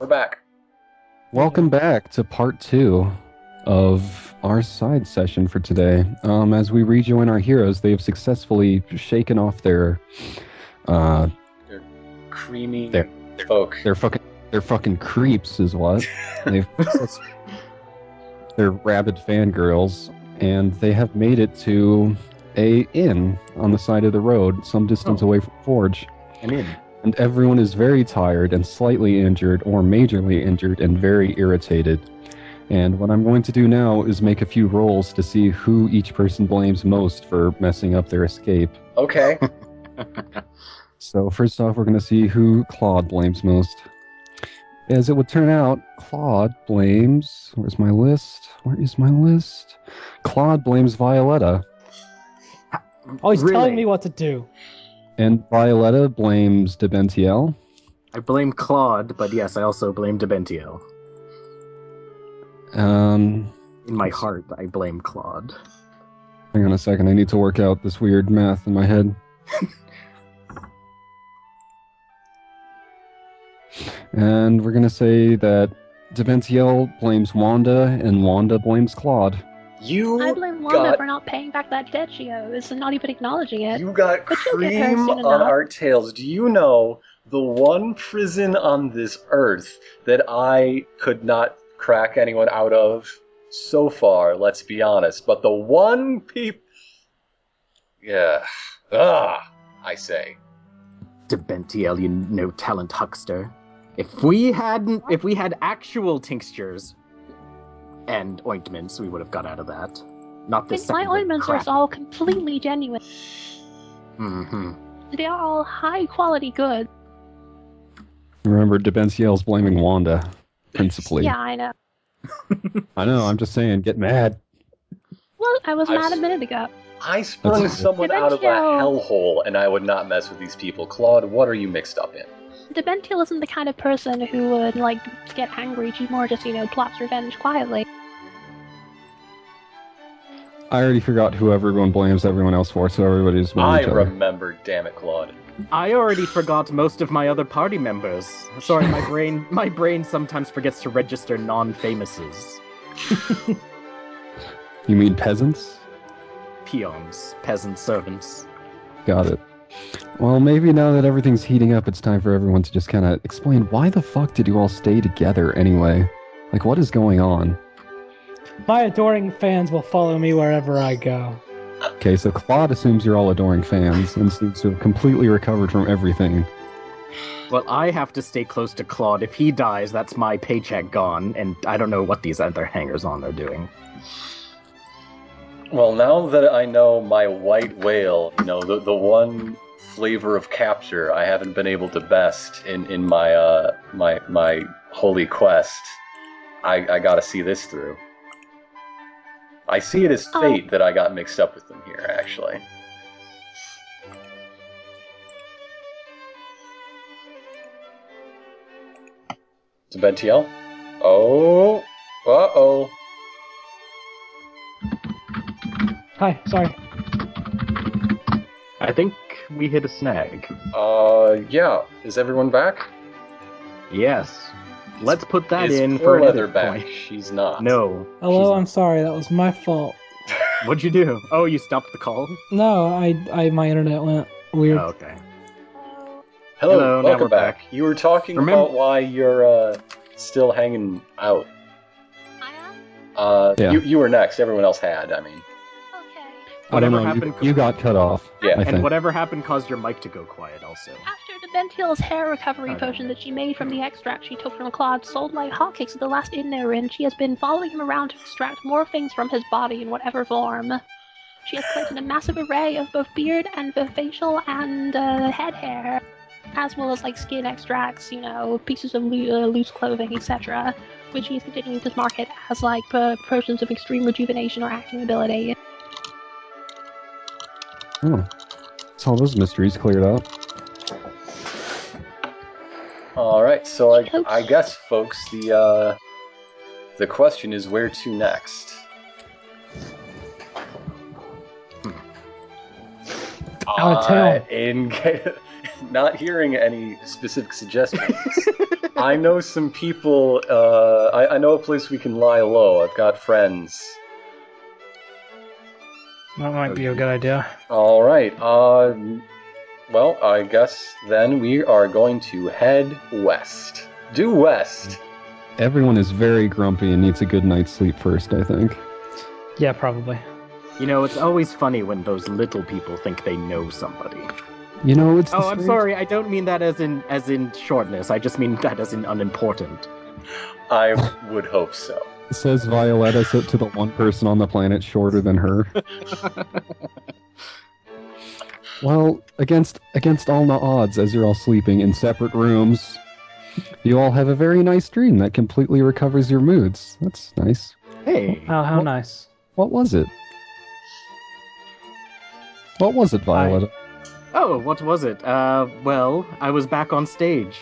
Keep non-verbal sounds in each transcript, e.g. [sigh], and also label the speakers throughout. Speaker 1: We're back.
Speaker 2: Welcome back to part two of our side session for today. Um, as we rejoin our heroes, they have successfully shaken off their uh,
Speaker 1: Creamy
Speaker 2: There.
Speaker 1: folk.
Speaker 2: their fucking their fucking creeps is what they've [laughs] they're rabid fangirls, and they have made it to a inn on the side of the road, some distance away from Forge.
Speaker 3: I'm in.
Speaker 2: and everyone is very tired and slightly injured or majorly injured and very irritated. And what I'm going to do now is make a few rolls to see who each person blames most for messing up their escape. [laughs]
Speaker 1: Okay.
Speaker 2: So, first off, we're going to see who Claude blames most. As it would turn out, Claude blames. Where's my list? Where is my list? Claude blames Violetta,
Speaker 4: Oh, he's
Speaker 3: Really?
Speaker 4: telling me what to do.
Speaker 2: and Violetta blames Debentiel.
Speaker 3: I blame Claude, but yes, I also blame Debentio.
Speaker 2: Um,
Speaker 3: In my heart, I blame Claude.
Speaker 2: Hang on a second, I need to work out this weird math in my head. and we're gonna say that Deventiel blames Wanda and Wanda blames Claude.
Speaker 1: You
Speaker 5: I blame Wanda
Speaker 1: Oh God.
Speaker 5: for not paying back that debt she owes and not even acknowledging it.
Speaker 1: You got
Speaker 5: But you'll get her
Speaker 1: cream
Speaker 5: soon
Speaker 1: on
Speaker 5: enough.
Speaker 1: our tails. Do you know the one prison on this earth that I could not crack anyone out of so far, let's be honest. But the one peep Yeah. Ah, I say.
Speaker 3: Debentiel, you no talent huckster. If we hadn't, if we had actual tinctures and ointments, we would have got out of that. Not
Speaker 5: I
Speaker 3: this.
Speaker 5: think my ointments are all completely genuine.
Speaker 3: Mm-hmm.
Speaker 5: They are all high quality goods.
Speaker 2: Remember, Deventiel's blaming Wanda, principally.
Speaker 5: Yeah, I know.
Speaker 2: I know, I'm just saying, get mad.
Speaker 5: Well, I was
Speaker 1: I've
Speaker 5: mad a
Speaker 1: s-
Speaker 5: minute ago.
Speaker 1: I sprung
Speaker 2: That's-
Speaker 1: someone out of that
Speaker 5: Eventually-
Speaker 1: hellhole and I would not mess with these people. Claude, what are you mixed up in?
Speaker 5: Debentiel isn't the kind of person who would, like, get angry. She more just, you know, plots revenge quietly.
Speaker 2: I already forgot who everyone blames everyone else for, so everybody's blaming
Speaker 1: I
Speaker 2: each other.
Speaker 1: remember, damn it, Claude.
Speaker 3: I already forgot most of my other party members. Sorry, my brain, [laughs] my brain sometimes forgets to register non-famouses,
Speaker 2: You mean peasants?
Speaker 3: peons, peasant servants.
Speaker 2: Got it. Well, maybe now that everything's heating up, it's time for everyone to just kind of explain why the fuck did you all stay together anyway? Like, what is going on?
Speaker 4: My adoring fans will follow me wherever I go.
Speaker 2: Okay, so Claude assumes you're all adoring fans and seems to have completely recovered from everything.
Speaker 3: Well, I have to stay close to Claude. If he dies, that's my paycheck gone, and I don't know what these other hangers-on are doing.
Speaker 1: Well, now that I know my white whale, you know, the, the one flavor of capture I haven't been able to best in, in my uh my my holy quest, I, I gotta see this through. I see it as
Speaker 5: Oh.
Speaker 1: fate that I got mixed up with them here, actually. To Bentiel? Oh, uh oh.
Speaker 4: Hi, sorry.
Speaker 3: I think we hit a snag.
Speaker 1: Uh, yeah. Is everyone back?
Speaker 3: Yes. Let's put that
Speaker 1: Is
Speaker 3: in
Speaker 1: poor
Speaker 3: for another
Speaker 1: Leather back?
Speaker 3: point.
Speaker 1: She's not.
Speaker 3: No.
Speaker 4: Hello,
Speaker 3: She's-
Speaker 4: I'm sorry. That was my fault.
Speaker 3: What'd you do? Oh, you stopped the call?
Speaker 4: No, I, I, my internet went weird.
Speaker 3: Oh, okay.
Speaker 5: Oh,
Speaker 1: Hello,
Speaker 3: Hello, now
Speaker 1: welcome
Speaker 3: we're
Speaker 1: back.
Speaker 3: back.
Speaker 1: You were talking
Speaker 3: Remember-
Speaker 1: about why you're uh, still hanging out.
Speaker 5: I am?
Speaker 1: Uh,
Speaker 2: Yeah.
Speaker 1: you, you were next. Everyone else had. I mean,
Speaker 5: Okay.
Speaker 3: Whatever
Speaker 2: I don't know, you-
Speaker 3: happened-
Speaker 2: you, got cut off.
Speaker 1: Yeah.
Speaker 2: I
Speaker 3: And
Speaker 2: think.
Speaker 3: whatever happened caused your mic to go quiet also.
Speaker 5: After Debentiel's hair recovery
Speaker 3: Okay.
Speaker 5: potion that she made from the extract she took from Claude sold like hotcakes at the last inn they were in, she has been following him around to extract more things from his body in whatever form. She has collected a massive array of both beard and both facial and uh, head hair, as well as like skin extracts, you know, pieces of loo- uh, loose clothing, etc., which she is continuing to market as like uh, potions of extreme rejuvenation or acting ability.
Speaker 2: Oh. So all those mysteries cleared up.
Speaker 1: all right. So I,
Speaker 5: Oops.
Speaker 1: I guess, folks, the uh, the question is where to next.
Speaker 4: Out of
Speaker 1: Hmm.
Speaker 4: town.
Speaker 1: [laughs] Uh, in ca- not hearing any specific suggestions, I know some people. Uh, I, I know a place we can lie low. I've got friends.
Speaker 4: That might be a good idea.
Speaker 1: All right. Uh, well, I guess then we are going to head west. Due west.
Speaker 2: Everyone is very grumpy and needs a good night's sleep first, I think.
Speaker 4: Yeah, probably.
Speaker 3: You know, it's always funny when those little people think they know somebody.
Speaker 2: You know, it's. the
Speaker 3: Oh, I'm
Speaker 2: same-
Speaker 3: sorry. I don't mean that as in as in shortness. I just mean that as in unimportant.
Speaker 1: I would hope so.
Speaker 2: Says Violetta so- to the one person on the planet shorter than her. well, against against all the odds, as you're all sleeping in separate rooms, you all have a very nice dream that completely recovers your moods. That's nice.
Speaker 3: Hey,
Speaker 4: Oh, how
Speaker 2: Well-
Speaker 4: nice.
Speaker 2: What was it? What was it, Violetta?
Speaker 3: Oh, what was it? Uh, well, I was back on stage.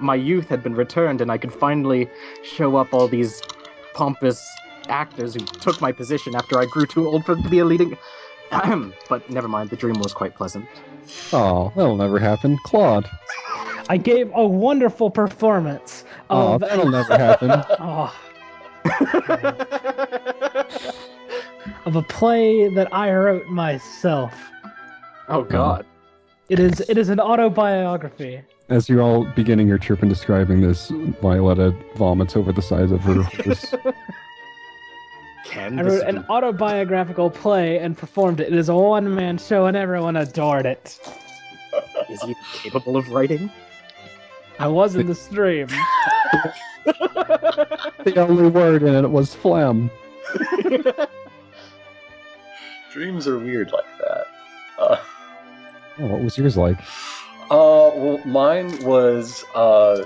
Speaker 3: My youth had been returned, and I could finally show up all these pompous actors who took my position after I grew too old for the leading. [clears throat] but never mind, the dream was quite
Speaker 4: [laughs]
Speaker 3: pleasant.
Speaker 2: Oh, that'll never happen. Claude.
Speaker 4: I gave a wonderful performance
Speaker 2: Oh,
Speaker 4: of.
Speaker 2: that'll never happen.
Speaker 4: [laughs] oh, of a play that I wrote myself.
Speaker 3: oh, God.
Speaker 4: It is it is an autobiography.
Speaker 2: As you're all beginning your trip and describing this, Violetta vomits over the size of her horse.
Speaker 3: Can
Speaker 4: I
Speaker 3: this
Speaker 4: wrote an
Speaker 3: be-
Speaker 4: autobiographical play and performed it. It is a one man show and everyone adored it.
Speaker 3: Is he capable of
Speaker 4: [laughs]
Speaker 3: writing?
Speaker 4: I was in the stream.
Speaker 2: [laughs] the only word in it was phlegm.
Speaker 1: Dreams are weird like that. Uh,
Speaker 2: Oh, what was yours like?
Speaker 1: Uh, well, mine was uh,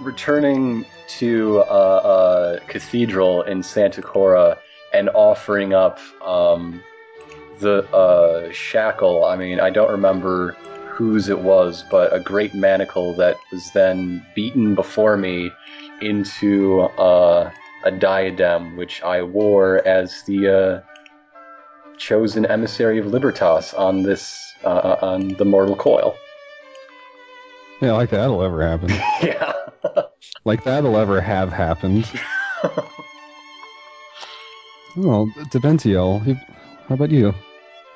Speaker 1: returning to uh, uh, cathedral in Santa Cora and offering up um, the uh, shackle. I mean, I don't remember whose it was, but a great manacle that was then beaten before me into uh, a diadem, which I wore as the uh, chosen emissary of Libertas on this uh, on the mortal coil.
Speaker 2: Yeah, like that'll ever [laughs] happen.
Speaker 1: [laughs] Yeah.
Speaker 2: like that'll ever have [laughs] happened. Well, Oh, Deventiel, you- how about you?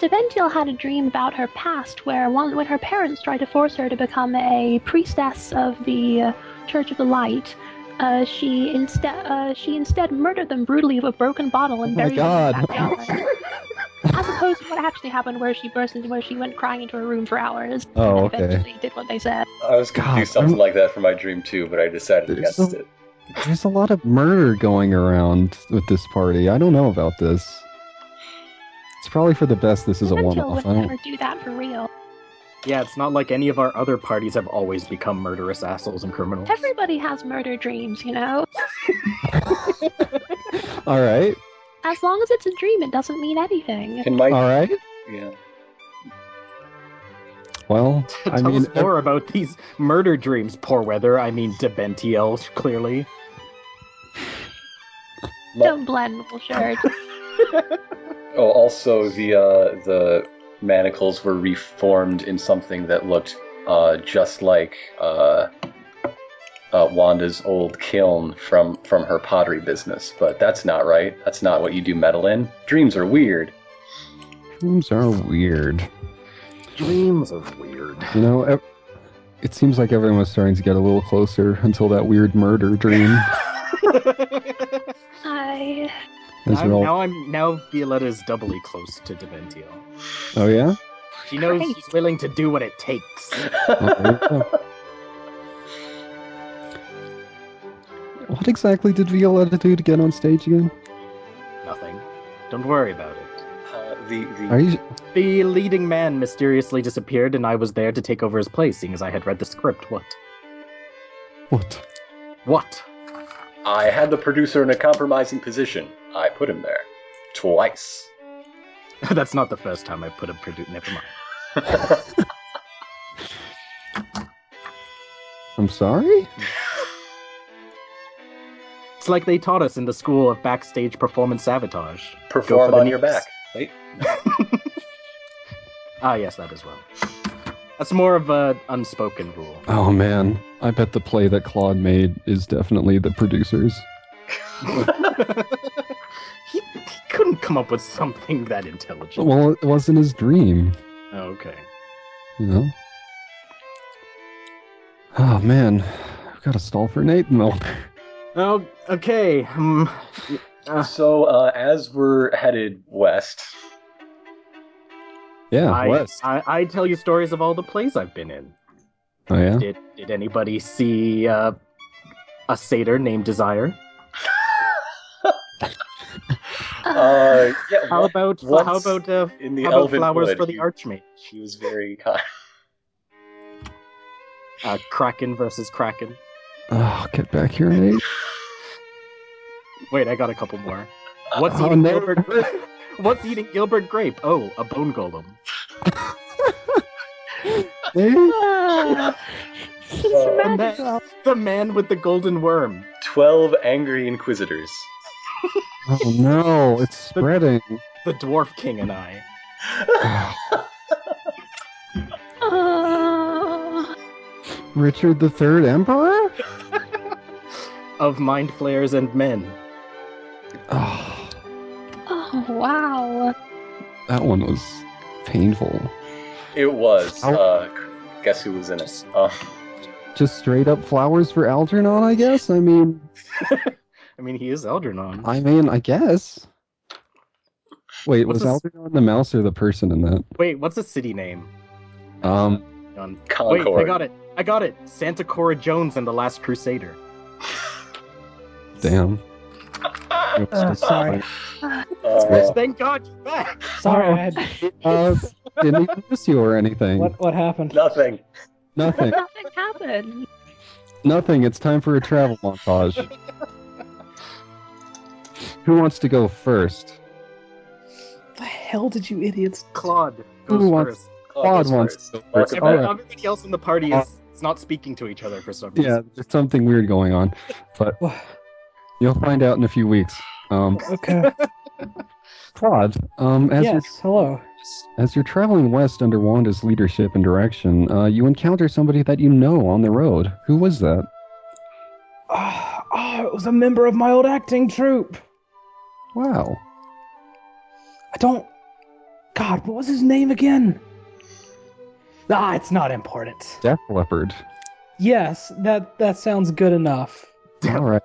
Speaker 5: Deventiel had a dream about her past where one, when her parents tried to force her to become a priestess of the uh, Church of the Light, uh, she instead uh, she instead murdered them brutally with a broken bottle and
Speaker 2: Oh my
Speaker 5: buried them in the
Speaker 2: God. [laughs]
Speaker 5: backyard. As opposed to what actually happened, where she burst into where she went crying into her room for hours.
Speaker 2: Oh,
Speaker 5: and
Speaker 2: okay.
Speaker 5: Eventually, did what they said.
Speaker 1: I was
Speaker 2: God,
Speaker 1: going to do something
Speaker 2: I'm-
Speaker 1: like that for my dream too, but I decided
Speaker 2: There's
Speaker 1: against
Speaker 2: some-
Speaker 1: it.
Speaker 2: There's a lot of murder going around with this party. I don't know about this. It's probably for the best this is a one
Speaker 5: Deventiel
Speaker 2: off.
Speaker 5: would never do that for real.
Speaker 3: Yeah, it's not like any of our other parties have always become murderous assholes and criminals.
Speaker 5: Everybody has murder dreams, you know.
Speaker 2: All right.
Speaker 5: As long as it's a dream, it doesn't mean anything.
Speaker 1: Can my
Speaker 2: All right.
Speaker 1: yeah.
Speaker 2: Well, I
Speaker 3: Tell
Speaker 2: mean,
Speaker 3: us more about these murder dreams, poor weather. I mean, Debentiel, clearly.
Speaker 1: My-
Speaker 5: Don't blend, well, sure.
Speaker 1: oh, also the uh, the manacles were reformed in something that looked uh, just like uh, uh, Wanda's old kiln from from her pottery business, but that's not right. That's not what you do metal in. Dreams are weird.
Speaker 2: dreams are weird.
Speaker 3: Dreams are weird.
Speaker 2: You know, ev- it seems like everyone was starting to get a little closer until that weird murder dream.
Speaker 5: I.
Speaker 2: As
Speaker 3: now,
Speaker 2: we're all-
Speaker 3: now I'm now Violetta is doubly close to Deventio.
Speaker 2: oh yeah.
Speaker 3: She knows
Speaker 5: Great.
Speaker 3: she's willing to do what it takes.
Speaker 2: Well, Oh, there you go. what exactly did Violetta do to get on stage again?
Speaker 3: Nothing. Don't worry about it.
Speaker 1: Uh, the the
Speaker 2: Are you?
Speaker 3: The leading man mysteriously disappeared, and I was there to take over his place, seeing as I had read the script. What?
Speaker 2: What?
Speaker 3: What? [laughs]
Speaker 1: I had the producer in a compromising position. I put him there twice.
Speaker 3: That's not the first time I put a produ- Never mind.
Speaker 2: I'm sorry.
Speaker 3: It's like they taught us in the school of backstage performance sabotage.
Speaker 1: Perform
Speaker 3: the
Speaker 1: on your
Speaker 3: knees.
Speaker 1: back. Wait.
Speaker 3: Ah, yes, that as well. That's more of a unspoken rule. [laughs]
Speaker 2: Oh man, I bet the play that Claude made is definitely the producers.
Speaker 3: He, he couldn't come up with something that intelligent.
Speaker 2: Well, it wasn't his dream,
Speaker 3: Okay.
Speaker 2: you know. Oh man, I've got to stall for Nathan. though.
Speaker 3: Oh, okay. Um,
Speaker 1: [laughs]
Speaker 3: uh,
Speaker 1: So uh, as we're headed west,
Speaker 2: [laughs] yeah,
Speaker 3: I,
Speaker 2: Wes.
Speaker 3: I, I tell you stories of all the plays I've been in.
Speaker 2: Oh yeah.
Speaker 3: Did did anybody see uh, a satyr named Desire? [laughs]
Speaker 1: uh, yeah,
Speaker 3: How
Speaker 1: well,
Speaker 3: about how
Speaker 1: Once
Speaker 3: about uh,
Speaker 1: in the
Speaker 3: how about
Speaker 1: Elven
Speaker 3: flowers
Speaker 1: Wood,
Speaker 3: for the
Speaker 1: he,
Speaker 3: archmage?
Speaker 1: he was very kind.
Speaker 3: Uh, Kraken versus Kraken.
Speaker 2: Oh, get back here, Nate.
Speaker 3: Wait, I got a couple more. What's
Speaker 2: Oh,
Speaker 3: eating
Speaker 2: no. [laughs]
Speaker 3: Gilbert Grape? What's eating Gilbert Grape? Oh, a bone golem.
Speaker 2: Nate?
Speaker 5: He's
Speaker 1: Uh,
Speaker 3: The man, the man with the golden worm.
Speaker 1: Twelve angry inquisitors.
Speaker 2: Oh no, it's spreading. [sighs]
Speaker 3: The dwarf king and I.
Speaker 2: Oh,
Speaker 5: Uh,
Speaker 2: Richard the Third Emperor.
Speaker 3: Of mind flayers and men.
Speaker 2: Oh,
Speaker 5: oh wow.
Speaker 2: that one was painful.
Speaker 1: It was.
Speaker 2: Oh.
Speaker 1: Uh, guess who was in it? Uh,
Speaker 2: Just straight up flowers for Algernon, I guess. I mean,
Speaker 3: I mean, he is Algernon.
Speaker 2: I mean, I guess. Wait,
Speaker 3: What's
Speaker 2: was
Speaker 3: this-
Speaker 2: Algernon the mouse or the person in that?
Speaker 3: Wait, what's a city name?
Speaker 2: Um,
Speaker 3: Done.
Speaker 1: Concord.
Speaker 3: Wait, I got it. I got it. Santa Cora Jones and the Last Crusader.
Speaker 4: [laughs]
Speaker 2: damn. It was just-
Speaker 4: sorry.
Speaker 1: Uh,
Speaker 3: Thank God you're back.
Speaker 4: Sorry, I had,
Speaker 2: Uh, didn't even miss you or anything.
Speaker 4: what what happened?
Speaker 1: nothing.
Speaker 2: Nothing.
Speaker 5: Nothing happened.
Speaker 2: Nothing. It's time for a travel montage. Who wants to go first?
Speaker 4: What the hell did you idiots?
Speaker 3: Claude goes
Speaker 2: Who wants-
Speaker 3: first.
Speaker 2: Claude
Speaker 1: goes
Speaker 2: wants
Speaker 1: first.
Speaker 2: to go
Speaker 1: Mark's
Speaker 2: first.
Speaker 1: back.
Speaker 3: Every-
Speaker 2: Alright.
Speaker 3: Everything else in the party is it's not speaking to each other for some reason.
Speaker 2: Yeah, there's something weird going on.
Speaker 4: Wha-
Speaker 2: You'll find out in a few weeks. Um,
Speaker 4: Okay.
Speaker 2: Claude, um, as you're
Speaker 4: yes. Hello.
Speaker 2: As you're traveling west under Wanda's leadership and direction, uh, you encounter somebody that you know on the road. Who was that?
Speaker 4: Oh, oh, it was a member of my old acting troupe.
Speaker 2: Wow.
Speaker 4: I don't. God, what was his name again? Ah, it's not important.
Speaker 2: Death Leopard.
Speaker 4: Yes, that that sounds good enough.
Speaker 2: All right.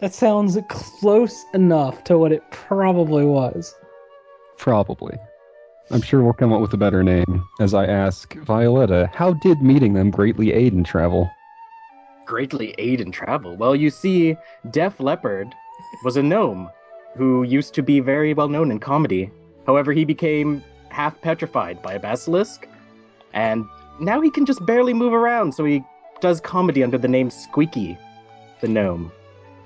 Speaker 4: That sounds close enough to what it probably was.
Speaker 2: Probably. I'm sure we'll come up with a better name as I ask Violetta, how did meeting them greatly aid in travel?
Speaker 3: Greatly aid in travel. Well, you see, Def Leopard was a gnome who used to be very well known in comedy. However, he became half petrified by a basilisk, and now he can just barely move around, so he does comedy under the name Squeaky, the gnome.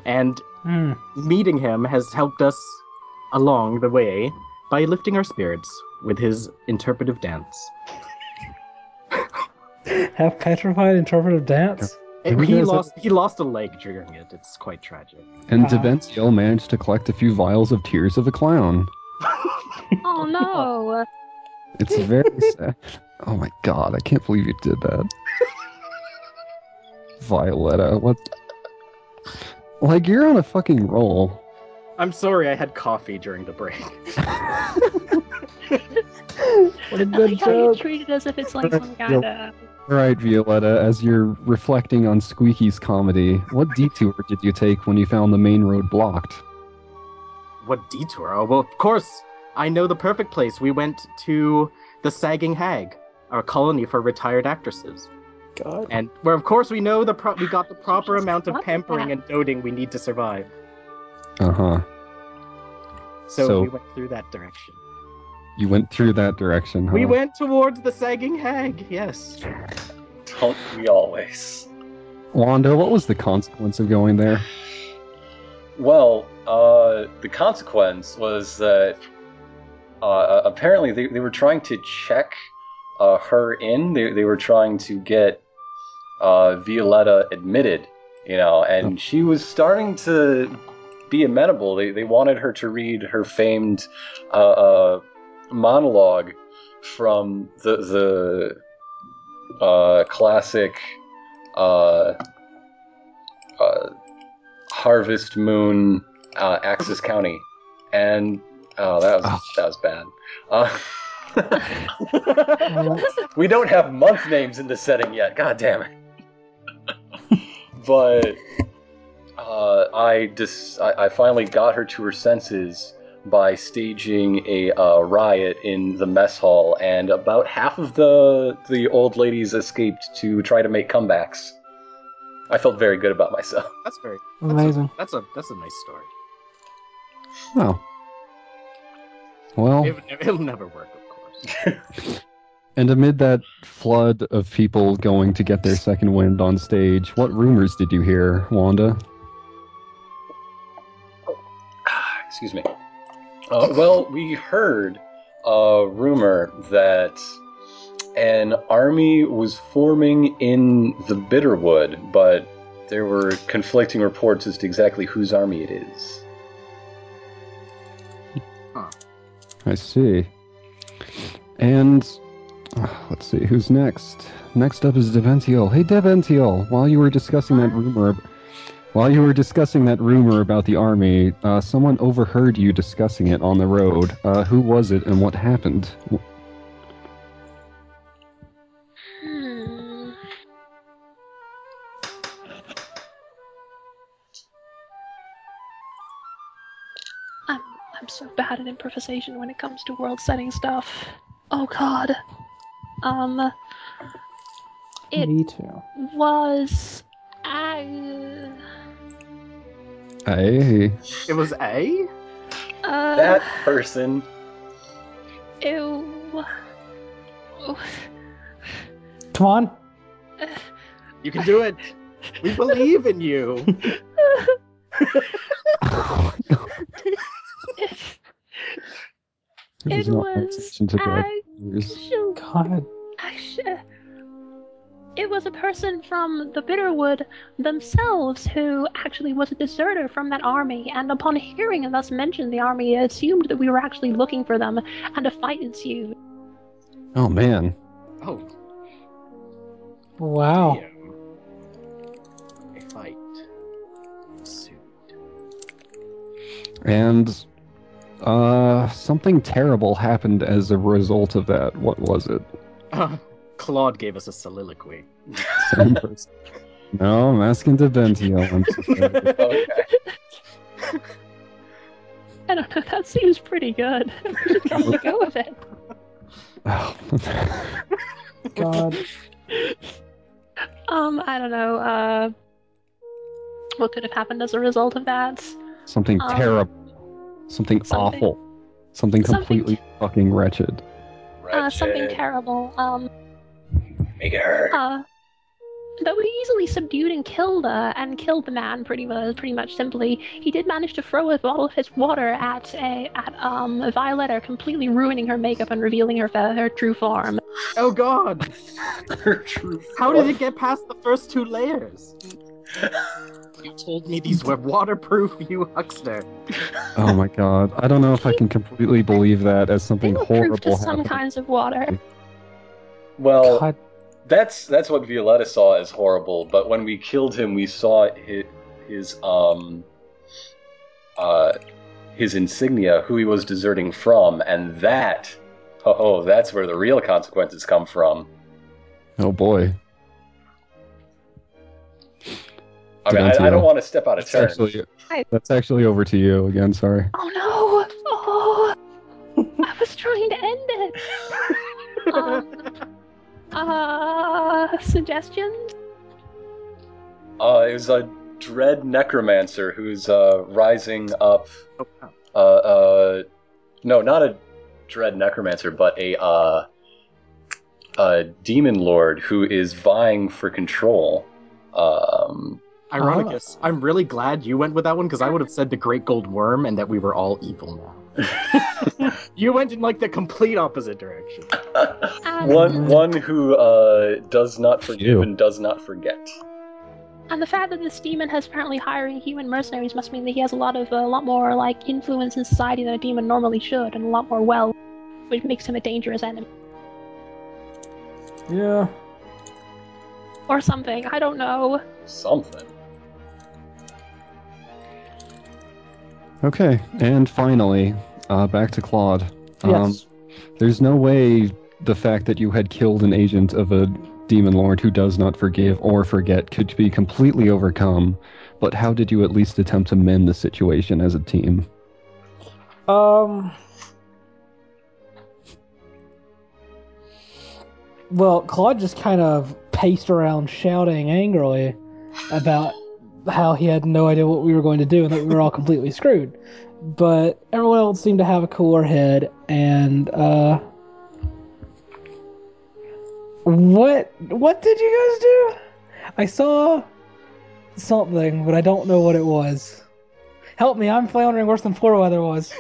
Speaker 3: And
Speaker 4: Hmm. [laughs]
Speaker 3: meeting him has helped us along the way by lifting our spirits with his interpretive dance.
Speaker 4: Have petrified interpretive dance?
Speaker 2: Have you
Speaker 3: he
Speaker 2: guys
Speaker 3: lost he lost a leg during it. It's quite tragic.
Speaker 2: And
Speaker 4: Uh-huh.
Speaker 2: Debencio managed to collect a few vials of tears of a clown.
Speaker 5: Oh no.
Speaker 3: [laughs]
Speaker 2: It's very sad. Oh my god, I can't believe you did that. Violetta, what? Like, you're on a fucking roll.
Speaker 3: I'm sorry I had coffee during the break.
Speaker 4: What a
Speaker 5: I [laughs] like
Speaker 4: good
Speaker 5: how you
Speaker 4: joke.
Speaker 5: treat it as if it's like some kind of.
Speaker 2: All right, Violetta, as you're reflecting on Squeaky's comedy, what detour did you take when you found the main road blocked?
Speaker 3: [laughs] What detour? Oh, well, of course. I know the perfect place. We went to the Sagging Hag, our colony for retired actresses.
Speaker 4: God.
Speaker 3: And where of course we know the pro- we got the proper amount of
Speaker 5: What?
Speaker 3: pampering and doting we need to survive.
Speaker 2: Uh huh.
Speaker 3: So,
Speaker 2: So-
Speaker 3: we went through that direction.
Speaker 2: You went through that direction, huh?
Speaker 3: We went towards the Sagging Hag. Yes.
Speaker 1: Don't we always?
Speaker 2: Wanda, what was the consequence of going there?
Speaker 1: Well, uh, the consequence was that uh, apparently they, they were trying to check uh, her in. They, they were trying to get uh, Violetta admitted, you know, and she was starting to be amenable. They, they wanted her to read her famed uh, uh, monologue from the, the uh, classic uh, uh, Harvest Moon uh, Axis County, and oh, that was
Speaker 2: Oh.
Speaker 1: that was bad. [laughs] Uh, we don't have month names in this setting yet. God damn it! but uh, I dis- I, I finally got her to her senses by staging a uh, riot in the mess hall, and about half of the the old ladies escaped to try to make comebacks. I felt very good about myself.
Speaker 3: That's very
Speaker 2: Amazing.
Speaker 3: That's a that's a nice story.
Speaker 2: Oh. Well, Oh.
Speaker 3: It, it'll never work, of course.
Speaker 2: and amid that flood of people going to get their second wind on stage, what rumors did you hear, Wanda?
Speaker 1: [sighs] Excuse me. Uh, well, we heard a rumor that an army was forming in the Bitterwood, but there were conflicting reports as to exactly whose army it is.
Speaker 2: I see. And ah, let's see who's next. Next up is Deventiel. Hey, Deventiel. While you were discussing that rumor, while you were discussing that rumor about the army, uh, someone overheard you discussing it on the road. Uh, who was it, and what happened?
Speaker 5: Hmm. I'm I'm so bad at improvisation when it comes to world setting stuff. Oh god. Um It-
Speaker 4: Me too.
Speaker 5: was I
Speaker 2: Hey,
Speaker 3: It was A?
Speaker 5: uh
Speaker 1: That person.
Speaker 5: ew. Oh,
Speaker 4: Come on.
Speaker 3: You can do it. We believe in you.
Speaker 5: it
Speaker 2: It
Speaker 5: it
Speaker 2: is not my
Speaker 5: was
Speaker 2: intention to direct yours.
Speaker 5: actually
Speaker 4: God.
Speaker 5: Actually, it was a person from the Bitterwood themselves who actually was a deserter from that army, and upon hearing of us mention the army, assumed that we were actually looking for them, and a fight ensued.
Speaker 2: Oh man.
Speaker 3: Oh
Speaker 4: Wow.
Speaker 3: damn. A fight. Suit.
Speaker 2: And uh, something terrible happened as a result of that. What was
Speaker 5: [laughs]
Speaker 2: it?
Speaker 3: Uh, Claude gave us a soliloquy.
Speaker 2: Same person. No, I'm asking Deventio. I'm so sorry.
Speaker 3: uh,
Speaker 1: Okay.
Speaker 5: I don't know, [laughs] that seems pretty good. [laughs] We should kind of go with it.
Speaker 2: Oh. [laughs]
Speaker 4: God.
Speaker 5: Um, I don't know, uh, what could have happened as a result of that?
Speaker 2: something
Speaker 5: Um,
Speaker 2: terrible. Something,
Speaker 5: something-
Speaker 2: awful. Something
Speaker 5: something-
Speaker 2: completely fucking wretched.
Speaker 5: Uh, something
Speaker 1: Wretched.
Speaker 5: terrible. Um,
Speaker 1: Make it hurt.
Speaker 5: Uh, though he easily subdued and killed her, and killed the man pretty much, pretty much simply, he did manage to throw a bottle of his water at a at um a Violetta, completely ruining her makeup and revealing her fa- her true form.
Speaker 3: Oh god!
Speaker 1: [laughs] Her true
Speaker 3: How did
Speaker 1: form.
Speaker 3: it get past the first two layers? You told me these were waterproof, you huckster.
Speaker 2: Oh my god. I don't know if I can completely believe that as
Speaker 5: They
Speaker 2: something
Speaker 5: were proof to
Speaker 2: horrible
Speaker 5: some
Speaker 2: happened.
Speaker 5: kinds
Speaker 2: [laughs]
Speaker 5: of water.
Speaker 1: Well,
Speaker 4: God.
Speaker 1: that's that's what Violetta saw as horrible. But when we killed him, we saw his, his um uh his insignia, who he was deserting from, and that oh, oh that's where the real consequences come from.
Speaker 2: Oh boy.
Speaker 1: I mean, I, I don't want to step out of
Speaker 2: That's
Speaker 1: turn.
Speaker 2: actually,
Speaker 5: Hi.
Speaker 2: that's actually over to you again, sorry.
Speaker 5: Oh no! Oh, I was trying to end it.
Speaker 2: [laughs]
Speaker 5: Um, uh, suggestions?
Speaker 1: Uh, it was a dread necromancer who's uh, rising up.
Speaker 3: [laughs] Oh, wow.
Speaker 1: Uh, uh, no, not a dread necromancer, but a uh, a demon lord who is vying for control. Um,
Speaker 3: Ironicus,
Speaker 4: Ah.
Speaker 3: I'm really glad you went with that one because I would have said the Great Gold Worm and that we were all evil now.
Speaker 4: [laughs]
Speaker 3: you went in like the complete opposite direction.
Speaker 5: And,
Speaker 1: one one who uh, does not forgive
Speaker 2: Ew.
Speaker 1: and does not forget.
Speaker 5: And the fact that this demon has apparently hiring human mercenaries must mean that he has a lot of uh, a lot more like influence in society than a demon normally should, and a lot more wealth, which makes him a dangerous enemy.
Speaker 4: Yeah.
Speaker 5: or something. I don't know.
Speaker 1: Something.
Speaker 2: Okay, and finally, uh, back to Claude. Um,
Speaker 4: Yes.
Speaker 2: there's no way the fact that you had killed an agent of a demon lord who does not forgive or forget could be completely overcome, but how did you at least attempt to mend the situation as a team?
Speaker 4: Um. Well, Claude just kind of paced around shouting angrily about how he had no idea what we were going to do and that we were all completely screwed. But everyone else seemed to have a cooler head, and uh, what what did you guys do? I saw something, but I don't know what it was. Help me! I'm floundering worse than floor weather was.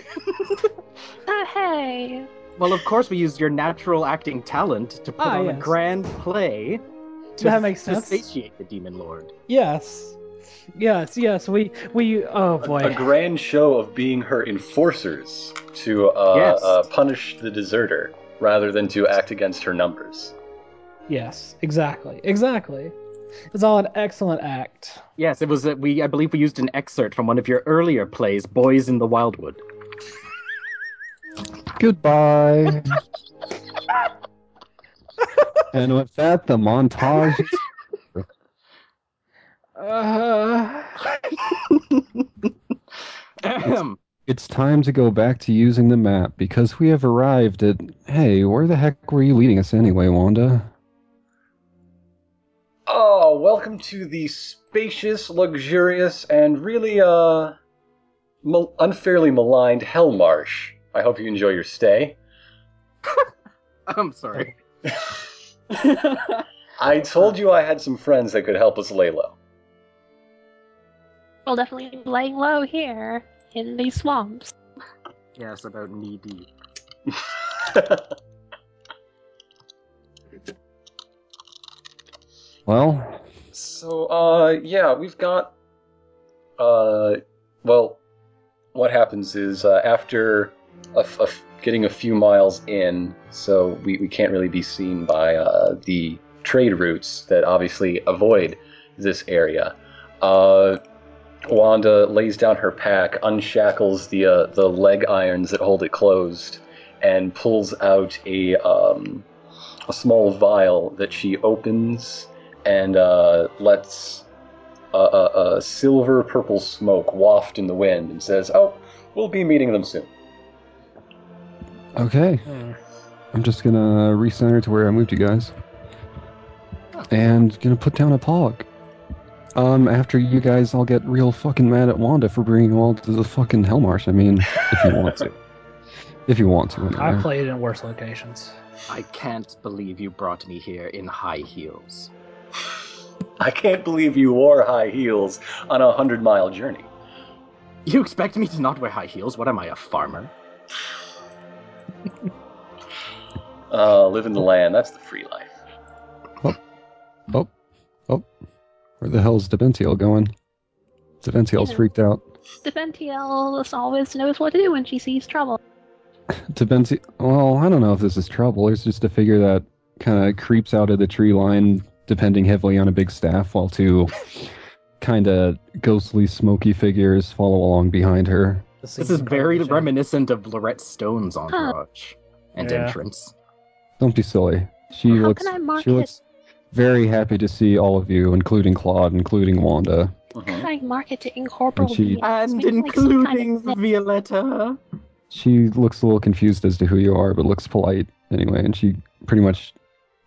Speaker 5: Uh, hey,
Speaker 3: Well, of course, we used your natural acting talent to put
Speaker 4: Ah,
Speaker 3: on a
Speaker 4: yes.
Speaker 3: grand play to,
Speaker 4: That makes
Speaker 3: to
Speaker 4: sense.
Speaker 3: satiate the demon lord.
Speaker 4: Yes. Yes, yes, we we oh
Speaker 1: A-
Speaker 4: boy.
Speaker 1: A, grand show of being her enforcers to uh,
Speaker 3: Yes.
Speaker 1: uh, punish the deserter rather than to act against her numbers.
Speaker 4: yes, exactly. Exactly. It's all an excellent act.
Speaker 3: Yes, it was. A, we, I believe, we used an excerpt from one of your earlier plays, "Boys in the Wildwood."
Speaker 2: Goodbye. [laughs] and with that, the montage. is-
Speaker 4: Uh,
Speaker 3: Ahem.
Speaker 2: It's time to go back to using the map because we have arrived at. Hey, where the heck were you leading us anyway, Wanda?
Speaker 1: Oh, welcome to the spacious, luxurious, and really uh mal- unfairly maligned Hellmarsh. I hope you enjoy your stay.
Speaker 3: [clears throat] I'm sorry.
Speaker 1: I told you I had some friends that could help us lay low. [laughs]
Speaker 5: we'll definitely be laying low here in these swamps.
Speaker 3: Yes, about knee deep.
Speaker 2: Well,
Speaker 1: so, uh, yeah, we've got. Uh, well, what happens is uh, after a f- a f- getting a few miles in, so we, we can't really be seen by uh, the trade routes that obviously avoid this area. Uh, Wanda lays down her pack, unshackles the uh, the leg irons that hold it closed, and pulls out a um, a small vial that she opens and uh, lets a, a, a silver purple smoke waft in the wind and says, "Oh, we'll be meeting them soon."
Speaker 2: okay.
Speaker 4: hmm.
Speaker 2: I'm just gonna recenter to where I moved you guys, and gonna put down a pog. Um, after you guys all get real fucking mad at Wanda for bringing you all to the fucking Hellmarsh. I mean, if you want to, if you want to.
Speaker 4: I
Speaker 2: Anyway.
Speaker 4: played in worse locations.
Speaker 3: I can't believe you brought me here in high heels.
Speaker 1: I can't believe you wore high heels on a hundred mile journey.
Speaker 3: You expect me to not wear high heels? What am I, a farmer?
Speaker 1: Uh, live in the land. That's the free life.
Speaker 2: Oh, Where the hell's Deventiel going? Deventiel's
Speaker 5: Yeah.
Speaker 2: freaked out.
Speaker 5: Defentiel always knows what to do when she sees trouble.
Speaker 2: Deventiel. Well, I don't know if this is trouble. It's just a figure that kind of creeps out of the tree line, depending heavily on a big staff, while two kind of ghostly, smoky figures follow along behind her.
Speaker 3: This is very
Speaker 4: seems
Speaker 3: reminiscent of Lorette Stone's entourage and
Speaker 4: Yeah.
Speaker 3: entrance.
Speaker 2: Don't be silly. She
Speaker 5: How
Speaker 2: looks.
Speaker 5: can I mark
Speaker 2: she
Speaker 5: it?
Speaker 2: looks very happy to see all of you, including Claude, including Wanda.
Speaker 1: Mhm.
Speaker 5: Can I mark it to incorporate?
Speaker 2: And she-
Speaker 5: me?
Speaker 3: And
Speaker 5: Maybe like some kind of
Speaker 3: including
Speaker 5: thing. [laughs]
Speaker 3: Violetta.
Speaker 2: She looks a little confused as to who you are, but looks polite anyway. And she pretty much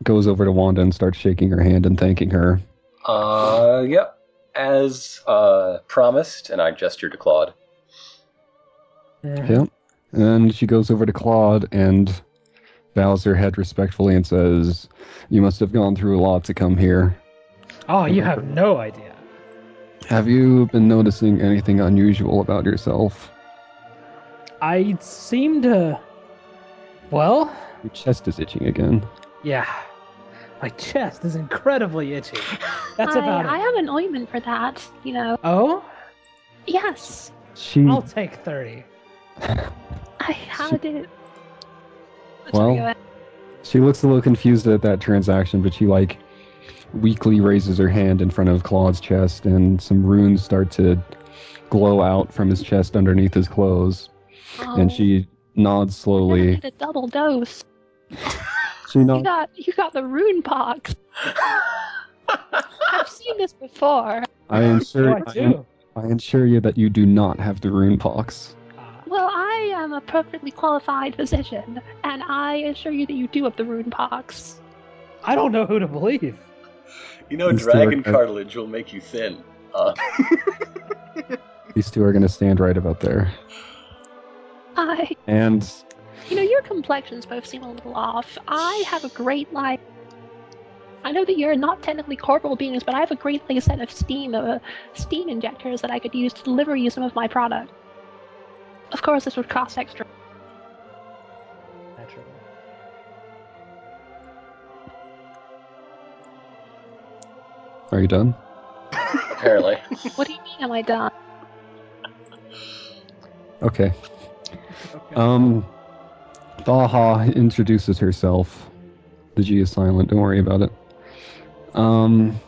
Speaker 2: goes over to Wanda and starts shaking her hand and thanking her.
Speaker 1: Uh, yep. As uh, promised, and I gesture to Claude.
Speaker 4: Mhm.
Speaker 2: Yeah. And she goes over to Claude and bows her head respectfully and says, You must have gone through a lot to come here.
Speaker 4: Oh, you have no idea.
Speaker 2: Have you been noticing anything unusual about yourself?
Speaker 4: I seem to. Well,
Speaker 2: Your chest is itching again.
Speaker 4: yeah. My chest is incredibly itchy. That's
Speaker 5: I,
Speaker 4: about
Speaker 5: I
Speaker 4: it.
Speaker 5: have an ointment for that. You know.
Speaker 4: Oh,
Speaker 5: Yes.
Speaker 2: She.
Speaker 4: I'll take 30.
Speaker 5: I how did it?
Speaker 2: Well, She looks a little confused at that transaction, but she like weakly raises her hand in front of Claude's chest, and some runes start to glow out from his chest underneath his clothes.
Speaker 5: Oh,
Speaker 2: And she nods
Speaker 5: you
Speaker 2: slowly.
Speaker 5: hit a double dose.
Speaker 2: She
Speaker 5: You
Speaker 2: nods.
Speaker 5: got you got the rune box. I've seen this before.
Speaker 2: I am sure.
Speaker 4: Oh, I
Speaker 2: I am-
Speaker 4: do.
Speaker 2: I ensure you that you do not have the rune pox.
Speaker 4: Uh,
Speaker 5: Well, I am a perfectly qualified physician, and I assure you that you do have the rune pox.
Speaker 4: I don't know who to believe.
Speaker 1: You know,
Speaker 2: Let's do
Speaker 1: dragon
Speaker 2: it, guys.
Speaker 1: cartilage will make you thin. Uh,
Speaker 2: These two are going to stand right about there.
Speaker 5: I,
Speaker 2: And
Speaker 5: you know, your complexions both seem a little off. I have a great like. I know that you're not technically corporal beings, but I have a great like set of steam uh, steam injectors that I could use to deliver you some of my product. Of course, this would cost extra.
Speaker 4: Naturally.
Speaker 2: are you done?
Speaker 1: apparently.
Speaker 5: What do you mean? Am I done? [sighs]
Speaker 2: Okay. Um, Thaha introduces herself. The G is silent. Don't worry about it. Um,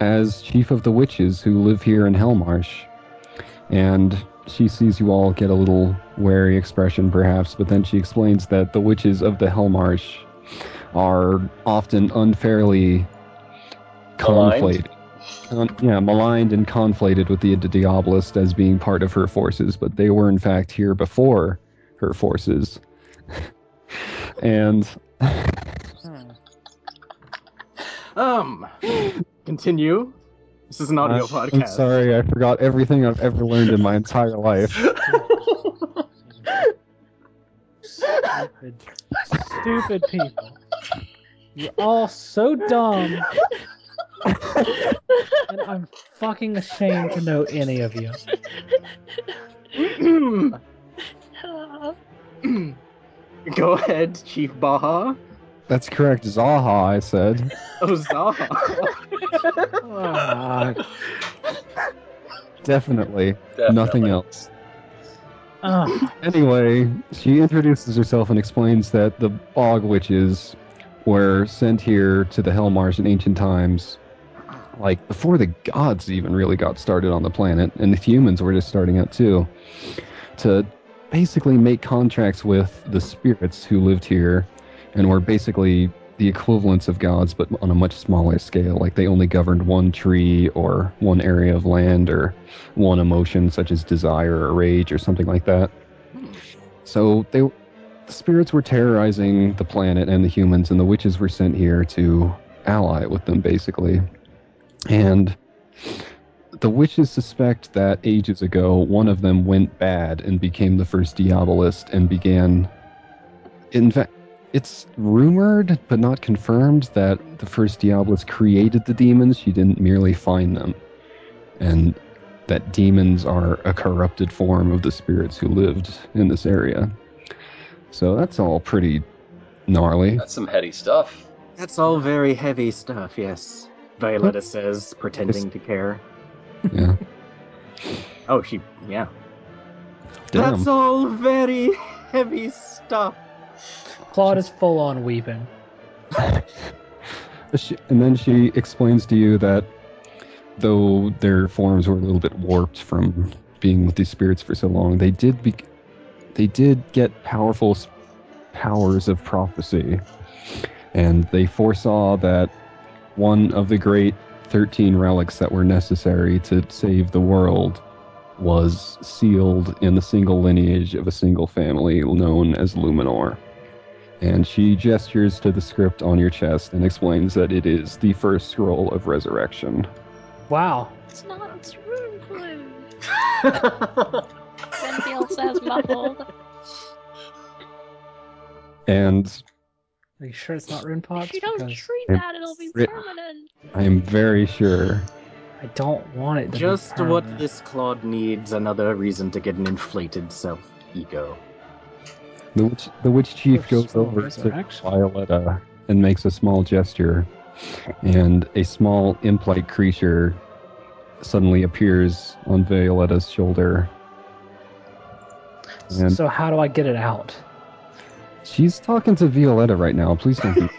Speaker 2: as chief of the witches who live here in Hellmarsh, and she sees you all get a little wary expression, perhaps, but then she explains that the witches of the Hellmarsh are often unfairly
Speaker 1: Aligned?
Speaker 2: conflated. Con- yeah, maligned and conflated with the Diabolist as being part of her forces, but they were in fact here before her forces. [laughs] and
Speaker 3: Um, continue. This is an audio
Speaker 2: I'm-
Speaker 3: podcast.
Speaker 2: I'm sorry, I forgot everything I've ever learned in my entire life.
Speaker 4: Stupid, stupid people. You're all so dumb. and I'm fucking ashamed to know any of you.
Speaker 5: Uh,
Speaker 3: [clears throat] Go ahead, Chief Baha.
Speaker 2: That's correct, Zaha. I said. [laughs]
Speaker 3: Oh, Zaha.
Speaker 4: Ah,
Speaker 1: Definitely.
Speaker 2: Definitely, [laughs] nothing else.
Speaker 4: ah.
Speaker 2: Anyway, she introduces herself and explains that the Bog Witches were sent here to the Hellmars in ancient times, like before the gods even really got started on the planet, and the humans were just starting out too, to basically make contracts with the spirits who lived here and were basically the equivalents of gods, but on a much smaller scale. Like they only governed one tree or one area of land or one emotion, such as desire or rage or something like that. So they, the spirits were terrorizing the planet and the humans, and the witches were sent here to ally with them, basically. And the witches suspect that ages ago, one of them went bad and became the first Diabolist and began. In fact, it's rumored, but not confirmed, that the first Diabolist created the demons. She didn't merely find them. And that demons are a corrupted form of the spirits who lived in this area. So that's all pretty gnarly.
Speaker 1: That's some heady stuff.
Speaker 3: That's all very heavy stuff, yes. Violetta says, pretending to care.
Speaker 2: Yeah.
Speaker 3: Oh, she, yeah.
Speaker 2: Damn.
Speaker 3: That's all very heavy stuff.
Speaker 4: Claude is full on weeping.
Speaker 2: She- and then she explains to you that though their forms were a little bit warped from being with these spirits for so long, they did be- they did get powerful s- powers of prophecy, and they foresaw that one of the great thirteen relics that were necessary to save the world was sealed in the single lineage of a single family known as Luminor. And she gestures to the script on your chest and explains that it is the first scroll of resurrection.
Speaker 4: Wow.
Speaker 5: it's not. It's rune glue. Renfield says, muffled.
Speaker 2: And
Speaker 4: Are you sure Oh, it's not rune pots?
Speaker 5: If you don't
Speaker 4: Because
Speaker 5: treat
Speaker 2: it-
Speaker 5: that, it'll be
Speaker 2: it-
Speaker 5: permanent.
Speaker 2: I am very sure.
Speaker 4: I don't want it
Speaker 3: [laughs]
Speaker 4: to
Speaker 3: Just
Speaker 4: be
Speaker 3: what
Speaker 4: permanent.
Speaker 3: this Claude needs another reason to get an inflated self ego.
Speaker 2: The witch, the witch chief
Speaker 4: First
Speaker 2: goes
Speaker 4: scroll of
Speaker 2: over to
Speaker 4: resurrection.
Speaker 2: Violetta and makes a small gesture, and a small imp-like creature suddenly appears on Violetta's shoulder. And
Speaker 4: So how do I get it out?
Speaker 2: she's talking to Violetta right now. Please don't. be-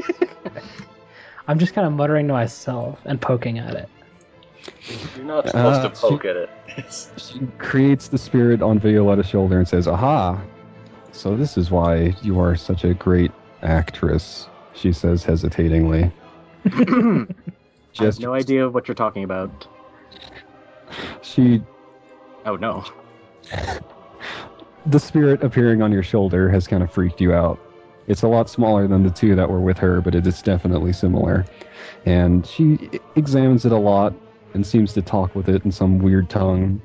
Speaker 4: I'm just kind of muttering to myself and poking at it.
Speaker 1: You're not supposed
Speaker 2: Uh,
Speaker 1: to poke at
Speaker 2: [laughs]
Speaker 1: it. It's-
Speaker 2: She creates the spirit on Violetta's shoulder and says, Aha! So this is why you are such a great actress, she says hesitatingly.
Speaker 3: I have
Speaker 2: Just
Speaker 3: [clears throat] no idea what you're talking about.
Speaker 2: she
Speaker 3: Oh no. [laughs]
Speaker 2: the spirit appearing on your shoulder has kind of freaked you out. It's a lot smaller than the two that were with her, but it is definitely similar. And she e- examines it a lot and seems to talk with it in some weird tongue,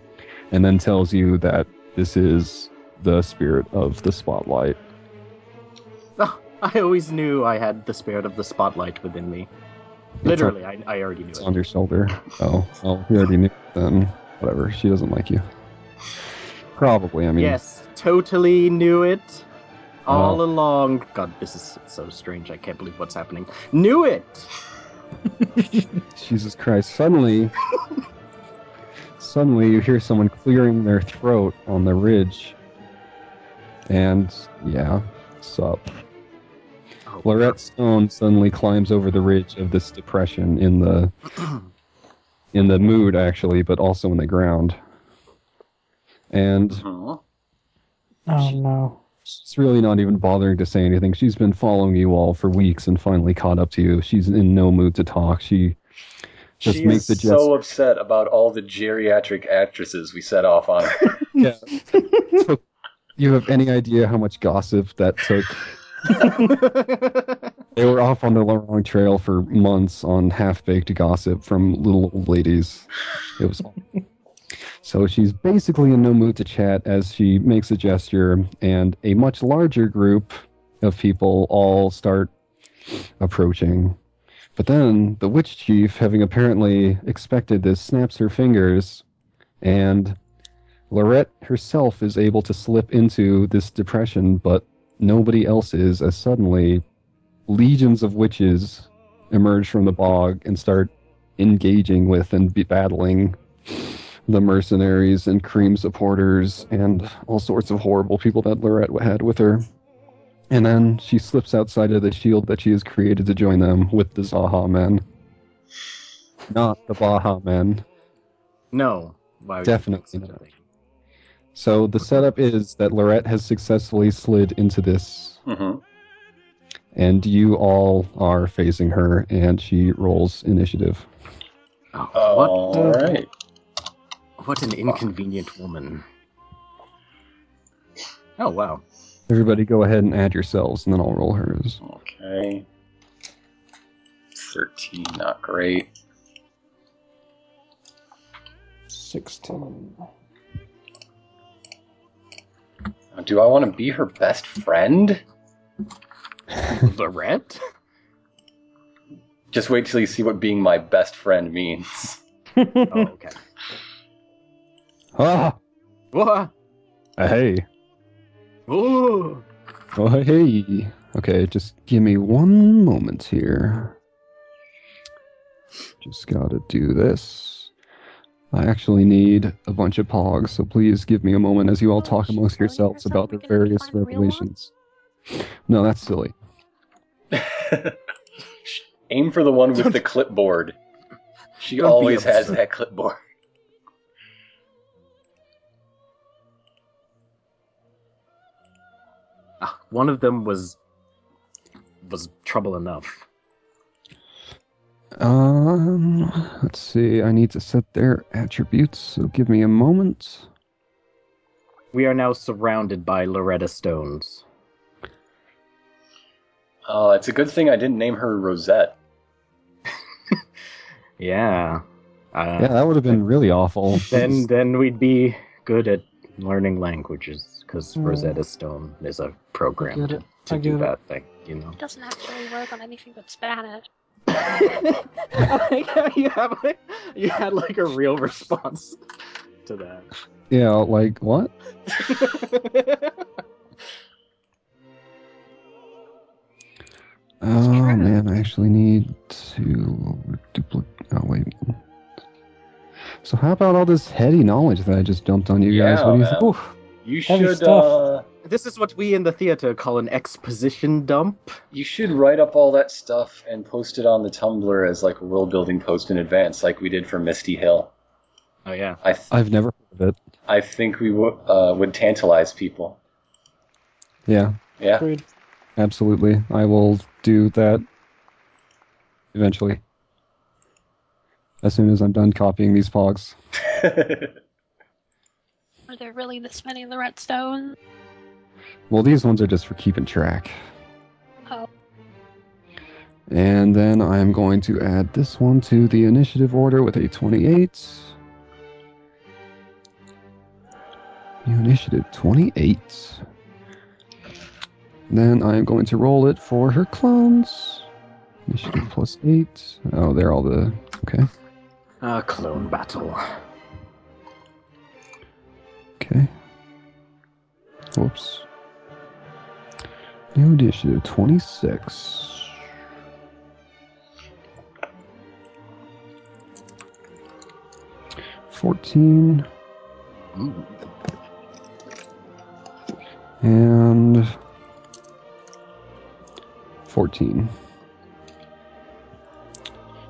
Speaker 2: and then tells you that this is the spirit of the spotlight.
Speaker 3: Oh, I always knew I had the spirit of the spotlight within me. Literally, I, I already knew
Speaker 2: It's
Speaker 3: it.
Speaker 2: on your shoulder. Oh, well, you already knew then. Whatever. She doesn't like you. Probably. I mean,
Speaker 3: Yes, totally knew it. All
Speaker 2: Oh.
Speaker 3: along. God, this is so strange. I can't believe what's happening. Knew it!
Speaker 2: Jesus Christ. Suddenly, suddenly you hear someone clearing their throat on the ridge. And yeah, sup.
Speaker 3: Oh,
Speaker 2: Lorette Stone suddenly climbs over the ridge of this depression in the in the mood actually, but also in the ground. And
Speaker 1: Mhm.
Speaker 4: Oh no.
Speaker 2: She's really not even bothering to say anything. She's been following you all for weeks and finally caught up to you. She's in no mood to talk. She just
Speaker 1: She
Speaker 2: make
Speaker 1: is
Speaker 2: the
Speaker 1: so upset about all the geriatric actresses we set off on.
Speaker 2: yeah. took, you have any idea how much gossip that took? They were off on the wrong trail for months on half-baked gossip from little old ladies. It was So she's basically in no mood to chat as she makes a gesture, and a much larger group of people all start approaching. But then the witch chief, having apparently expected this, snaps her fingers, and Lorette herself is able to slip into this depression, but nobody else is, as suddenly legions of witches emerge from the bog and start engaging with and be- battling the mercenaries and cream supporters and all sorts of horrible people that Lorette had with her. And then she slips outside of the shield that she has created to join them with the Zaha men. Not the Baha men.
Speaker 3: no. Why would
Speaker 2: Definitely
Speaker 3: you think such a
Speaker 2: not.
Speaker 3: thing?
Speaker 2: So the setup is that Lorette has successfully slid into this,
Speaker 1: Mhm.
Speaker 2: and you all are facing her, and she rolls initiative.
Speaker 3: Oh,
Speaker 1: All right.
Speaker 3: What, what an inconvenient woman. Oh, wow.
Speaker 2: Everybody go ahead and add yourselves, and then I'll roll hers.
Speaker 1: Okay. 13, not great.
Speaker 4: 16.
Speaker 1: Uh, Do I want to be her best friend?
Speaker 3: Lorette?
Speaker 1: Just wait till you see what being my best friend means.
Speaker 3: Oh, [laughs] okay.
Speaker 2: Ah! Uh,
Speaker 3: Whoa!
Speaker 2: Hey!
Speaker 3: Ooh!
Speaker 2: Oh, hey. Okay, just give me one moment here. Just gotta do this. I actually need a bunch of pogs, so please give me a moment as you all talk amongst yourselves about the various revelations. No, that's silly.
Speaker 1: Aim for the one with the clipboard. She
Speaker 3: Don't be
Speaker 1: always has
Speaker 3: absurd.
Speaker 1: that clipboard.
Speaker 3: Ah, one of them was. was trouble enough.
Speaker 2: Um, let's see. I need to set their attributes, so give me a moment.
Speaker 3: We are now surrounded by Loretta Stones.
Speaker 1: Oh, it's a good thing I didn't name her Rosette.
Speaker 3: Yeah. Uh,
Speaker 2: Yeah, that would have been really
Speaker 1: [laughs]
Speaker 2: awful.
Speaker 3: Then, then we'd be good at learning languages because
Speaker 4: Hmm.
Speaker 3: Rosetta Stone is a
Speaker 4: I
Speaker 3: program
Speaker 4: get
Speaker 3: to,
Speaker 4: it.
Speaker 3: to
Speaker 4: I
Speaker 3: do
Speaker 4: get it.
Speaker 3: that thing. You know.
Speaker 5: It doesn't actually work on anything but Spanish.
Speaker 3: I like how [laughs] you have like, you had like a real response to
Speaker 2: Yeah, like, what?
Speaker 3: that.
Speaker 2: Oh
Speaker 5: true.
Speaker 2: man, I actually need to duplicate. Oh wait. So how about all this heady knowledge that I just dumped on you guys?
Speaker 1: Yeah,
Speaker 2: What do you
Speaker 1: man.
Speaker 2: think?
Speaker 4: Oof.
Speaker 1: You
Speaker 4: Heavy
Speaker 1: should
Speaker 4: stuff.
Speaker 1: uh
Speaker 3: [laughs] This is what we in the theater call an exposition dump.
Speaker 1: You should write up all that stuff and post it on the Tumblr as like a world building post in advance, like we did for Misty Hill.
Speaker 3: Oh yeah.
Speaker 1: I th-
Speaker 2: I've never heard of it.
Speaker 1: I think we w- uh, would tantalize people.
Speaker 2: Yeah,
Speaker 1: Yeah. [laughs]
Speaker 4: Agreed.
Speaker 2: absolutely. I will do that eventually. As soon as I'm done copying these pogs.
Speaker 5: Are there really this many Lorettestones?
Speaker 2: Well, these ones are just for keeping track.
Speaker 5: Oh,
Speaker 2: And then I'm going to add this one to the initiative order with a 28. New initiative 28. Then I'm going to roll it for her clones. Initiative plus 8. Oh, they're all the. Okay.
Speaker 3: A clone battle.
Speaker 2: Okay. Whoops. New initiative 26. Fourteen
Speaker 3: Mm.
Speaker 2: and fourteen.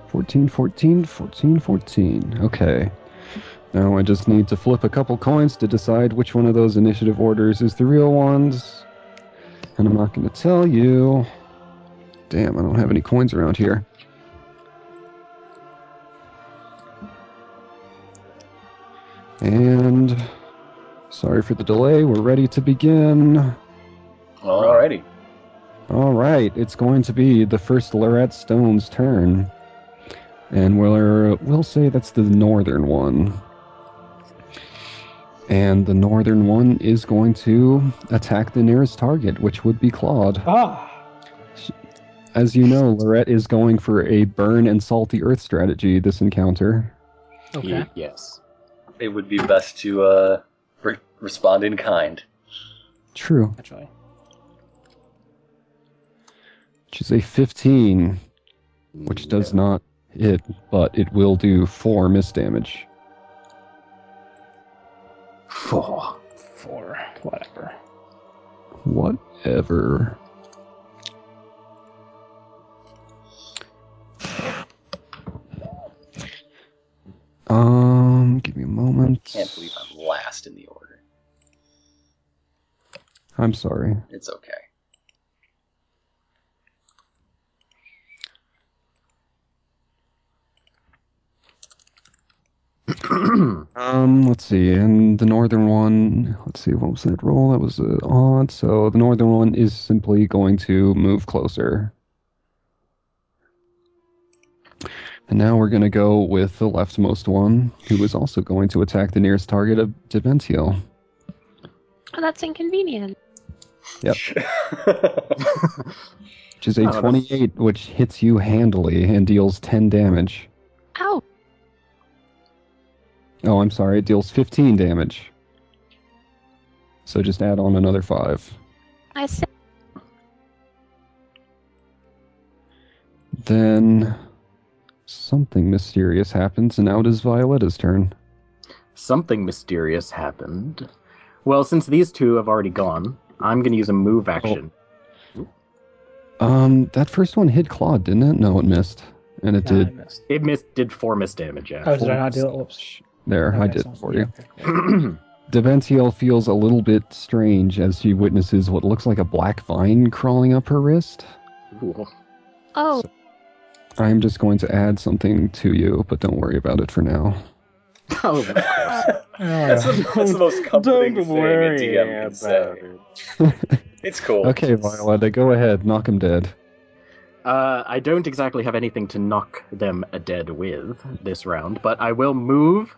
Speaker 2: 14, 14, 14, 14. Okay. Now I just need to flip a couple coins to decide which one of those initiative orders is the real ones. And I'm not going to tell you. Damn, I don't have any coins around here. And sorry for the delay. We're ready to begin.
Speaker 1: Alrighty.
Speaker 2: All right, it's going to be the first Lorette Stone's turn, and we'll we'll say that's the northern one. And the northern one is going to attack the nearest target, which would be Claude.
Speaker 4: Ah,
Speaker 2: As you know, Lorette is going for a burn and salty earth strategy this encounter.
Speaker 4: okay.
Speaker 3: Ye- yes.
Speaker 1: It would be best to uh, re- respond in kind.
Speaker 2: True,
Speaker 4: Actually,
Speaker 2: which is a 15, which does not hit, but it will do 4 miss damage.
Speaker 3: Four. [clears throat]
Speaker 4: four, whatever.
Speaker 2: Whatever. Um, give me a moment.
Speaker 1: Can't believe I'm last in the order.
Speaker 2: I'm sorry.
Speaker 1: It's [laughs] okay.
Speaker 2: Um, let's see. And the northern one, let's see, what was that roll? That was uh, odd. So the northern one is simply going to move closer. And now we're going to go with the leftmost one, who is also going to attack the nearest target of Deventio.
Speaker 5: oh that's inconvenient.
Speaker 2: which is a
Speaker 3: Oh, that's-
Speaker 2: 28 which hits you handily and deals 10 damage
Speaker 5: Ow!
Speaker 2: oh i'm sorry it deals 15 damage so just add on another 5
Speaker 5: I said,
Speaker 2: then something mysterious happens and now it is violetta's turn
Speaker 3: Something mysterious happened. Well, since these two have already gone, I'm gonna use a move action.
Speaker 2: um that first one hit claude didn't it no it missed and it
Speaker 4: Nah, I
Speaker 2: did
Speaker 4: missed.
Speaker 3: It missed did four miss damage, yeah.
Speaker 4: Oh, did I not do it? Whoops.
Speaker 2: there
Speaker 4: Okay,
Speaker 2: i did
Speaker 4: so-
Speaker 2: for you
Speaker 4: yeah, okay.
Speaker 3: [clears throat]
Speaker 2: Deventiel feels a little bit strange as she witnesses what looks like a black vine crawling up her wrist.
Speaker 3: Ooh.
Speaker 5: oh,
Speaker 2: I'm just going to add something to you, but don't worry about it for now.
Speaker 3: Oh, of course.
Speaker 1: [laughs] That's, the-
Speaker 4: [laughs]
Speaker 1: that's the most comforting thing a DM can say.
Speaker 3: it.
Speaker 1: It's cool.
Speaker 2: Okay, Violetta, go ahead, knock him dead.
Speaker 3: Uh, I don't exactly have anything to knock them dead with this round, but I will move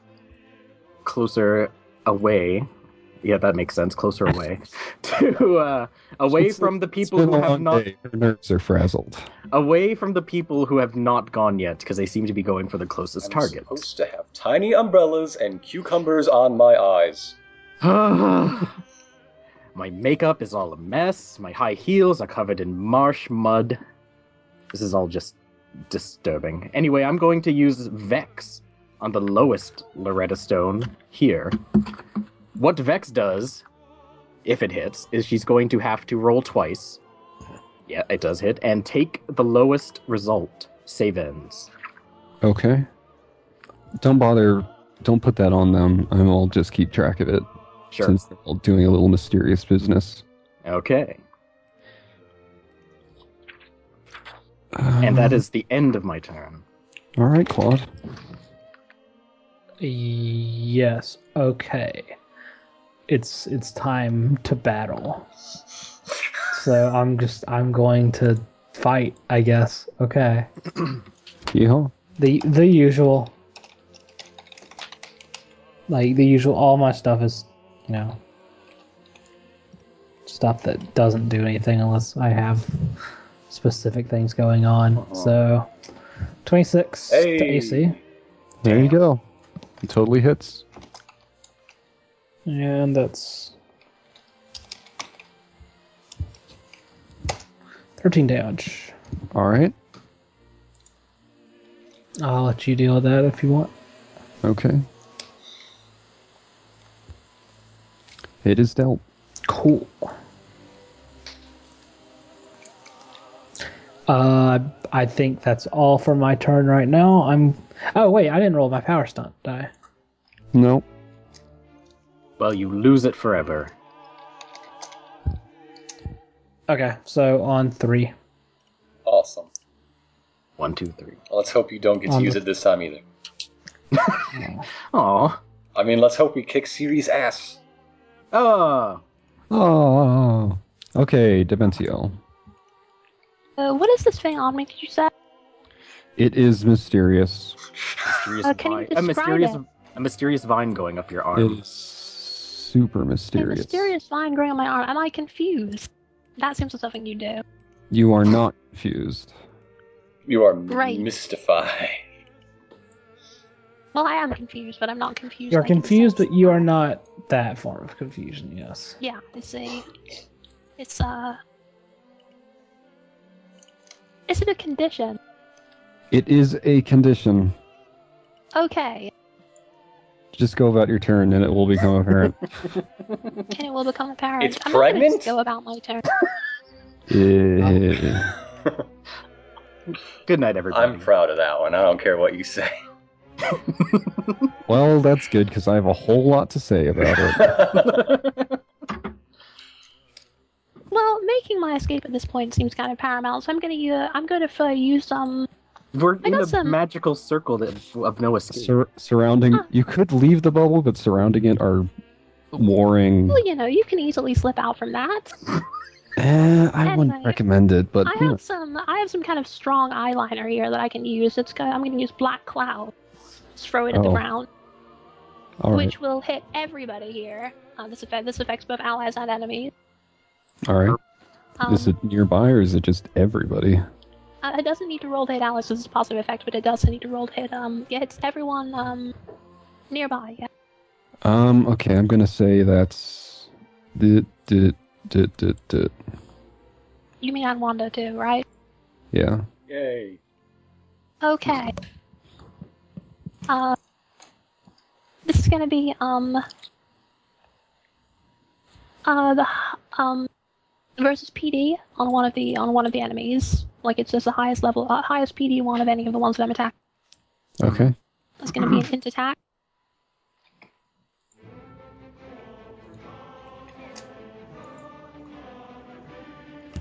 Speaker 3: closer away. Yeah, that makes sense. Closer away [laughs] to uh, away
Speaker 2: It's-
Speaker 3: from the
Speaker 2: It's
Speaker 3: people
Speaker 2: been
Speaker 3: who
Speaker 2: a
Speaker 3: have
Speaker 2: long
Speaker 3: not
Speaker 2: day. Her nerves are frazzled.
Speaker 3: away from the people who have not gone yet because they seem to be going for the closest
Speaker 1: I'm [sighs]
Speaker 3: target.
Speaker 1: supposed to have tiny umbrellas and cucumbers on my eyes.
Speaker 3: [sighs] My makeup is all a mess. My high heels are covered in marsh mud. This is all just disturbing. Anyway, I'm going to use Vex on the lowest Loretta Stone here. What Vex does if it hits, is she's going to have to roll twice. Yeah, it does hit, and take the lowest result. Save ends.
Speaker 2: Okay. Don't bother. Don't put that on them. I will just keep track of it
Speaker 3: Sure.
Speaker 2: since they're all doing a little mysterious business.
Speaker 3: Okay. And that
Speaker 2: Um,
Speaker 3: is the end of my turn.
Speaker 2: all right, Claude.
Speaker 4: Yes. Okay. It's it's time to battle. So I'm just I'm going to fight, I guess. Okay.
Speaker 2: Yeehaw.
Speaker 4: The the usual. Like the usual all my stuff is, you know, stuff that doesn't do anything unless I have specific things going on. So 26 to
Speaker 1: Hey.
Speaker 4: AC.
Speaker 2: There you go. It totally hits.
Speaker 4: And that's 13 damage.
Speaker 2: All right.
Speaker 4: I'll let you deal with that if you want.
Speaker 2: Okay. It is dealt.
Speaker 4: Cool. Uh, I think that's all for my turn right now. I'm. Oh wait, I didn't roll my power stunt die.
Speaker 2: No.
Speaker 3: Well, you lose it forever.
Speaker 4: Okay, so on three.
Speaker 1: Awesome.
Speaker 3: One, two, three.
Speaker 1: Well, let's hope you don't get to
Speaker 4: Um,
Speaker 1: use it this time either.
Speaker 3: Aw.
Speaker 1: I mean, let's hope we kick Siri's ass.
Speaker 3: Oh.
Speaker 2: Oh. Okay, Dementio.
Speaker 5: Uh, what is this thing on me? Did you say?
Speaker 2: It is mysterious.
Speaker 3: Mysterious
Speaker 5: Uh, can you
Speaker 3: vine- a
Speaker 5: describe
Speaker 3: mysterious
Speaker 5: it?
Speaker 3: a mysterious vine going up your
Speaker 2: It
Speaker 3: arm.
Speaker 2: is super
Speaker 5: A
Speaker 2: mysterious.
Speaker 5: mysterious vine growing on my arm. Am I confused? That seems like something you do.
Speaker 2: You are not confused.
Speaker 1: You are
Speaker 5: Right.
Speaker 1: mystified.
Speaker 5: Well, I am confused, but I'm not confused.
Speaker 4: You're
Speaker 5: like, in the
Speaker 4: confused,
Speaker 5: sense
Speaker 4: but you
Speaker 5: that-
Speaker 4: are not that form of confusion. Yes.
Speaker 5: Yeah, it's a. It's uh, a. Is it a condition?
Speaker 2: It is a condition.
Speaker 5: Okay,
Speaker 2: Just go about your turn and it will become
Speaker 5: [laughs]
Speaker 2: apparent.
Speaker 5: and it will become apparent.
Speaker 1: It's
Speaker 5: I'm not gonna
Speaker 1: pregnant?
Speaker 5: just go about my turn.
Speaker 2: Eh,
Speaker 3: Good night, everybody.
Speaker 1: I'm proud of that one. I don't care what you say.
Speaker 2: [laughs] well, that's good because I have a whole lot to say about it.
Speaker 1: [laughs]
Speaker 5: Well, making my escape at this point seems kind of paramount, so I'm gonna uh, I'm gonna uh, use um.
Speaker 3: We're
Speaker 5: I
Speaker 3: in
Speaker 5: got
Speaker 3: a
Speaker 5: some-
Speaker 3: magical circle that, of no escape.
Speaker 2: Sur- surrounding,
Speaker 5: Huh.
Speaker 2: you could leave the bubble, but surrounding it are warring.
Speaker 5: Well, you know, you can easily slip out from that.
Speaker 2: Eh, I wouldn't
Speaker 5: Anyway,
Speaker 2: recommend it, but
Speaker 5: I
Speaker 2: you know,
Speaker 5: have some I have some kind of strong eyeliner here that I can use. It's go, I'm gonna use black cloud. Just throw it at the
Speaker 2: Oh.
Speaker 5: ground,
Speaker 2: all right,
Speaker 5: which will hit everybody here. Uh, this affect this affects both allies and enemies.
Speaker 2: all right.
Speaker 5: Um,
Speaker 2: is it nearby or is it just everybody?
Speaker 5: Uh, it doesn't need to roll to hit allies as a positive effect, but it does need to roll to hit. Um, yeah, it's everyone um nearby. Yeah.
Speaker 2: Um. Okay, I'm gonna say that's the the the the the
Speaker 5: You mean on Wanda too, right?
Speaker 2: yeah.
Speaker 1: Yay.
Speaker 5: Okay. Uh, this is gonna be um. Uh, the h- um, versus PD on one of the on one of the enemies. Like it's just the highest level, uh, highest PD one of any of the ones that I'm attacking.
Speaker 2: Okay.
Speaker 5: That's gonna be an int attack.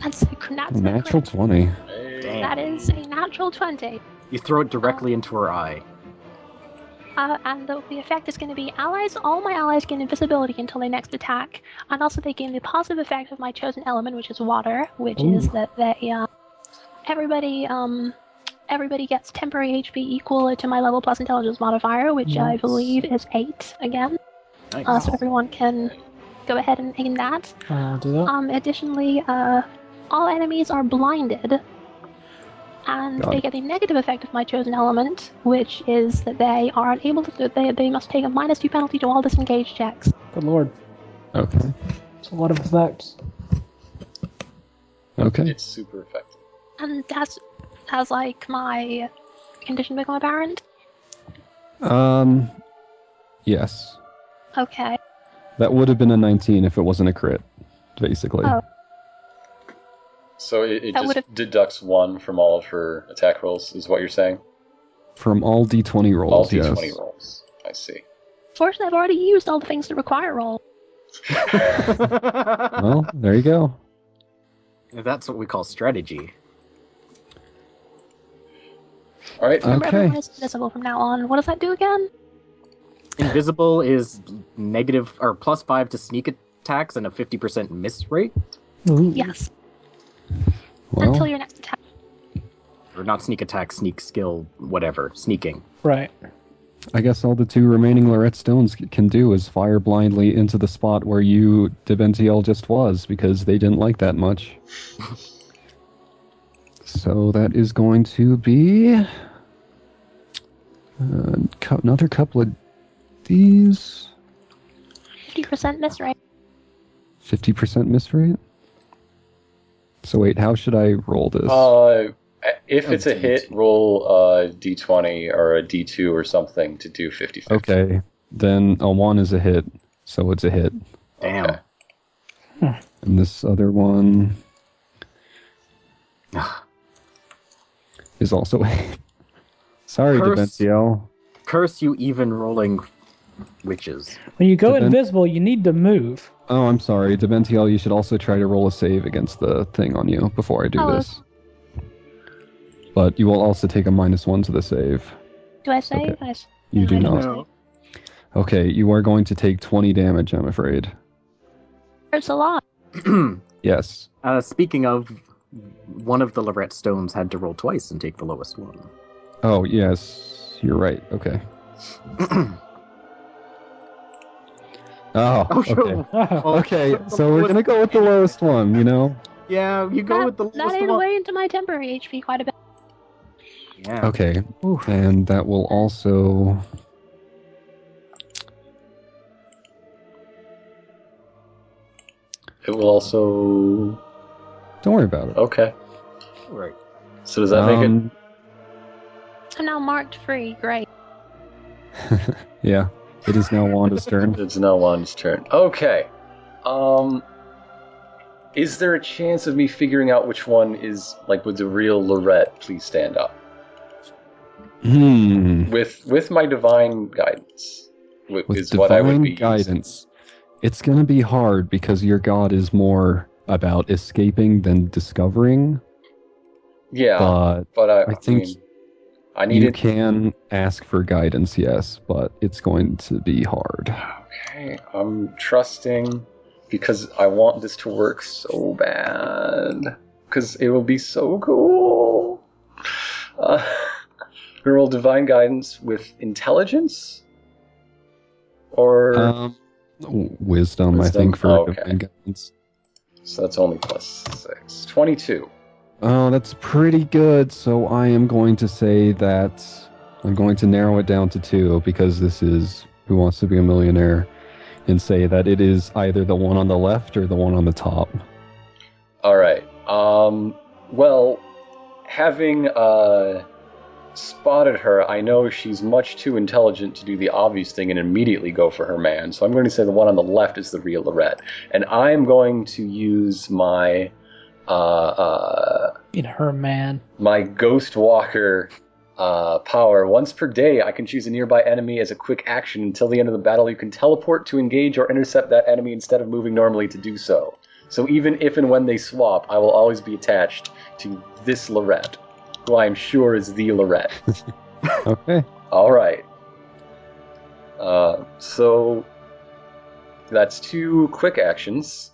Speaker 5: That's a, cr- that's a
Speaker 2: Natural
Speaker 5: crit.
Speaker 2: twenty.
Speaker 1: Hey.
Speaker 3: Damn.
Speaker 5: That is a natural twenty.
Speaker 3: You throw it directly into her eye.
Speaker 5: Uh, and the, the effect is going to be allies. All my allies gain invisibility until their next attack, and also they gain the positive effect of my chosen element, which is water, which is
Speaker 4: Ooh.
Speaker 5: that they uh, everybody um everybody gets temporary HP equal to my level plus intelligence modifier, which I
Speaker 4: Nice.
Speaker 5: believe is eight again.
Speaker 3: Nice.
Speaker 5: Uh, so everyone can go ahead and aim that.
Speaker 4: I'll do that.
Speaker 5: Um, additionally, uh, all enemies are blinded, and
Speaker 2: Got
Speaker 5: they
Speaker 2: it.
Speaker 5: get a negative effect of my chosen element, which is that they are unable to. They, they must take a minus two penalty to all disengage checks.
Speaker 4: Good lord,
Speaker 2: Okay.
Speaker 4: it's a lot of effects.
Speaker 2: Okay.
Speaker 1: It's super effective.
Speaker 5: And that's as like my condition become apparent.
Speaker 2: Um. Yes.
Speaker 5: Okay.
Speaker 2: That would have been a 19 if it wasn't a crit. basically.
Speaker 5: Oh.
Speaker 1: So it, it
Speaker 5: That
Speaker 1: just
Speaker 5: would've-
Speaker 1: deducts one from all of her attack rolls, is what you're saying?
Speaker 2: From all D20 rolls,
Speaker 1: all
Speaker 2: yes.
Speaker 1: d20 rolls. I see.
Speaker 5: Fortunately, I've already used all the things that require roll.
Speaker 2: Well, there you go.
Speaker 3: [laughs] That's what we call strategy.
Speaker 1: All right.
Speaker 5: Remember,
Speaker 2: Okay.
Speaker 5: everyone is invisible from now on. What does that do again?
Speaker 3: Invisible is negative or plus five to sneak attacks and a fifty percent miss rate,
Speaker 4: Ooh.
Speaker 5: Yes. Until
Speaker 2: Well,
Speaker 5: your next attack.
Speaker 3: or not sneak attack, sneak skill, whatever, sneaking.
Speaker 4: Right.
Speaker 2: I guess all the two remaining Lorette Stones c- can do is fire blindly into the spot where you, Debentiel, just was because they didn't like that much. so that is going to be uh, cou- another couple of these.
Speaker 5: 50% miss rate.
Speaker 2: 50% miss rate? So wait, how should I roll this?
Speaker 1: Uh, if it's a
Speaker 3: Oh,
Speaker 1: hit,
Speaker 3: D20.
Speaker 1: roll a d20 or a d2 or something to do 50
Speaker 2: okay, then a 1 is a hit, so it's a hit.
Speaker 3: Damn.
Speaker 1: Okay.
Speaker 2: And this other one is also [laughs] a hit. Sorry,
Speaker 3: Curse.
Speaker 2: Debentiel.
Speaker 3: Curse you, even rolling witches. [clears throat]
Speaker 4: When you go
Speaker 2: Depend-
Speaker 4: invisible, you need to move. [laughs]
Speaker 2: Oh, I'm sorry, Debentiel, you should also try to roll a save against the thing on you before I do
Speaker 5: Oh,
Speaker 2: this. But you will also take a minus 1 to the save.
Speaker 5: Do I save?
Speaker 2: Okay.
Speaker 5: I s-
Speaker 2: You
Speaker 5: no,
Speaker 2: do
Speaker 5: I don't
Speaker 2: not.
Speaker 5: save.
Speaker 3: No.
Speaker 2: Okay, you are going to take 20 damage, I'm afraid.
Speaker 5: Hurts a lot.
Speaker 2: Yes.
Speaker 3: uh, speaking of, one of the Lorette stones had to roll twice and take the lowest one.
Speaker 2: Oh, yes. You're right. Okay. [clears throat] Oh,
Speaker 3: Oh, sure.
Speaker 2: okay.
Speaker 4: Oh,
Speaker 3: Well, [laughs]
Speaker 2: Okay,
Speaker 3: the
Speaker 2: so we're
Speaker 3: lowest-
Speaker 2: going to go with the lowest one, you know?
Speaker 3: Yeah, you go
Speaker 5: that
Speaker 3: with the
Speaker 5: that
Speaker 3: lowest
Speaker 5: ate
Speaker 3: one.
Speaker 5: away into my temporary HP quite a bit.
Speaker 3: Yeah.
Speaker 2: Okay. And that will also.
Speaker 1: It will also.
Speaker 2: Don't worry about it.
Speaker 1: Okay.
Speaker 3: Right.
Speaker 1: So does Oh, that make it?
Speaker 2: Um,
Speaker 5: I'm now marked free. Great.
Speaker 2: Um, Yeah. It is now
Speaker 1: [laughs]
Speaker 2: Wanda's turn.
Speaker 1: It's now Juan's turn. Okay. Um, is there a chance of me figuring out which one is like with the real Lorette? Please stand up
Speaker 2: Hmm.
Speaker 1: with with my divine guidance. wi-
Speaker 2: With
Speaker 1: is
Speaker 2: divine
Speaker 1: what I would be using.
Speaker 2: guidance, it's going to be hard because your god is more about escaping than discovering.
Speaker 1: Yeah,
Speaker 2: But
Speaker 1: but I,
Speaker 2: I think
Speaker 1: mean, I
Speaker 2: you
Speaker 1: needed.
Speaker 2: can ask for guidance, yes, but it's going to be hard.
Speaker 1: Okay, I'm trusting because I want this to work so bad. Because it will be so cool. Uh, [laughs] we roll divine guidance with intelligence, or
Speaker 2: Um, w- wisdom, I
Speaker 1: Wisdom, Oh,
Speaker 2: think, for
Speaker 1: okay.
Speaker 2: divine guidance.
Speaker 1: so that's only plus six. Twenty-two.
Speaker 2: Oh, that's pretty good. So I am going to say that I'm going to narrow it down to two because this is Who Wants to Be a Millionaire, and say that it is either the one on the left or the one on the top.
Speaker 1: All right. Um. Well, having uh spotted her, I know she's much too intelligent to do the obvious thing and immediately go for her man. So I'm going to say the one on the left is the real Lorette, and I'm going to use my uh, uh
Speaker 4: in her man.
Speaker 1: my Ghost Walker uh, power. Once per day, I can choose a nearby enemy as a quick action. Until the end of the battle, you can teleport to engage or intercept that enemy instead of moving normally to do so. So even if and when they swap, I will always be attached to this Lorette, who I am sure is the Lorette.
Speaker 2: Okay.
Speaker 1: All right. Uh, so that's two quick actions.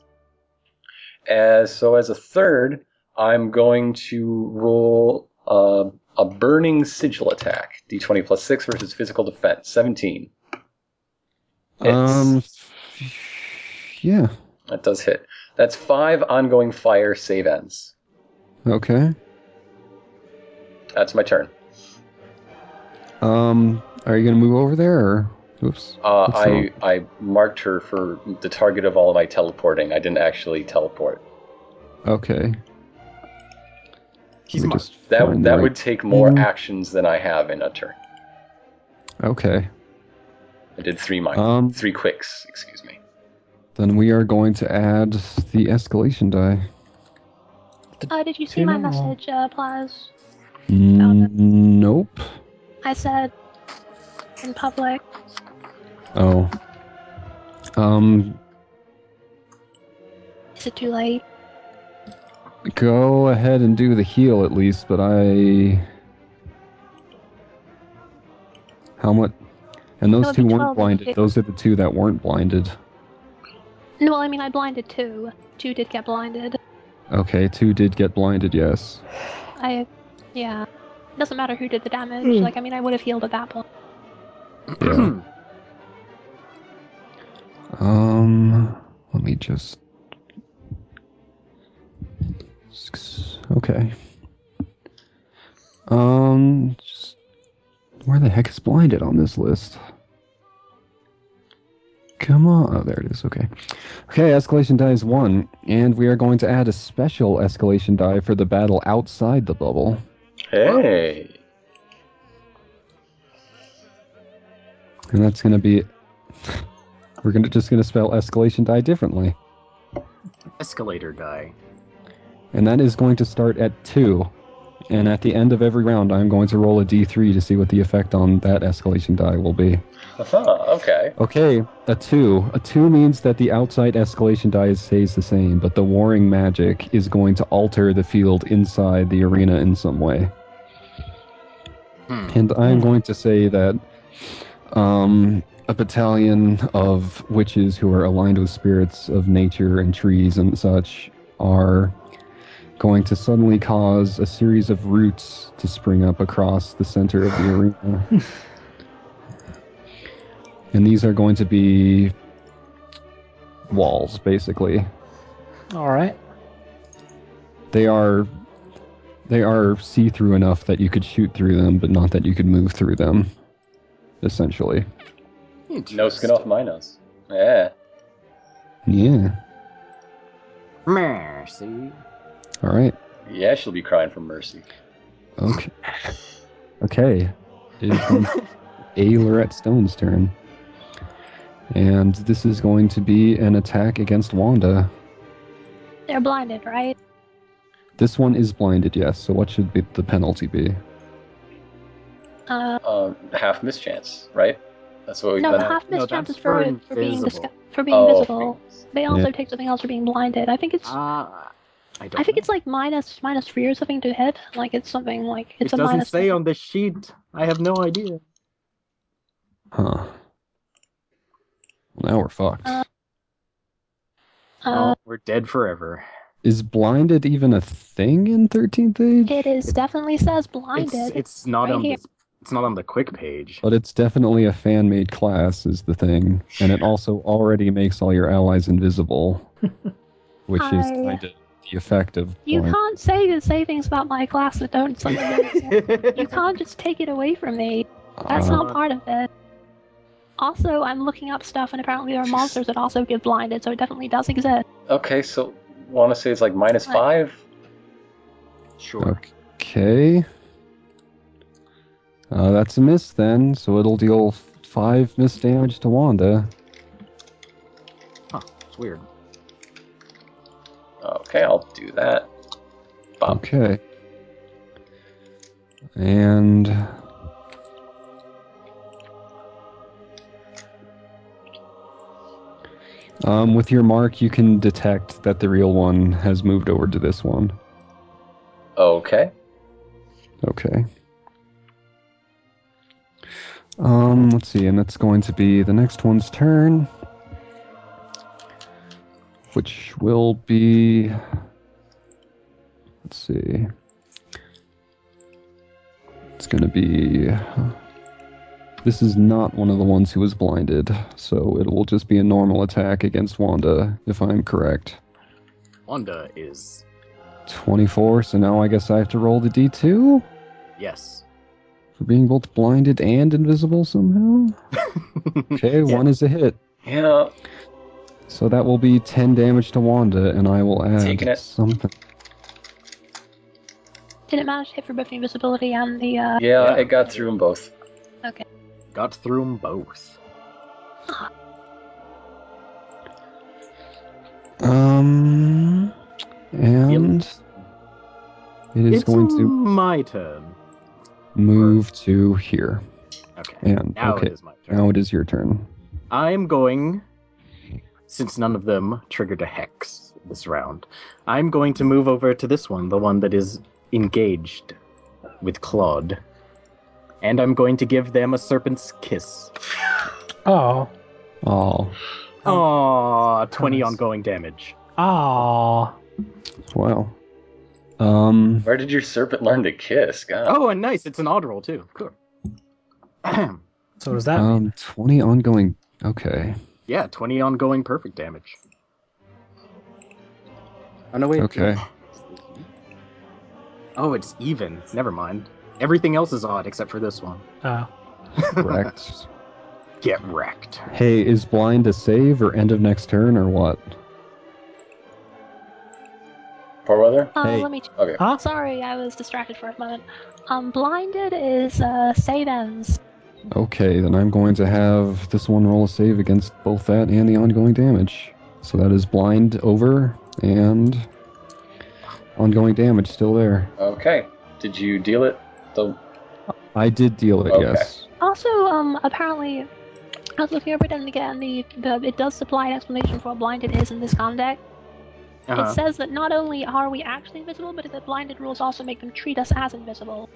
Speaker 1: As so, as a third, I'm going to roll uh, a burning sigil attack. D20 plus six versus physical defense. Seventeen. Hits.
Speaker 2: Um. Yeah.
Speaker 1: That does hit. That's five ongoing fire save ends.
Speaker 2: Okay.
Speaker 1: That's my turn.
Speaker 2: Um. Are you gonna move over there? Or... Oops.
Speaker 1: Uh,
Speaker 2: What's
Speaker 1: I I marked her for the target of all of my teleporting. I didn't actually teleport.
Speaker 2: Okay.
Speaker 3: He's
Speaker 2: Let me
Speaker 3: smart.
Speaker 2: just
Speaker 1: That
Speaker 2: find the
Speaker 1: that
Speaker 2: right-
Speaker 1: would take more
Speaker 2: Mhm.
Speaker 1: actions than I have in a turn.
Speaker 2: Okay.
Speaker 1: I did three mine,
Speaker 2: Um.
Speaker 1: three quicks. Excuse me.
Speaker 2: Then we are going to add the escalation die.
Speaker 5: Uh, did you see
Speaker 4: Two
Speaker 5: my
Speaker 4: now.
Speaker 5: message, uh, Plaz?
Speaker 2: Mm, nope.
Speaker 5: I said in public.
Speaker 2: Oh. Um,
Speaker 5: Is it too late?
Speaker 2: go ahead and do the heal at least, but I. How much? And
Speaker 5: That
Speaker 2: those
Speaker 5: would
Speaker 2: two
Speaker 5: be
Speaker 2: weren't
Speaker 5: 12 and
Speaker 2: blinded.
Speaker 5: six.
Speaker 2: Those are the two that weren't blinded.
Speaker 5: No, well, I mean, I blinded two. Two did get blinded.
Speaker 2: Okay, two did get blinded, yes.
Speaker 5: I, yeah. Doesn't matter who did the damage.
Speaker 4: Hmm.
Speaker 5: Like, I mean, I would have healed at that point.
Speaker 2: Yeah. Um, let me just. Six- Okay. Um, just where the heck is blinded on this list? Come on. Oh, there it is. Okay. Okay, escalation die is one, and we are going to add a special escalation die for the battle outside the bubble.
Speaker 1: Hey.
Speaker 2: And that's going to be. We're gonna just gonna spell escalation die differently,
Speaker 3: [clears throat] Escalator die.
Speaker 2: and that is going to start at two. And at the end of every round, I'm going to roll a d3 to see what the effect on that escalation die will be.
Speaker 1: Haha, okay.
Speaker 2: Okay, a two. A two means that the outside escalation die stays the same, but the warring magic is going to alter the field inside the arena in some way. [laughs]
Speaker 3: Hmm.
Speaker 2: And I'm going to say that um, a battalion of witches who are aligned with spirits of nature and trees and such are going to suddenly cause a series of roots to spring up across the center of the
Speaker 3: [laughs]
Speaker 2: arena. and these are going to be walls, basically.
Speaker 4: All right.
Speaker 2: They are. They are see through enough that you could shoot through them, but not that you could move through them, essentially.
Speaker 1: No skin off my nose. Yeah.
Speaker 2: Yeah.
Speaker 3: Mercy.
Speaker 2: All right.
Speaker 1: Yeah, she'll be crying for mercy.
Speaker 2: Okay. Okay. It is A. Lorette Stone's turn. And this is going to be an attack against Wanda.
Speaker 5: They're blinded, right?
Speaker 2: This one is blinded, yes. So what should be the penalty be?
Speaker 5: Uh,
Speaker 1: Um, half mischance, right? That's what we've
Speaker 5: no,
Speaker 1: been.
Speaker 5: the half
Speaker 3: No,
Speaker 5: mischance
Speaker 3: that's
Speaker 5: is for,
Speaker 3: for
Speaker 5: for being
Speaker 3: invisible.
Speaker 5: disgu- for being
Speaker 1: oh,
Speaker 5: visible. They also take something else for being blinded. I think it's
Speaker 3: [laughs] Uh, I don't
Speaker 5: I think
Speaker 3: know.
Speaker 5: it's like minus minus three or something to hit. Like it's something like it's
Speaker 3: it
Speaker 5: a
Speaker 3: doesn't
Speaker 5: minus.
Speaker 3: say on the sheet. I have no idea.
Speaker 2: Huh. Now we're fucked.
Speaker 5: Uh,
Speaker 3: oh,
Speaker 5: uh,
Speaker 3: we're dead forever.
Speaker 2: Is blinded even a thing in 13th age?
Speaker 5: it is definitely says blinded.
Speaker 3: It's, it's not
Speaker 5: Right
Speaker 3: on
Speaker 5: here.
Speaker 3: the it's not on the quick page.
Speaker 2: But it's definitely a fan made class, is the thing. And it also already makes all your allies
Speaker 5: [laughs]
Speaker 2: invisible, which is
Speaker 5: I-
Speaker 2: kind of the effect of.
Speaker 5: you
Speaker 2: blind-
Speaker 5: can't say to say things about my class that don't.
Speaker 3: [laughs]
Speaker 5: something
Speaker 2: [laughs]
Speaker 5: that is- you can't just take it away from me. That's
Speaker 2: Uh,
Speaker 5: not part of it. Also, I'm looking up stuff, and apparently there are monsters that also give blinded, so it definitely does exist.
Speaker 1: Okay, so want to say it's like minus
Speaker 5: What?
Speaker 1: five?
Speaker 3: sure.
Speaker 2: Okay. Uh, that's a miss then, so it'll deal f- five miss damage to Wanda.
Speaker 3: It's weird.
Speaker 1: Okay, I'll do that. Bop.
Speaker 2: Okay. And um, with your mark, you can detect that the real one has moved over to this one.
Speaker 1: Okay.
Speaker 2: Okay. Um, let's see, and that's going to be the next one's turn, which will be. Let's see. It's going to be. This is not one of the ones who was blinded, so it will just be a normal attack against Wanda, if I'm correct.
Speaker 3: Wanda is
Speaker 2: 24, so now I guess I have to roll the d2?
Speaker 3: yes.
Speaker 2: For being both blinded and invisible somehow? Okay, one is a hit.
Speaker 1: Yeah.
Speaker 2: So that will be 10 damage to Wanda, and I will add
Speaker 1: Taking it.
Speaker 2: something.
Speaker 5: Did it manage to hit for both the invisibility and the? Uh,
Speaker 1: Yeah,
Speaker 3: Yeah.
Speaker 1: it got through them both.
Speaker 3: Got through 'em both.
Speaker 2: Um, and it is
Speaker 3: it's
Speaker 2: going to
Speaker 3: my turn.
Speaker 2: move to here.
Speaker 3: Okay.
Speaker 2: And
Speaker 3: Now
Speaker 2: okay,
Speaker 3: it is my turn.
Speaker 2: now it is your turn.
Speaker 3: I'm going, since none of them triggered a hex this round, I'm going to move over to this one, the one that is engaged with Claude. And I'm going to give them a serpent's kiss.
Speaker 4: Oh,
Speaker 2: Oh,
Speaker 3: Aww, 20
Speaker 4: Nice.
Speaker 3: ongoing damage.
Speaker 4: ah,
Speaker 2: wow. Um,
Speaker 1: Where did your serpent learn to kiss? God.
Speaker 3: Oh, and nice, it's an odd roll too. Cool. [clears throat]
Speaker 4: so what does that mean?
Speaker 2: um, twenty ongoing. Okay,
Speaker 3: yeah, 20 ongoing perfect damage. Oh, no, wait.
Speaker 2: okay.
Speaker 3: Oh, it's even. Never mind. Everything else is odd except for this one.
Speaker 4: Oh,
Speaker 2: Correct.
Speaker 3: Get
Speaker 2: Hmm.
Speaker 3: wrecked.
Speaker 2: hey, is blind a save or end of next turn or what?
Speaker 1: Poor weather?
Speaker 5: Uh,
Speaker 2: Hey.
Speaker 5: Let me. Ch-
Speaker 1: Okay.
Speaker 4: huh?
Speaker 5: Sorry, I was distracted for a moment. Um, blinded is uh, save ends.
Speaker 2: Okay, then I'm going to have this one roll a save against both that and the ongoing damage. So that is blind over and ongoing damage still there.
Speaker 1: Okay. Did you deal it? The
Speaker 2: I did deal it,
Speaker 1: Okay.
Speaker 2: yes.
Speaker 5: Also, um, apparently, I was looking over it and again, the, the it does supply an explanation for what blinded is in this context. It
Speaker 3: Uh-huh.
Speaker 5: says that not only are we actually invisible, but that blinded rules also make them treat us as invisible.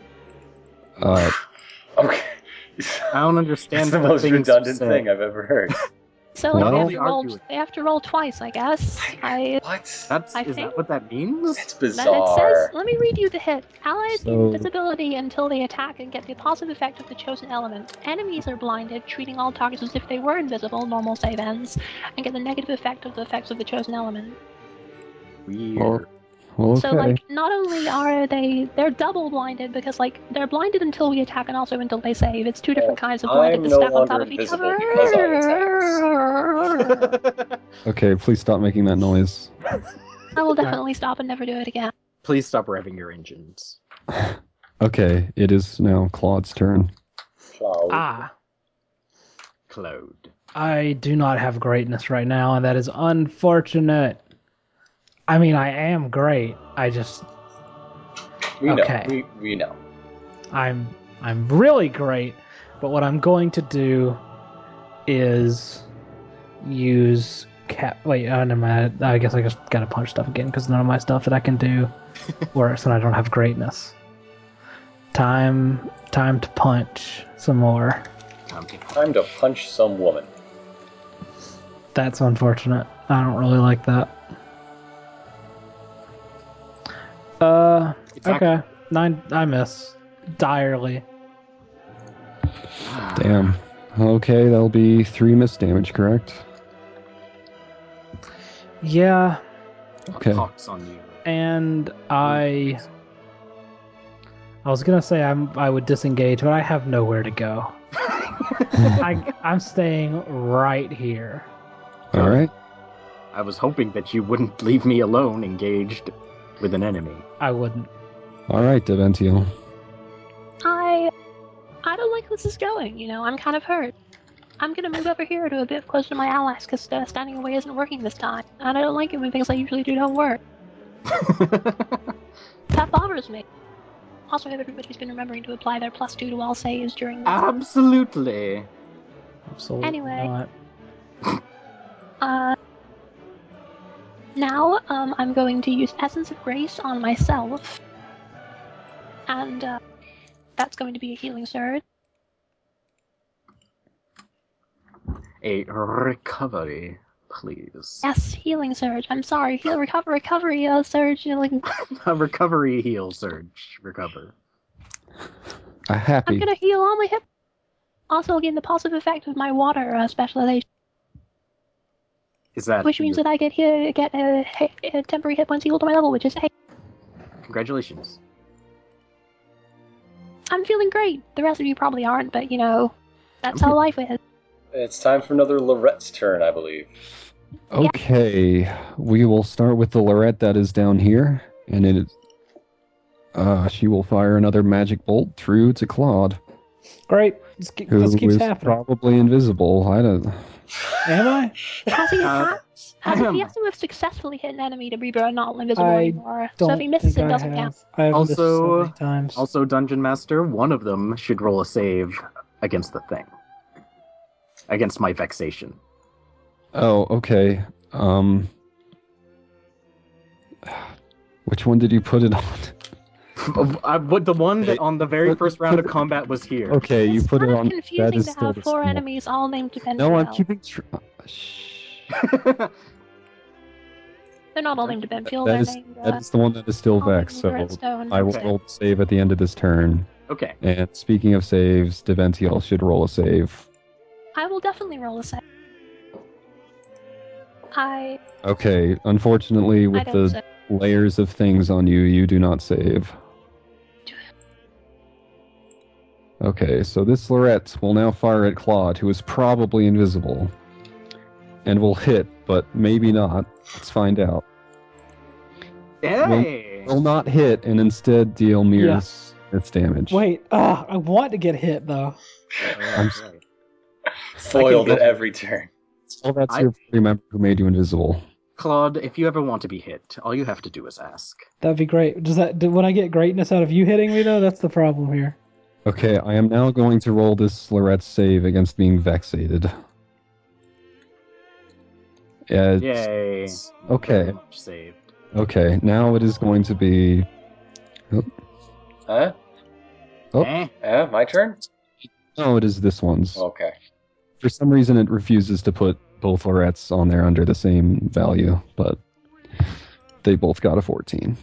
Speaker 2: Uh,
Speaker 1: [laughs] Okay.
Speaker 3: I don't understand.
Speaker 1: That's [laughs] the most
Speaker 3: things you
Speaker 1: redundant
Speaker 3: said.
Speaker 1: thing I've ever heard.
Speaker 5: So like, they,
Speaker 2: Well-
Speaker 5: have to roll, they have to roll twice, I guess. I
Speaker 1: What?
Speaker 3: That's
Speaker 5: I
Speaker 3: is
Speaker 5: think-
Speaker 3: that what that means?
Speaker 1: That's
Speaker 5: But it says,
Speaker 1: bizarre.
Speaker 5: let me read you the hit. Allies gain
Speaker 2: So-
Speaker 5: invisibility until they attack and get the positive effect of the chosen element. Enemies are blinded, treating all targets as if they were invisible, normal save ends, and get the negative effect of the effects of the chosen element.
Speaker 3: Weird.
Speaker 2: well, well, okay.
Speaker 5: So, like, not only are they, they're double blinded because, like, they're blinded until we attack and also until they save. It's two different kinds of blinded
Speaker 1: I'm
Speaker 5: that
Speaker 1: no
Speaker 5: stack on top
Speaker 1: longer
Speaker 5: of each
Speaker 1: invisible
Speaker 5: other.
Speaker 1: because I
Speaker 2: okay, please stop making that noise.
Speaker 5: [laughs] I will definitely stop and never do it again.
Speaker 3: Please stop revving your engines.
Speaker 2: Okay, it is now Claude's turn.
Speaker 1: Cloud.
Speaker 4: ah.
Speaker 3: Claude.
Speaker 4: I do not have greatness right now, and that is unfortunate. I mean, I am great. I just
Speaker 1: we know.
Speaker 4: okay.
Speaker 1: We, we know.
Speaker 4: I'm I'm really great, but what I'm going to do is use cap. Wait, oh, never mind. I guess I just gotta punch stuff again because none of my stuff that I can do works, and I don't have greatness. Time time to punch some more.
Speaker 3: Time to
Speaker 1: Time to punch some woman.
Speaker 4: That's unfortunate. I don't really like that. Uh,
Speaker 3: It's not-
Speaker 4: okay, nine. I miss direly.
Speaker 2: Damn. Okay, that'll be three missed damage, correct?
Speaker 4: Yeah,
Speaker 2: Okay.
Speaker 3: Pox on you.
Speaker 4: and I I was gonna say I'm I would disengage, but I have nowhere
Speaker 3: [laughs]
Speaker 4: to go. I I'm staying right here.
Speaker 2: All right.
Speaker 3: I was hoping that you wouldn't leave me alone engaged with an enemy. [laughs]
Speaker 4: I wouldn't.
Speaker 2: All right, Deventio.
Speaker 5: I I don't like where this is going, you know, I'm kind of hurt. I'm gonna move over here to a bit closer to my allies because uh, standing away isn't working this time. And I don't like it when things I usually do don't work. That bothers me. Also, I hope everybody's been remembering to apply their plus two to all saves during this.
Speaker 3: Ah! Absolutely.
Speaker 4: Absolutely
Speaker 5: Anyway.
Speaker 4: not.
Speaker 5: Uh, now, um, I'm going to use Essence of Grace on myself. And uh, that's going to be a healing surge.
Speaker 3: A recovery, please.
Speaker 5: Yes, healing surge. I'm sorry, heal, recover, recovery, uh, surge. You know, like,
Speaker 3: [laughs] A recovery heal surge. Recover.
Speaker 2: A
Speaker 5: I'm
Speaker 2: happy.
Speaker 5: gonna heal all my hip. Also, I'll gain the positive effect of my water uh, specialization,
Speaker 3: Is that
Speaker 5: which means that I get here get a, a temporary hit points equal to my level, which is hey,
Speaker 3: congratulations?
Speaker 5: I'm feeling great. The rest of you probably aren't, but you know, that's
Speaker 3: I'm
Speaker 5: how life is.
Speaker 1: It's time for another Lorette's turn, I believe.
Speaker 2: Okay, we will start with the Lorette that is down here, and it. Uh, she will fire another magic bolt through to Claude,
Speaker 4: Great. This, ke-
Speaker 2: who
Speaker 4: this keeps
Speaker 2: is
Speaker 4: happening.
Speaker 2: probably invisible. I don't.
Speaker 5: [laughs]
Speaker 4: Am I?
Speaker 5: Has he
Speaker 3: Uh,
Speaker 5: attacked? As if
Speaker 3: Ahem.
Speaker 5: you have to have successfully hit an enemy to be not invisible
Speaker 4: I
Speaker 5: anymore. So
Speaker 4: Don't
Speaker 5: if he misses,
Speaker 4: think
Speaker 5: it
Speaker 4: I
Speaker 5: doesn't
Speaker 4: have.
Speaker 5: count.
Speaker 4: I've missed so
Speaker 3: Also-
Speaker 4: many times.
Speaker 3: Also, Dungeon Master, one of them should roll a save against the thing. Against my vexation.
Speaker 2: Oh, okay. Um, [sighs] which one did you put it on?
Speaker 3: I, uh, what, the one that on the very
Speaker 2: Put-
Speaker 3: first round of
Speaker 2: put-
Speaker 3: combat was
Speaker 2: [laughs]
Speaker 3: here. [laughs]
Speaker 2: Okay, you
Speaker 5: It's
Speaker 2: put it
Speaker 5: kind of
Speaker 2: on.
Speaker 5: confusing
Speaker 2: is
Speaker 5: to
Speaker 2: still
Speaker 5: have
Speaker 2: the
Speaker 5: four
Speaker 2: small-
Speaker 5: enemies all named Defend
Speaker 2: No, I'm
Speaker 5: Well.
Speaker 2: keeping. Tr- uh, shh.
Speaker 5: They're not all named Defend Fuel.
Speaker 2: that
Speaker 5: They're
Speaker 2: is
Speaker 5: named.
Speaker 2: that
Speaker 5: Uh,
Speaker 2: is the one that is still
Speaker 5: all named
Speaker 2: vexed. So
Speaker 5: Redstone.
Speaker 2: I will
Speaker 3: Okay.
Speaker 2: roll the save at the end of this turn.
Speaker 3: okay.
Speaker 2: And speaking of saves, Deventiel should roll a save.
Speaker 5: I will definitely roll a save. I
Speaker 2: Okay, unfortunately,
Speaker 5: I
Speaker 2: with
Speaker 5: don't
Speaker 2: the
Speaker 5: save.
Speaker 2: layers of things on you, you do not save. Okay, so this Lorette will now fire at Claude, who is probably invisible, and will hit, but maybe not. Let's find out.
Speaker 3: Hey!
Speaker 2: Will not hit, and instead deal mere
Speaker 4: Yes.
Speaker 2: its damage.
Speaker 4: Wait, ah, I want to get hit though.
Speaker 2: I'm-
Speaker 3: Alright.
Speaker 1: Foiled
Speaker 3: I
Speaker 1: at
Speaker 3: can-
Speaker 1: every turn.
Speaker 2: well, that's
Speaker 3: I-
Speaker 2: your remember who made you invisible.
Speaker 3: Claude, if you ever want to be hit, all you have to do is ask.
Speaker 4: That'd be great. Does that? Do, would I get greatness out of you hitting me though? That's the problem here.
Speaker 2: Okay, I am now going to roll this Lorette save against being vexated. Yeah. it's-
Speaker 3: Yay.
Speaker 2: Okay.
Speaker 3: Very much saved.
Speaker 2: Okay, now it is going to be
Speaker 1: Huh?
Speaker 2: Oh.
Speaker 3: Eh?
Speaker 1: Yeah, my turn?
Speaker 2: No, it is this one's.
Speaker 1: Okay.
Speaker 2: For some reason, it refuses to put both Lorettes on there under the same value, but they both got a 14.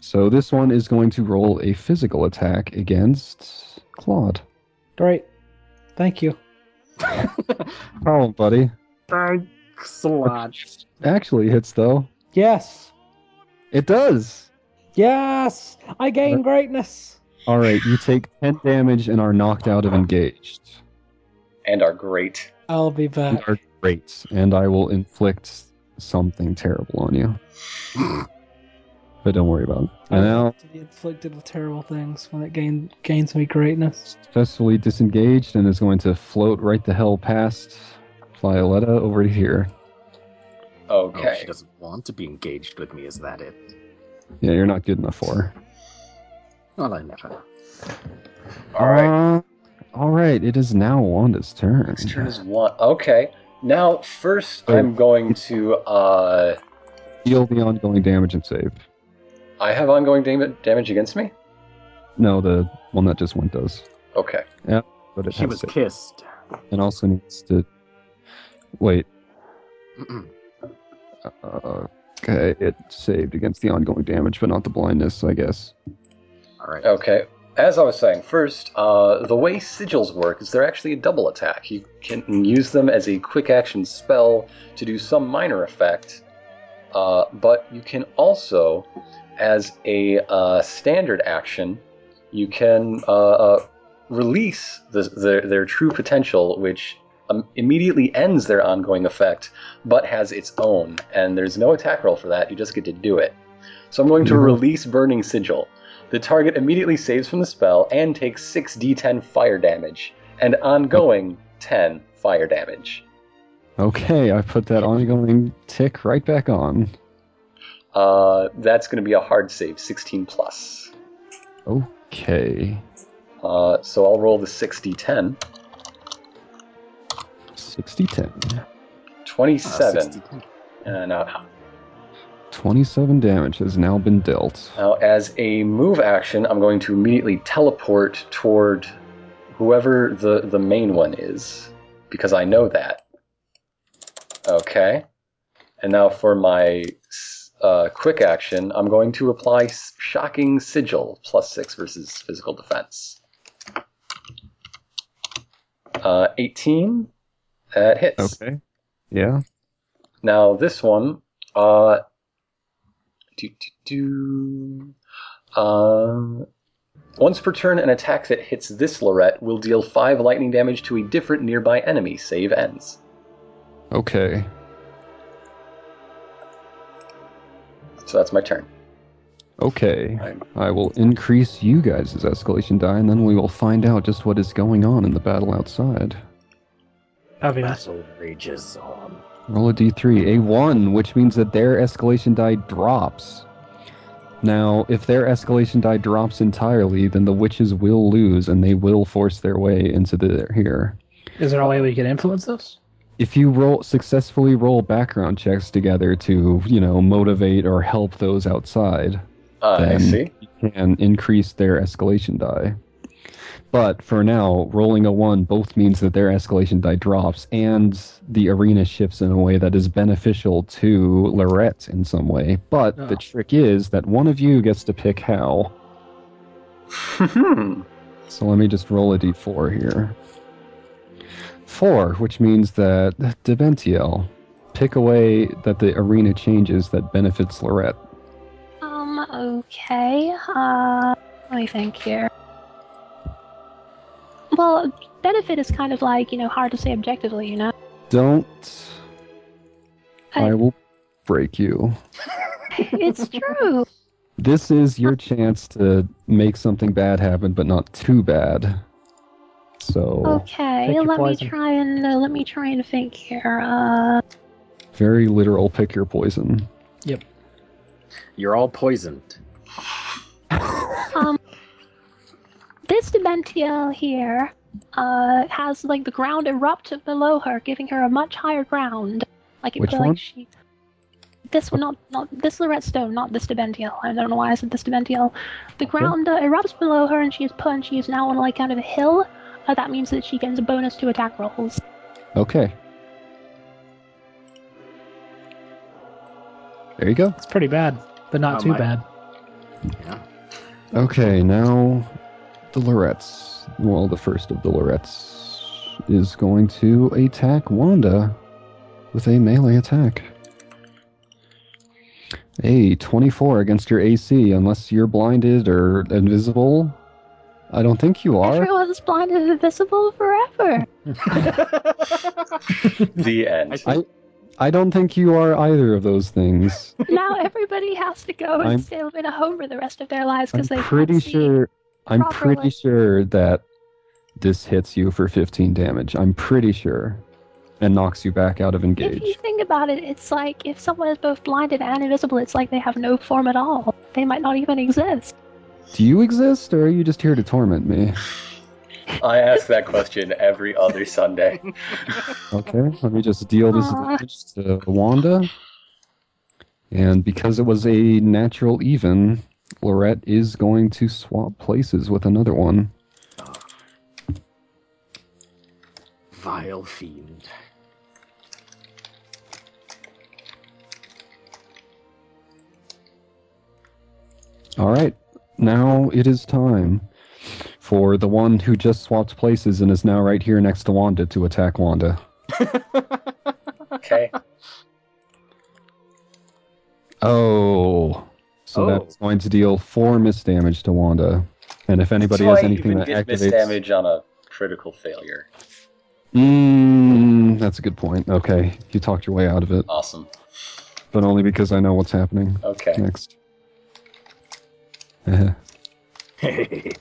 Speaker 2: So this one is going to roll a physical attack against Claude.
Speaker 4: Great. Thank you.
Speaker 2: Oh, buddy.
Speaker 3: Thanks a lot.
Speaker 2: Actually hits, though.
Speaker 4: Yes.
Speaker 2: It does!
Speaker 4: Yes. I gain greatness.
Speaker 2: All right, you take 10 damage and are knocked out of engaged.
Speaker 1: And are great.
Speaker 4: I'll be
Speaker 2: And
Speaker 4: back.
Speaker 2: are great. And I will inflict something terrible on you. But don't worry about it. And now
Speaker 4: To be inflicted with terrible things when it gain, gains me greatness.
Speaker 2: successfully disengaged and is going to float right the hell past Violetta over to here.
Speaker 3: Oh, she
Speaker 1: Okay.
Speaker 3: doesn't want to be engaged with me, is that it?
Speaker 2: Yeah, you're not good enough for her.
Speaker 3: Well, I never.
Speaker 1: Alright.
Speaker 2: Uh, all right. It is now Wanda's turn.
Speaker 1: Next turn is one. Okay. Now, first,
Speaker 2: Oh.
Speaker 1: I'm going to. uh
Speaker 2: Deal the ongoing damage and save.
Speaker 1: I have ongoing dam- damage against me?
Speaker 2: No, the one that just went does.
Speaker 1: Okay.
Speaker 2: But it
Speaker 3: She
Speaker 2: has
Speaker 3: was
Speaker 2: save.
Speaker 3: kissed.
Speaker 2: and also needs to. Wait.
Speaker 3: Mm-mm.
Speaker 2: Uh, okay, it saved against the ongoing damage, but not the blindness, I guess.
Speaker 3: All right. Uh,
Speaker 1: Okay. As I was saying, first, uh, the way sigils work is they're actually a double attack. You can use them as a quick action spell to do some minor effect, uh, but you can also, as a uh, standard action, you can uh, uh, release the, their, their true potential, which um, immediately ends their ongoing effect, but has its own. And there's no attack roll for that, you just get to do it. So I'm going to
Speaker 2: Mhm.
Speaker 1: release Burning Sigil. The target immediately saves from the spell and takes 6d10 fire damage, and ongoing 10 fire damage.
Speaker 2: Okay, I put that ongoing tick right back on.
Speaker 1: Uh, that's going to be a hard save, 16 plus.
Speaker 2: Okay.
Speaker 1: Uh, so I'll roll the 6d10.
Speaker 2: 60 10.
Speaker 1: 27.
Speaker 3: Uh, 60.
Speaker 1: Uh, now,
Speaker 2: 27 damage has now been dealt.
Speaker 1: now, Uh, as a move action, I'm going to immediately teleport toward whoever the, the main one is, because I know that. Okay. And now for my s- uh, quick action, I'm going to apply s- Shocking Sigil, plus 6 versus physical defense. Uh, 18. That hits.
Speaker 2: Okay. Yeah.
Speaker 1: Now this one, uh, do, do, do, um, once per turn, an attack that hits this Lorette will deal five lightning damage to a different nearby enemy. Save ends.
Speaker 2: Okay.
Speaker 1: So that's my turn.
Speaker 2: Okay.
Speaker 1: I'm-
Speaker 2: I will increase you guys' escalation die, and then we will find out just what is going on in the battle outside.
Speaker 4: Obvious.
Speaker 3: Battle rages on.
Speaker 2: Roll a d3, a 1, which means that their escalation die drops. Now, if their escalation die drops entirely, then the witches will lose and they will force their way into the here.
Speaker 4: Is there a way we can influence this?
Speaker 2: If you roll successfully roll background checks together to, you know, motivate or help those outside,
Speaker 1: Uh, I
Speaker 2: Then-
Speaker 1: see. [laughs]
Speaker 2: can increase their escalation die. But for now, rolling a one both means that their escalation die drops and the arena shifts in a way that is beneficial to Lorette in some way. But the
Speaker 4: Oh.
Speaker 2: trick is that one of you gets to pick how.
Speaker 1: Hmm.
Speaker 2: So let me just roll a d4 here. Four, which means that Deventiel pick away that the arena changes that benefits Lorette.
Speaker 5: Um, okay. Uh, let me think here. Well, benefit is kind of like, you know, hard to say objectively, you know? [laughs]
Speaker 2: Don't.
Speaker 5: I-
Speaker 2: I will break you.
Speaker 5: it's true.
Speaker 2: This is your chance to make something bad happen, but not too bad. So
Speaker 4: Pick
Speaker 5: Okay,
Speaker 4: your
Speaker 5: let
Speaker 4: poison.
Speaker 5: me try and uh, let me try and think here. Uh,
Speaker 2: very literal. Pick your poison.
Speaker 3: You're all poisoned.
Speaker 5: um, this Dementiel here uh, has like the ground erupt below her, giving her a much higher ground. Like it
Speaker 2: Which
Speaker 5: feel
Speaker 2: one?
Speaker 5: like she. This one, not not this Lorette Stone, not this Dementiel. I don't know why I said this Dementiel. The ground uh, erupts below her, and she is put. And she is now on like kind of a hill. Uh, that means that she gains a bonus to attack rolls.
Speaker 2: Okay. There you go.
Speaker 4: It's pretty bad, but not
Speaker 3: Oh,
Speaker 4: too
Speaker 3: my-
Speaker 4: bad.
Speaker 3: Yeah.
Speaker 2: Okay, now the Lorettes. Well, the first of the Lorettes is going to attack Wanda with a melee attack. A 24 against your AC, unless you're blinded or invisible. I don't think you are.
Speaker 5: Everyone's blind and invisible forever.
Speaker 1: The
Speaker 3: I
Speaker 1: end.
Speaker 3: think
Speaker 2: I don't think you are either of those
Speaker 5: [laughs]
Speaker 2: things.
Speaker 5: now everybody has to go and
Speaker 2: I'm-
Speaker 5: stay in a home for the rest of their lives
Speaker 2: I'm
Speaker 5: because they can't
Speaker 2: pretty
Speaker 5: see.
Speaker 2: sure. I'm
Speaker 5: properly.
Speaker 2: pretty sure that this hits you for 15 damage. I'm pretty sure, and knocks you back out of
Speaker 5: If you
Speaker 2: engage.
Speaker 5: think about it, it's like if someone is both blinded and invisible, it's like they have no form at all. They might not even exist.
Speaker 2: Do you exist, or are you just here to torment me?
Speaker 1: I ask that question every other Sunday.
Speaker 2: Okay, let me just deal this
Speaker 5: Aw.
Speaker 2: damage to Wanda. And because it was a natural even, Lorette is going to swap places with another one.
Speaker 3: Vile fiend. [laughs]
Speaker 2: All right, now it is time for the one who just swapped places and is now right here next to Wanda to attack Wanda.
Speaker 1: Okay.
Speaker 2: Oh, so
Speaker 3: Oh.
Speaker 2: that's going to deal four missed damage to Wanda. And if [laughs] anybody
Speaker 1: Do
Speaker 2: has
Speaker 1: I
Speaker 2: anything
Speaker 1: even
Speaker 2: that
Speaker 1: get miss
Speaker 2: activates,
Speaker 1: damage on a critical failure?
Speaker 2: Mm, that's a good point. Okay, you talked your way out of it,
Speaker 1: Awesome.
Speaker 2: but only because I know what's happening
Speaker 1: Okay.
Speaker 2: next. [laughs] okay,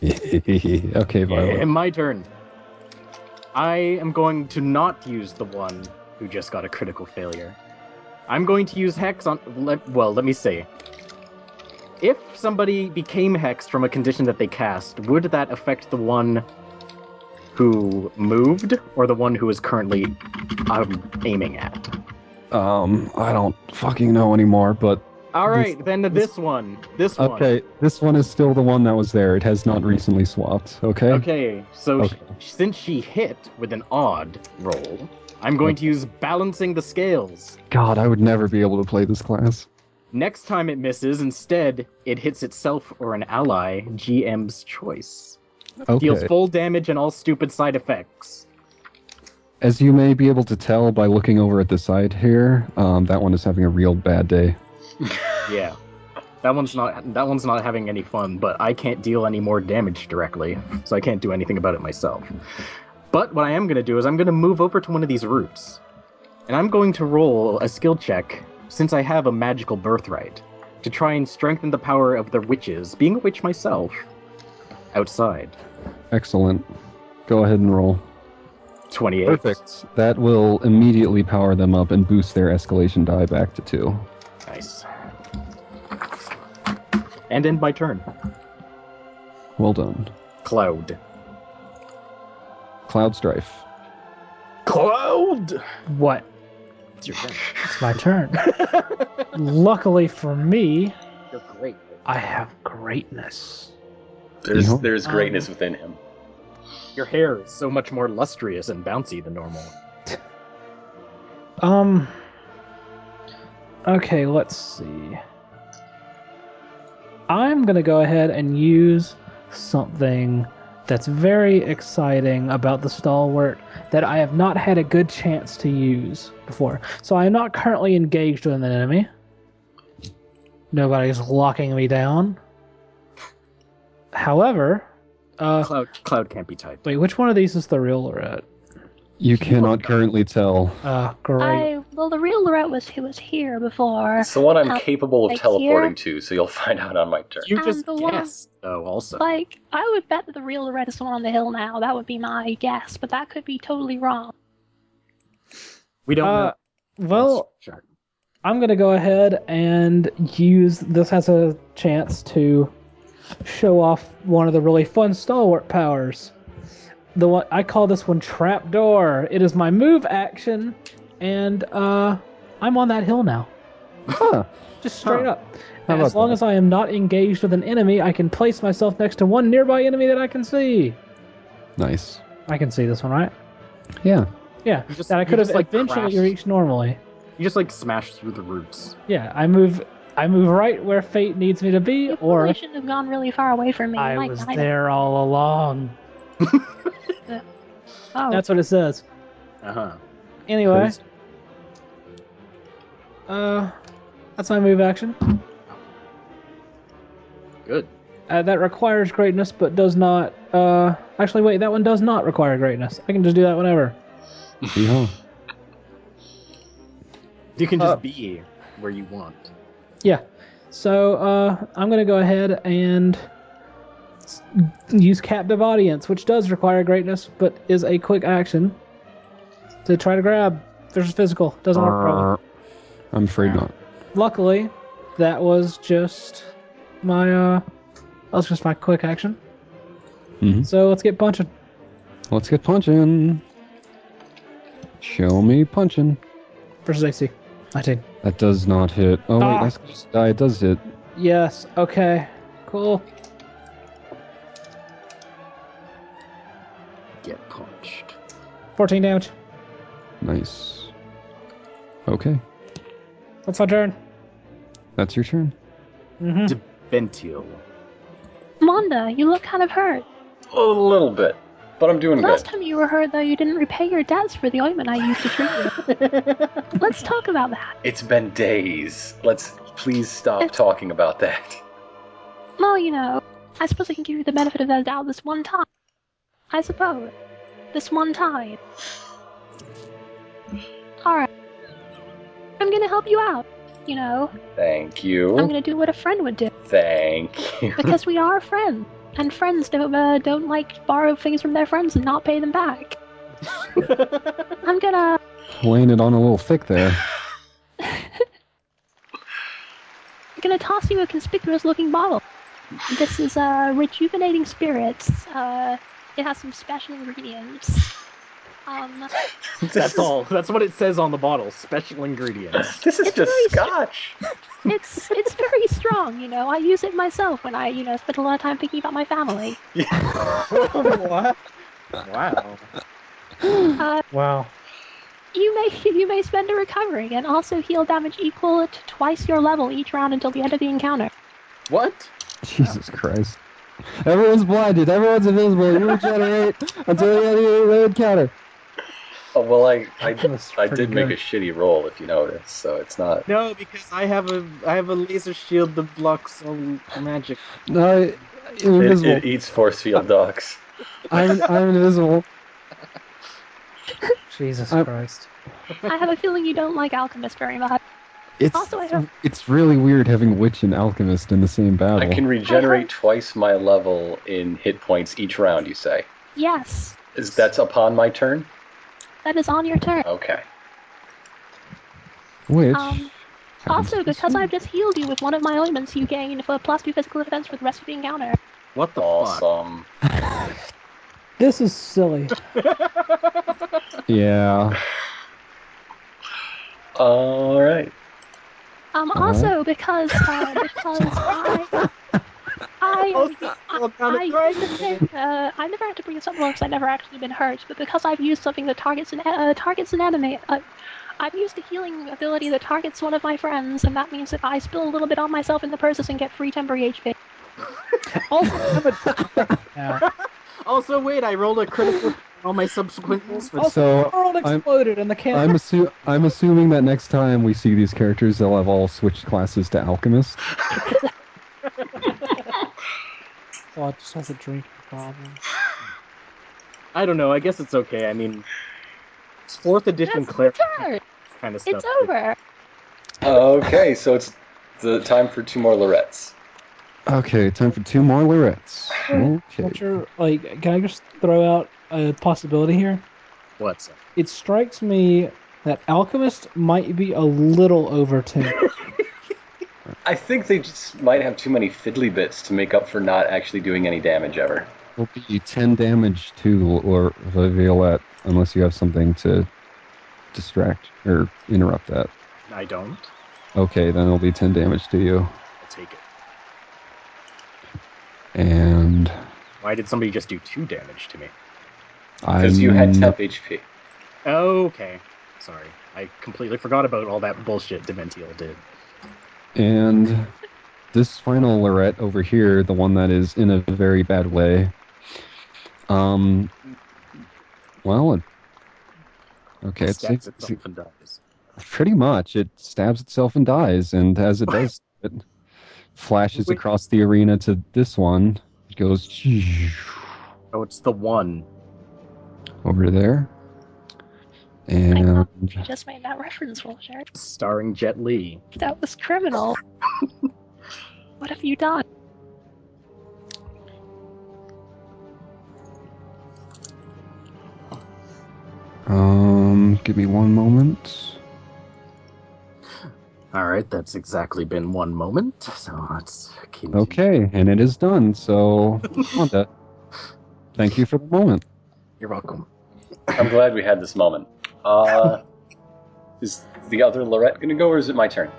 Speaker 3: Yeah,
Speaker 2: Violet.
Speaker 3: my turn. I am going to not use the one who just got a critical failure. I'm going to use Hex on. Let, well, let me see. If somebody became Hexed from a condition that they cast, would that affect the one who moved or the one who is currently um, aiming at?
Speaker 2: Um, I don't fucking know anymore, but
Speaker 3: All
Speaker 2: This-
Speaker 3: right, then this one. This one.
Speaker 2: okay, this one is still the one that was there. It has not recently swapped. Okay.
Speaker 3: Okay, so
Speaker 2: Okay.
Speaker 3: sh- since she hit with an odd roll, I'm going to use balancing the scales.
Speaker 2: God, I would never be able to play this class.
Speaker 3: Next time it misses, instead, it hits itself or an ally, GM's choice. Deals
Speaker 2: Okay.
Speaker 3: full damage and all stupid side effects.
Speaker 2: As you may be able to tell by looking over at the side here, um, that one is having a real bad day.
Speaker 3: Yeah. That one's not that one's not having any fun, but I can't deal any more damage directly, so I can't do anything about it myself. But what I am gonna do is I'm gonna move over to one of these roots. And I'm going to roll a skill check, since I have a magical birthright, to try and strengthen the power of the witches, being a witch myself. Outside.
Speaker 2: Excellent. Go ahead and roll.
Speaker 3: 28.
Speaker 2: Perfect. That will immediately power them up and boost their escalation die back to two.
Speaker 3: Nice. And end my turn.
Speaker 2: Well done.
Speaker 3: Cloud.
Speaker 2: Cloud Strife.
Speaker 3: Cloud!
Speaker 4: What?
Speaker 3: It's your turn.
Speaker 4: It's my turn. Luckily for me,
Speaker 3: [laughs] You're great.
Speaker 4: I have greatness.
Speaker 1: There's
Speaker 2: Yeah.
Speaker 1: there's
Speaker 4: Um,
Speaker 1: greatness within him.
Speaker 3: Your hair is so much more lustrous and bouncy than normal.
Speaker 4: Um. Okay, let's see. I'm gonna go ahead and use something that's very exciting about the stalwart that I have not had a good chance to use before. So I am not currently engaged with an enemy. Nobody's locking me down. However, uh,
Speaker 3: Cloud Cloud can't be typed.
Speaker 4: wait, which one of these is the real Lorette?
Speaker 2: You cannot currently tell.
Speaker 4: Ah, great.
Speaker 5: I well, the real Lorette was who was here before,
Speaker 1: It's the one I'm
Speaker 5: uh,
Speaker 1: capable of
Speaker 5: like
Speaker 1: teleporting to,
Speaker 5: here?
Speaker 1: so you'll [laughs] find out on my turn.
Speaker 3: You
Speaker 5: Um,
Speaker 3: just
Speaker 5: the one-
Speaker 3: guessed, though, also.
Speaker 5: Like, I would bet that the real Loretta is the one on the hill now. That would be my guess, but that could be totally wrong.
Speaker 3: We don't
Speaker 4: Uh,
Speaker 3: know.
Speaker 4: well,
Speaker 3: Sure.
Speaker 4: I'm gonna go ahead and use this as a chance to show off one of the really fun stalwart powers. The one I call this one trapdoor. It is my move action, and uh, I'm on that hill now,
Speaker 2: Huh.
Speaker 4: [laughs] just straight
Speaker 3: Huh.
Speaker 4: up.
Speaker 2: How
Speaker 4: And as
Speaker 2: about
Speaker 4: long
Speaker 2: that?
Speaker 4: as I am not engaged with an enemy, I can place myself next to one nearby enemy that I can see.
Speaker 2: Nice.
Speaker 4: I can see this one, right?
Speaker 2: Yeah.
Speaker 4: Yeah,
Speaker 3: You just-
Speaker 4: that I
Speaker 3: you
Speaker 4: could have
Speaker 3: just, like,
Speaker 4: eventually
Speaker 3: crashed.
Speaker 4: reached normally.
Speaker 3: You just like smash through the roots.
Speaker 4: Yeah, I move. I move right where fate needs me to be,
Speaker 5: You
Speaker 4: or
Speaker 5: probably shouldn't have gone really far away from me. Oh
Speaker 4: I
Speaker 5: My
Speaker 4: was
Speaker 5: God.
Speaker 4: there all along.
Speaker 5: Oh,
Speaker 4: That's what it says.
Speaker 3: Uh huh.
Speaker 4: Anyway,
Speaker 2: Crazy.
Speaker 4: uh, that's my move action.
Speaker 3: Good.
Speaker 4: Uh, that requires greatness, but does not. Uh, actually, wait, that one does not require greatness. I can just do that whenever.
Speaker 2: Yeah.
Speaker 3: You can just
Speaker 4: Uh,
Speaker 3: be where you want.
Speaker 4: Yeah. So uh, I'm gonna go ahead and s- use captive audience, which does require greatness, but is a quick action to try to grab. There's physical. Doesn't work. Probably.
Speaker 2: I'm afraid not.
Speaker 4: luckily, that was just my uh, that was just my quick action.
Speaker 2: Mhm.
Speaker 4: So let's get bunching.
Speaker 2: Let's get punching. Show me punching.
Speaker 4: Versus AC, nineteen.
Speaker 2: That does not hit. Oh,
Speaker 4: Ah.
Speaker 2: wait, that's just die. It does hit.
Speaker 4: Yes. Okay. Cool.
Speaker 3: Uh, Get punched.
Speaker 4: Fourteen damage.
Speaker 2: Nice. Okay.
Speaker 4: That's my turn.
Speaker 2: That's your turn.
Speaker 4: Mm-hmm.
Speaker 3: Ventil.
Speaker 5: Monda, you look kind of hurt.
Speaker 1: A little bit, but I'm doing
Speaker 5: Last
Speaker 1: good.
Speaker 5: time you were hurt, though, you didn't repay your debts for the ointment I used to treat you. Let's talk about that.
Speaker 1: It's been days. Let's please stop
Speaker 5: It's-
Speaker 1: talking about that.
Speaker 5: Well, you know, I suppose I can give you the benefit of the doubt this one time. I suppose. This one time. Alright. I'm gonna help you out. You know,
Speaker 1: Thank
Speaker 5: I'm
Speaker 1: you.
Speaker 5: gonna do what a friend would do.
Speaker 1: Thank you.
Speaker 5: Because we are friends. And friends don't, uh, don't like borrow things from their friends and not pay them back. I'm gonna.
Speaker 2: Laying it on a little thick there. [laughs]
Speaker 5: I'm gonna toss you a conspicuous looking bottle. This is uh, rejuvenating spirits. Uh, it has some special ingredients. Um,
Speaker 1: This
Speaker 3: That's
Speaker 1: is-
Speaker 3: all. That's what it says on the bottle.
Speaker 1: [laughs]
Speaker 3: Special ingredients.
Speaker 1: This is
Speaker 5: It's
Speaker 1: just
Speaker 5: really
Speaker 1: scotch.
Speaker 5: it's it's very strong, you know. I use it myself when I, you know, spend a lot of time thinking about my family.
Speaker 4: what?
Speaker 3: Wow.
Speaker 5: Uh,
Speaker 4: Wow.
Speaker 5: you may you may spend a recovering and also heal damage equal to twice your level each round until the end of the encounter.
Speaker 3: What?
Speaker 2: Jesus Christ. Everyone's blinded. Everyone's invisible. You regenerate until the end of the encounter.
Speaker 1: Oh, well, I I,
Speaker 4: That's
Speaker 1: I
Speaker 4: pretty
Speaker 1: did make a
Speaker 4: good.
Speaker 1: shitty roll, if you notice, so it's not.
Speaker 3: No, because I have a I have a laser shield that blocks all magic.
Speaker 2: No, I- I'm
Speaker 1: It,
Speaker 2: invisible.
Speaker 1: it eats force field ducks.
Speaker 2: I'm,
Speaker 1: [laughs]
Speaker 2: I'm invisible.
Speaker 4: [laughs] Jesus
Speaker 2: I'm-
Speaker 4: Christ.
Speaker 5: I have a feeling you don't like alchemists very much.
Speaker 2: It's
Speaker 5: Also, I don't-
Speaker 2: it's really weird having witch and alchemist in the same battle.
Speaker 1: I can regenerate
Speaker 5: Uh-huh.
Speaker 1: twice my level in hit points each round. You say
Speaker 5: Yes.
Speaker 1: is that's upon my turn?
Speaker 5: That is on your turn.
Speaker 1: Okay.
Speaker 2: Which
Speaker 5: Um,
Speaker 2: happens
Speaker 5: Also,
Speaker 2: to
Speaker 5: because
Speaker 2: suit.
Speaker 5: I've just healed you with one of my ointments, you gain for plus two physical defense for the rest of the encounter.
Speaker 3: What the fuck?
Speaker 1: Awesome.
Speaker 4: This is
Speaker 2: [laughs]
Speaker 4: silly.
Speaker 2: yeah,
Speaker 1: All right.
Speaker 5: Um,
Speaker 2: Alright.
Speaker 5: also because uh, because I I
Speaker 3: Also, well, found Oh, it
Speaker 5: I
Speaker 3: right.
Speaker 5: used a thing. Uh, I never had to bring this up before because I never actually been hurt. But because I've used something that targets an uh, targets an enemy, uh, I've used a healing ability that targets one of my friends, and that means if I spill a little bit on myself in the process and get free temporary HP.
Speaker 3: Also, I'm a-
Speaker 4: [laughs] Yeah.
Speaker 3: also, wait, I rolled a critical on all my subsequent rolls. Which,
Speaker 4: Also,
Speaker 2: So,
Speaker 4: the world
Speaker 2: I'm-
Speaker 4: exploded and the
Speaker 2: I'm
Speaker 4: camera.
Speaker 2: assu- I'm assuming that next time we see these characters, they'll have all switched classes to alchemist.
Speaker 4: Oh, it just has a drinking problem.
Speaker 3: I don't know. I guess it's okay. I mean, it's fourth edition
Speaker 5: That's
Speaker 3: cleric
Speaker 5: Sure,
Speaker 3: kind of stuff.
Speaker 5: it's over.
Speaker 1: Okay, so it's the time for two more Lorettes.
Speaker 2: Okay, time for two more Lorettes. Okay.
Speaker 4: Culture, like, can I just throw out a possibility here?
Speaker 3: What's
Speaker 4: It strikes me that alchemist might be a little
Speaker 2: [laughs]
Speaker 4: overtuned.
Speaker 1: I think they just might have too many fiddly bits to make up for not actually doing any damage ever.
Speaker 2: will be 10 damage to or Violette unless you have something to distract or interrupt that.
Speaker 3: I don't.
Speaker 2: Okay, then it'll be 10 damage to you.
Speaker 3: I'll take it.
Speaker 2: And
Speaker 3: Why did somebody just do two damage to me?
Speaker 2: I.
Speaker 1: Because you had temp HP.
Speaker 3: Okay. Sorry. I completely forgot about all that bullshit Dementiel did.
Speaker 2: And this final Lorette over here, the one that is in a very bad way. Um. Well, it, okay, it's,
Speaker 3: Stabs
Speaker 2: it's-
Speaker 3: itself and dies.
Speaker 2: pretty much it stabs itself and dies, and as it
Speaker 3: [laughs]
Speaker 2: does, it flashes
Speaker 3: Wait.
Speaker 2: across the arena to this one. It goes
Speaker 3: Oh, it's the one.
Speaker 2: over there,
Speaker 5: I
Speaker 2: and
Speaker 5: thought you just made that reference, Roger.
Speaker 3: Starring Jet Li.
Speaker 5: That was criminal. what have you done?
Speaker 2: um, give me one moment.
Speaker 3: Alright, that's exactly been one moment. So let's continue.
Speaker 2: Okay, and it is done. So, Wanda, thank you for the moment.
Speaker 3: You're welcome.
Speaker 1: I'm glad we had this moment.
Speaker 2: [laughs]
Speaker 1: Uh, is the other Lorette going to go, or is it my turn?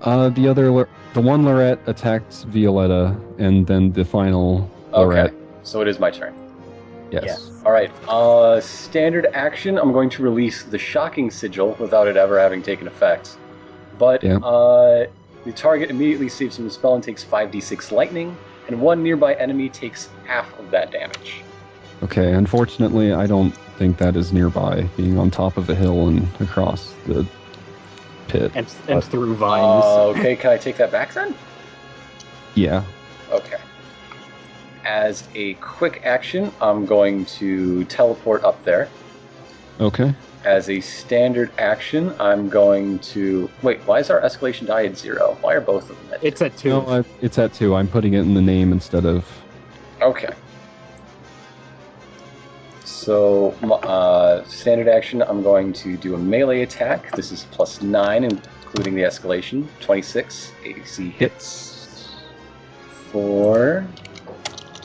Speaker 2: Uh, the other, Lor- the one Lorette attacks Violetta, and then the final Lorette.
Speaker 1: Okay, so it is my turn.
Speaker 2: Yes.
Speaker 1: All right. Uh, standard action. I'm going to release the shocking sigil without it ever having taken effect. But
Speaker 2: Yeah.
Speaker 1: uh, the target immediately saves from the spell and takes 5d6 lightning, and one nearby enemy takes half of that damage.
Speaker 2: Okay, unfortunately, I don't think that is nearby, being on top of a hill and across the pit.
Speaker 3: And, and through vines.
Speaker 1: Uh, okay, can I take that back then?
Speaker 2: yeah.
Speaker 1: Okay. As a quick action, I'm going to teleport up there.
Speaker 2: Okay.
Speaker 1: As a standard action, I'm going to wait. Why is our escalation die at zero? Why are both of them at
Speaker 3: it's a two.
Speaker 2: No, I, it's at two. I'm putting it in the name instead of.
Speaker 1: Okay. So, m- uh, standard action, I'm going to do a melee attack. This is plus 9, including the escalation. 26 AC hits. 4.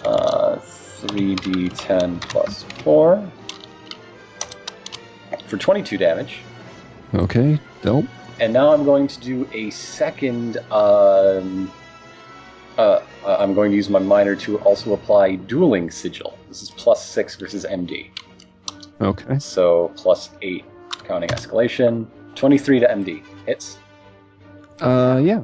Speaker 1: Uh, 3d10 plus 4. For 22 damage.
Speaker 2: Okay. Nope.
Speaker 1: And now I'm going to do a second. Um, uh, I'm going to use my minor to also apply dueling sigil. This is plus six versus MD,
Speaker 2: Okay.
Speaker 1: so plus eight, counting escalation. Twenty-three to MD hits.
Speaker 2: Uh, yeah.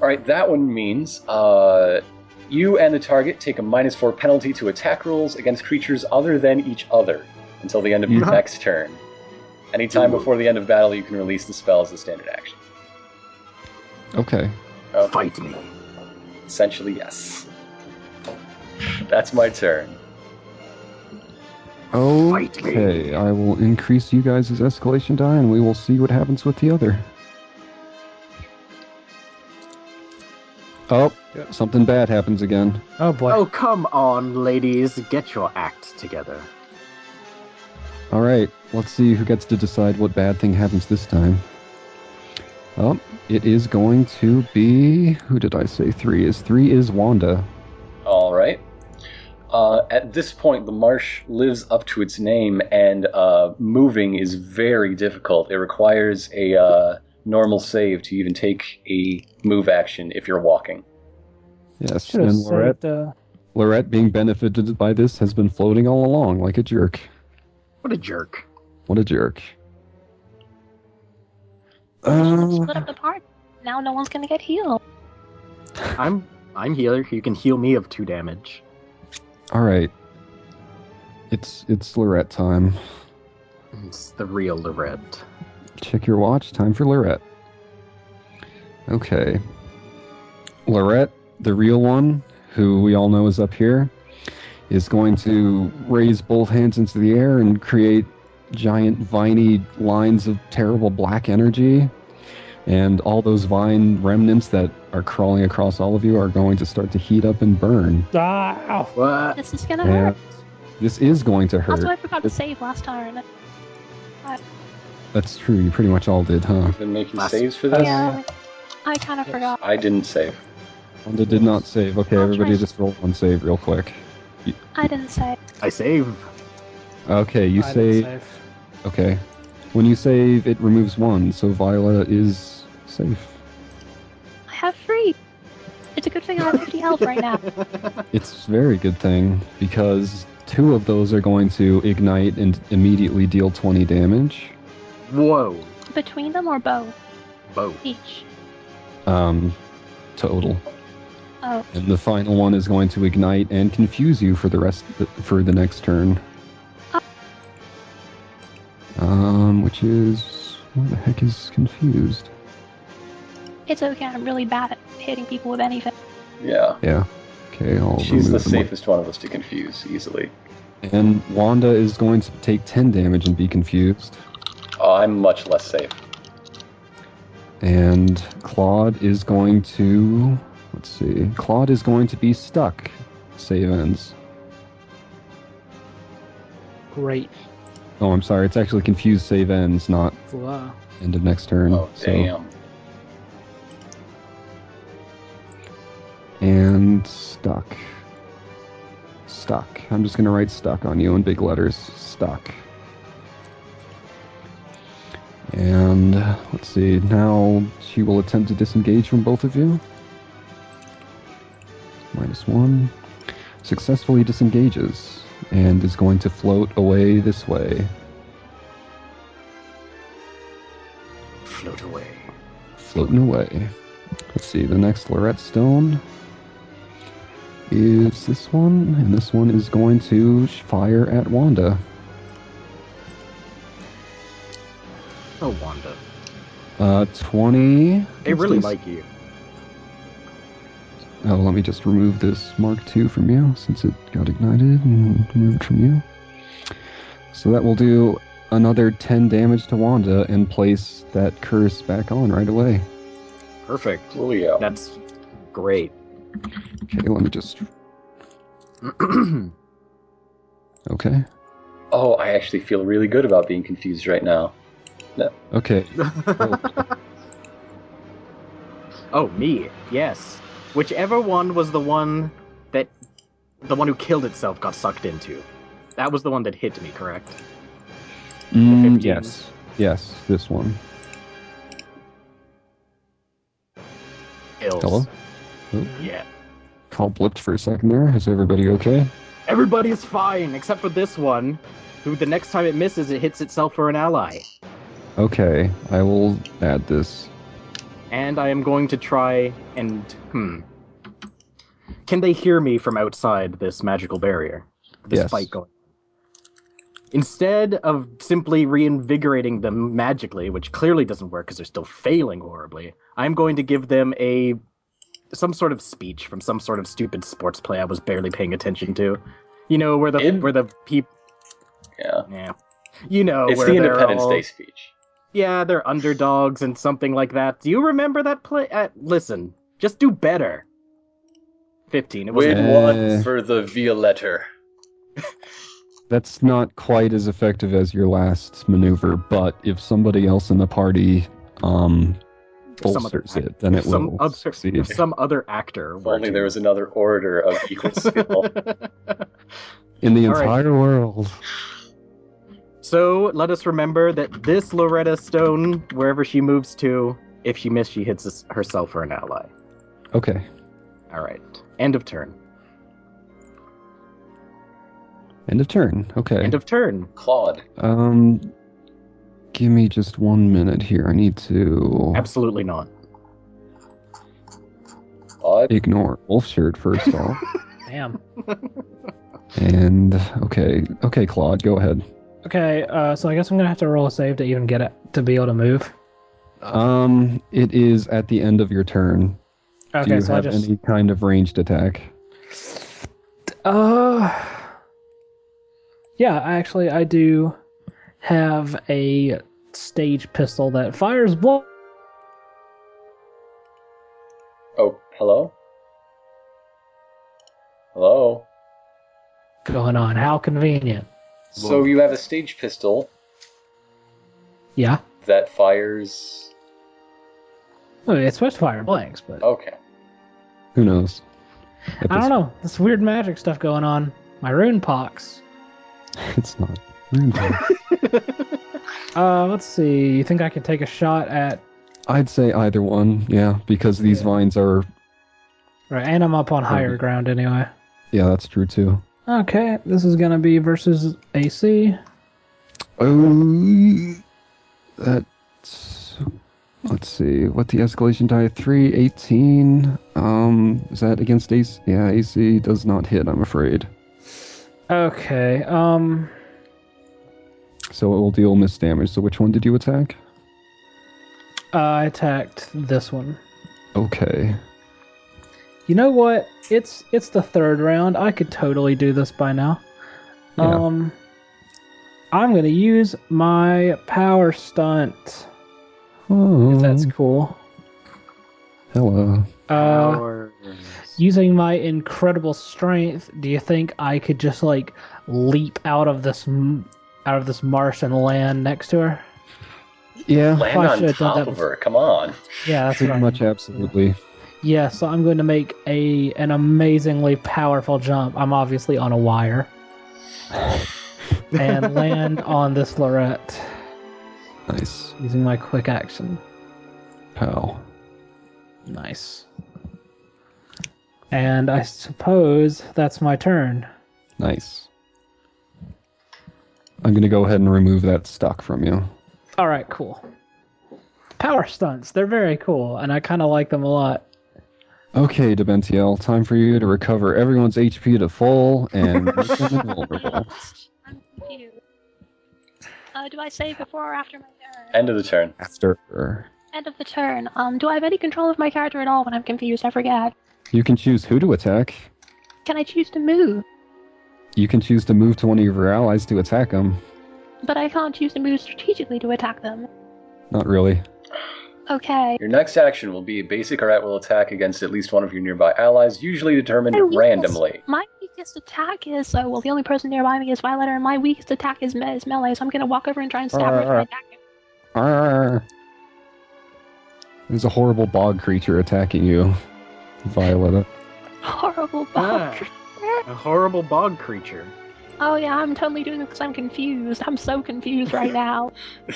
Speaker 1: All right, that one means uh, you and the target take a minus four penalty to attack rolls against creatures other than each other until the end of your
Speaker 3: Mhm.
Speaker 1: next turn. Anytime
Speaker 3: Ooh.
Speaker 1: before the end of battle, you can release the spell as a standard action.
Speaker 2: Okay.
Speaker 1: Okay.
Speaker 3: Fight me.
Speaker 1: Essentially, yes. That's my turn.
Speaker 2: Oh,
Speaker 3: Fight me.
Speaker 2: Okay. I will increase you guys' escalation die, and we will see what happens with the other. Oh, something bad happens again.
Speaker 4: Oh boy.
Speaker 3: Oh, come on, ladies. Get your act together.
Speaker 2: All right, let's see who gets to decide what bad thing happens this time. Oh, it is going to be. Who did I say three is? Three is Wanda.
Speaker 1: All right. Uh, at this point, the marsh lives up to its name, and uh, moving is very difficult. It requires a uh, normal save to even take a move action if you're walking.
Speaker 2: Yes,
Speaker 4: Should have
Speaker 2: and Lorette,
Speaker 4: saved. Uh,
Speaker 2: Lorette, being benefited by this, has been floating all along like a jerk.
Speaker 3: What a jerk.
Speaker 2: What a jerk.
Speaker 5: Let's
Speaker 2: Uh,
Speaker 5: split up the party. Now no one's gonna get healed.
Speaker 3: I'm I'm healer. You can heal me of two damage.
Speaker 2: all right. It's it's Lorette time.
Speaker 3: It's the real Lorette.
Speaker 2: Check your watch. Time for Lorette. Okay. Lorette, the real one, who we all know is up here, is going to raise both hands into the air and create giant viney lines of terrible black energy. And all those vine remnants that are crawling across all of you are going to start to heat up and burn.
Speaker 4: ah, ow.
Speaker 3: What?
Speaker 5: This is gonna
Speaker 2: And
Speaker 5: hurt.
Speaker 2: this is going to hurt.
Speaker 5: Also, I forgot to save last turn.
Speaker 2: That's true. You pretty much all did, huh?
Speaker 1: You've been making
Speaker 3: Last-
Speaker 1: saves for this?
Speaker 5: Yeah, I kind of forgot.
Speaker 1: I didn't save.
Speaker 2: Wanda did not save. Okay,
Speaker 5: I'll
Speaker 2: everybody
Speaker 5: try.
Speaker 2: just roll one save real quick.
Speaker 5: I didn't say.
Speaker 3: I save.
Speaker 2: Okay, you
Speaker 4: I
Speaker 2: say
Speaker 4: didn't save.
Speaker 2: okay. When you save, it removes one, so Viola is safe.
Speaker 5: I have free. It's a good thing I have 50 health right now.
Speaker 2: It's a very good thing because two of those are going to ignite and immediately deal 20 damage.
Speaker 3: [laughs] Whoa.
Speaker 5: Between them or both?
Speaker 3: Both.
Speaker 5: Each.
Speaker 2: Um, total.
Speaker 5: Oh,
Speaker 2: And the final one is going to ignite and confuse you for the rest for the next turn. Um, which is where the heck is confused?
Speaker 5: it's okay. I'm really bad at hitting people with anything.
Speaker 1: Yeah.
Speaker 2: Yeah. Okay, I'll
Speaker 1: She's the
Speaker 2: remove them.
Speaker 1: safest one of us to confuse easily.
Speaker 2: And Wanda is going to take 10 damage and be confused.
Speaker 1: Oh, I'm much less safe.
Speaker 2: And Claude is going to. Let's see. Claude is going to be stuck. Save ends.
Speaker 4: Great.
Speaker 2: Oh, I'm sorry. It's actually confused save ends, not
Speaker 4: Wow.
Speaker 2: end of next turn.
Speaker 1: Oh,
Speaker 2: So-
Speaker 1: damn.
Speaker 2: And stuck. Stuck. I'm just going to write stuck on you in big letters. Stuck. And uh, let's see. Now she will attempt to disengage from both of you. Minus one. Successfully disengages and is going to float away this way.
Speaker 3: Float away.
Speaker 2: floating away. Let's see, the next Lorette Stone is this one, and this one is going to sh- fire at Wanda.
Speaker 3: Oh, Wanda.
Speaker 2: Uh, 20.
Speaker 3: They really
Speaker 2: Let's do-
Speaker 3: like you.
Speaker 2: Oh, let me just remove this Mark II from you since it got ignited and removed from you. So that will do another 10 damage to Wanda and place that curse back on right away.
Speaker 3: Perfect.
Speaker 1: Julio.
Speaker 3: That's great. [clears throat]
Speaker 2: Okay, let me just. Okay.
Speaker 1: Oh, I actually feel really good about being confused right now.
Speaker 3: [laughs]
Speaker 2: Okay. mm,
Speaker 3: oh, me. Yes. Whichever one was the one that the one who killed itself got sucked into. That was the one that hit me, correct?
Speaker 2: Mm,
Speaker 3: 15.
Speaker 2: yes. Yes, this one.
Speaker 3: Ills.
Speaker 2: Hello?
Speaker 3: Yeah.
Speaker 2: Call blipped for a second there. Is everybody okay?
Speaker 3: Everybody's fine except for this one, who the next time it misses, it hits itself or an ally.
Speaker 2: Okay, I will add this.
Speaker 3: And I am going to try and hmm. Can they hear me from outside this magical barrier? This
Speaker 2: Yes.
Speaker 3: fight going. Instead of simply reinvigorating them magically, which clearly doesn't work because they're still failing horribly, I'm going to give them a some sort of speech from some sort of stupid sports play I was barely paying attention to. You know where the
Speaker 1: In-
Speaker 3: where the people
Speaker 1: Yeah.
Speaker 3: yeah. You know
Speaker 1: It's
Speaker 3: where
Speaker 1: the
Speaker 3: they're
Speaker 1: Independence
Speaker 3: Oh, all-
Speaker 1: Day speech.
Speaker 3: yeah, they're underdogs and something like that. Do you remember that play? Uh, listen, just do better. 15. It was
Speaker 1: Win
Speaker 2: wasn't-
Speaker 1: one
Speaker 2: Eh.
Speaker 1: for the Violetta.
Speaker 2: That's not quite as effective as your last maneuver, but if somebody else in the party um,
Speaker 3: If some other
Speaker 2: bolsters it, then
Speaker 3: if
Speaker 2: it
Speaker 3: some
Speaker 2: will
Speaker 3: other,
Speaker 2: succeed.
Speaker 3: If some other actor
Speaker 1: If
Speaker 3: were
Speaker 1: only
Speaker 3: to- [laughs]
Speaker 1: there was another order of equal skill.
Speaker 2: in the
Speaker 3: All right.
Speaker 2: entire world.
Speaker 3: so let us remember that this Loretta Stone, wherever she moves to, if she misses, she hits us- herself or an ally.
Speaker 2: Okay.
Speaker 3: All right. End of turn.
Speaker 2: End of turn. Okay.
Speaker 3: End of turn.
Speaker 1: Claude.
Speaker 2: um, give me just one minute here. I need to
Speaker 3: Absolutely not.
Speaker 1: Claude.
Speaker 2: ignore wolf shirt first
Speaker 3: [laughs]
Speaker 2: off.
Speaker 4: Damn.
Speaker 2: and okay, okay, Claude, go ahead.
Speaker 4: Okay, uh, so I guess I'm gonna have to roll a save to even get it to be able to move.
Speaker 2: Um, it is at the end of your turn. Do
Speaker 4: Okay,
Speaker 2: you
Speaker 4: so I
Speaker 2: have
Speaker 4: just
Speaker 2: any kind of ranged attack?
Speaker 4: uh, yeah, I actually I do have a stage pistol that fires bl-
Speaker 1: Oh, hello? Hello?
Speaker 4: going on. How convenient.
Speaker 1: So you have a stage pistol
Speaker 4: Yeah,
Speaker 1: that fires.
Speaker 4: I mean, Oh, it's supposed to fire blanks, but
Speaker 1: Okay.
Speaker 2: Who knows? At
Speaker 4: I
Speaker 2: this-
Speaker 4: don't know. This weird magic stuff going on. My rune pox.
Speaker 2: [laughs] It's not. Rune pox.
Speaker 4: Uh, let's see. You think I could take a shot at?
Speaker 2: I'd say either one, yeah, because these
Speaker 4: Yeah.
Speaker 2: vines are.
Speaker 4: Right, and I'm up on higher
Speaker 2: Maybe.
Speaker 4: ground anyway.
Speaker 2: Yeah, that's true too.
Speaker 4: Okay, this is gonna be versus AC.
Speaker 2: Oh, that's. Let's see. What the escalation die? Three eighteen. Um, is that against AC? Yeah, AC does not hit. I'm afraid.
Speaker 4: Okay. Um.
Speaker 2: So it will deal miss damage. So which one did you attack?
Speaker 4: I attacked this one.
Speaker 2: Okay.
Speaker 4: You know what? It's it's the third round. I could totally do this by now.
Speaker 2: Yeah.
Speaker 4: Um I'm gonna use my power stunt.
Speaker 2: Oh,
Speaker 4: If that's cool.
Speaker 2: hello.
Speaker 4: Uh
Speaker 3: Or-
Speaker 4: using my incredible strength, do you think I could just like leap out of this m- out of this marsh and land next to her?
Speaker 2: Yeah.
Speaker 1: Land
Speaker 4: I
Speaker 1: on
Speaker 4: should've done
Speaker 1: top
Speaker 4: that
Speaker 1: of her. Come on.
Speaker 4: Yeah, that's
Speaker 2: Pretty
Speaker 4: right.
Speaker 2: much, absolutely.
Speaker 4: Yeah, so I'm going to make a an amazingly powerful jump. I'm obviously on a wire. and land on this Lorette
Speaker 2: Nice.
Speaker 4: using my quick action.
Speaker 2: Pow.
Speaker 4: Nice. And I suppose that's my turn.
Speaker 2: Nice. I'm gonna go ahead and remove that stock from you.
Speaker 4: All right, cool. Power stunts, they're very cool, and I kind of like them a lot.
Speaker 2: Okay, Debentiel, time for you to recover everyone's HP to full and make them invulnerable.
Speaker 5: I'm confused. Uh, do I say before or after my turn?
Speaker 1: End of the turn.
Speaker 2: After
Speaker 5: End of the turn. Um, do I have any control of my character at all when I'm confused? I forget.
Speaker 2: you can choose who to attack.
Speaker 5: Can I choose to move?
Speaker 2: You can choose to move to one of your allies to attack them.
Speaker 5: But I can't choose to move strategically to attack them.
Speaker 2: Not really.
Speaker 5: Okay.
Speaker 1: Your next action will be a basic or at will attack against at least one of your nearby allies, usually determined
Speaker 5: My weakest-
Speaker 1: randomly.
Speaker 5: My weakest attack is uh, well, the only person nearby me is Violet, and my weakest attack is, me- is melee. So I'm gonna walk over and try and stab her with my dagger. [laughs]
Speaker 2: Arr. There's a horrible bog creature attacking you, Violetta.
Speaker 5: Horrible bug. [laughs]
Speaker 3: Ah, a horrible bog creature.
Speaker 5: Oh yeah, I'm totally doing this because I'm confused. I'm so confused right
Speaker 3: [laughs]
Speaker 5: now.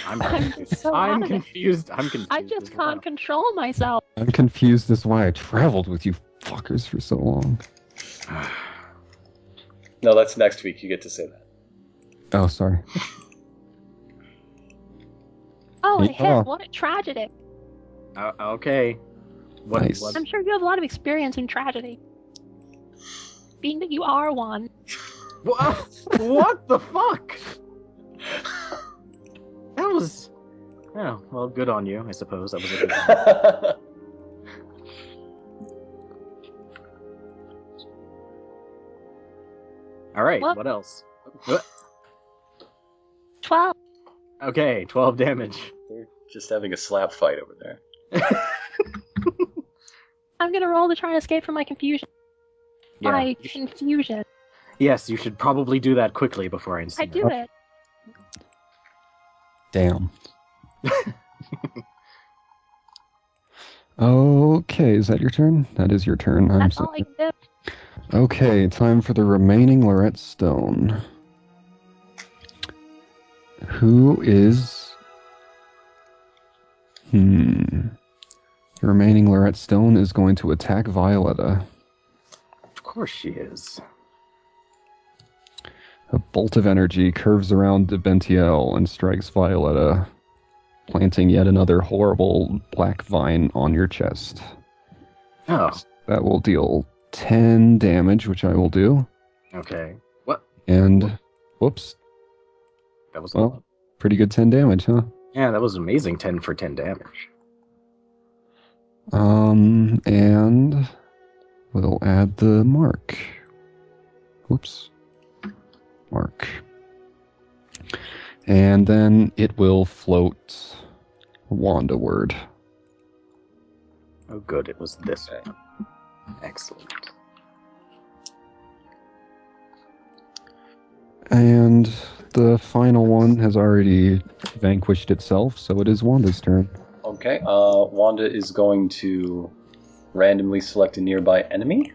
Speaker 3: I'm,
Speaker 5: [laughs] I'm just so
Speaker 3: I'm
Speaker 5: out of it.
Speaker 3: confused. I'm confused.
Speaker 5: I
Speaker 3: as
Speaker 5: just can't control myself.
Speaker 2: I'm confused as to why I traveled with you fuckers for so long.
Speaker 3: well. [sighs]
Speaker 5: [laughs]
Speaker 1: No, that's next week. You get to say that.
Speaker 2: Oh, sorry.
Speaker 5: Oh, it
Speaker 2: Yeah.
Speaker 5: hit. What a tragedy.
Speaker 3: Uh, okay. What,
Speaker 2: Nice.
Speaker 3: what-
Speaker 5: I'm sure you have a lot of experience in tragedy. Being that you are one.
Speaker 3: [laughs] What, what the fuck? That was. Oh, well, good on you, I suppose. That was a good one. All right,
Speaker 5: What?
Speaker 3: what, else? What?
Speaker 5: 12.
Speaker 3: Okay, 12 damage.
Speaker 1: They're [laughs] just having a slap fight over there.
Speaker 5: I'm going to roll to try and escape from my confusion.
Speaker 3: Yeah.
Speaker 5: My confusion.
Speaker 3: Yes, you should probably do that quickly before I
Speaker 5: I
Speaker 3: incinerate.
Speaker 5: do it.
Speaker 2: Damn. [laughs] okay, is that your turn? That is your turn. I'm
Speaker 5: That's
Speaker 2: so-
Speaker 5: all I can do.
Speaker 2: Okay, time for the remaining Lorette Stone. Who is. Hmm. The remaining Lorette Stone is going to attack Violetta.
Speaker 3: Of course she is.
Speaker 2: A bolt of energy curves around Debentiel and strikes Violetta, planting yet another horrible black vine on your chest.
Speaker 3: Oh,
Speaker 2: That will deal 10 damage, which I will do.
Speaker 3: okay. What?
Speaker 2: And. Whoops.
Speaker 3: That was
Speaker 2: Well, pretty good 10 damage, huh?
Speaker 3: yeah, that was amazing. Ten for ten damage.
Speaker 2: Um, and we'll add the mark. Whoops. Mark. And then it will float Wanda word.
Speaker 3: Oh, good. It was this
Speaker 1: Okay.
Speaker 3: one. Excellent.
Speaker 2: And the final one has already vanquished itself, so it is Wanda's turn.
Speaker 1: Okay. Uh, Wanda is going to randomly select a nearby enemy.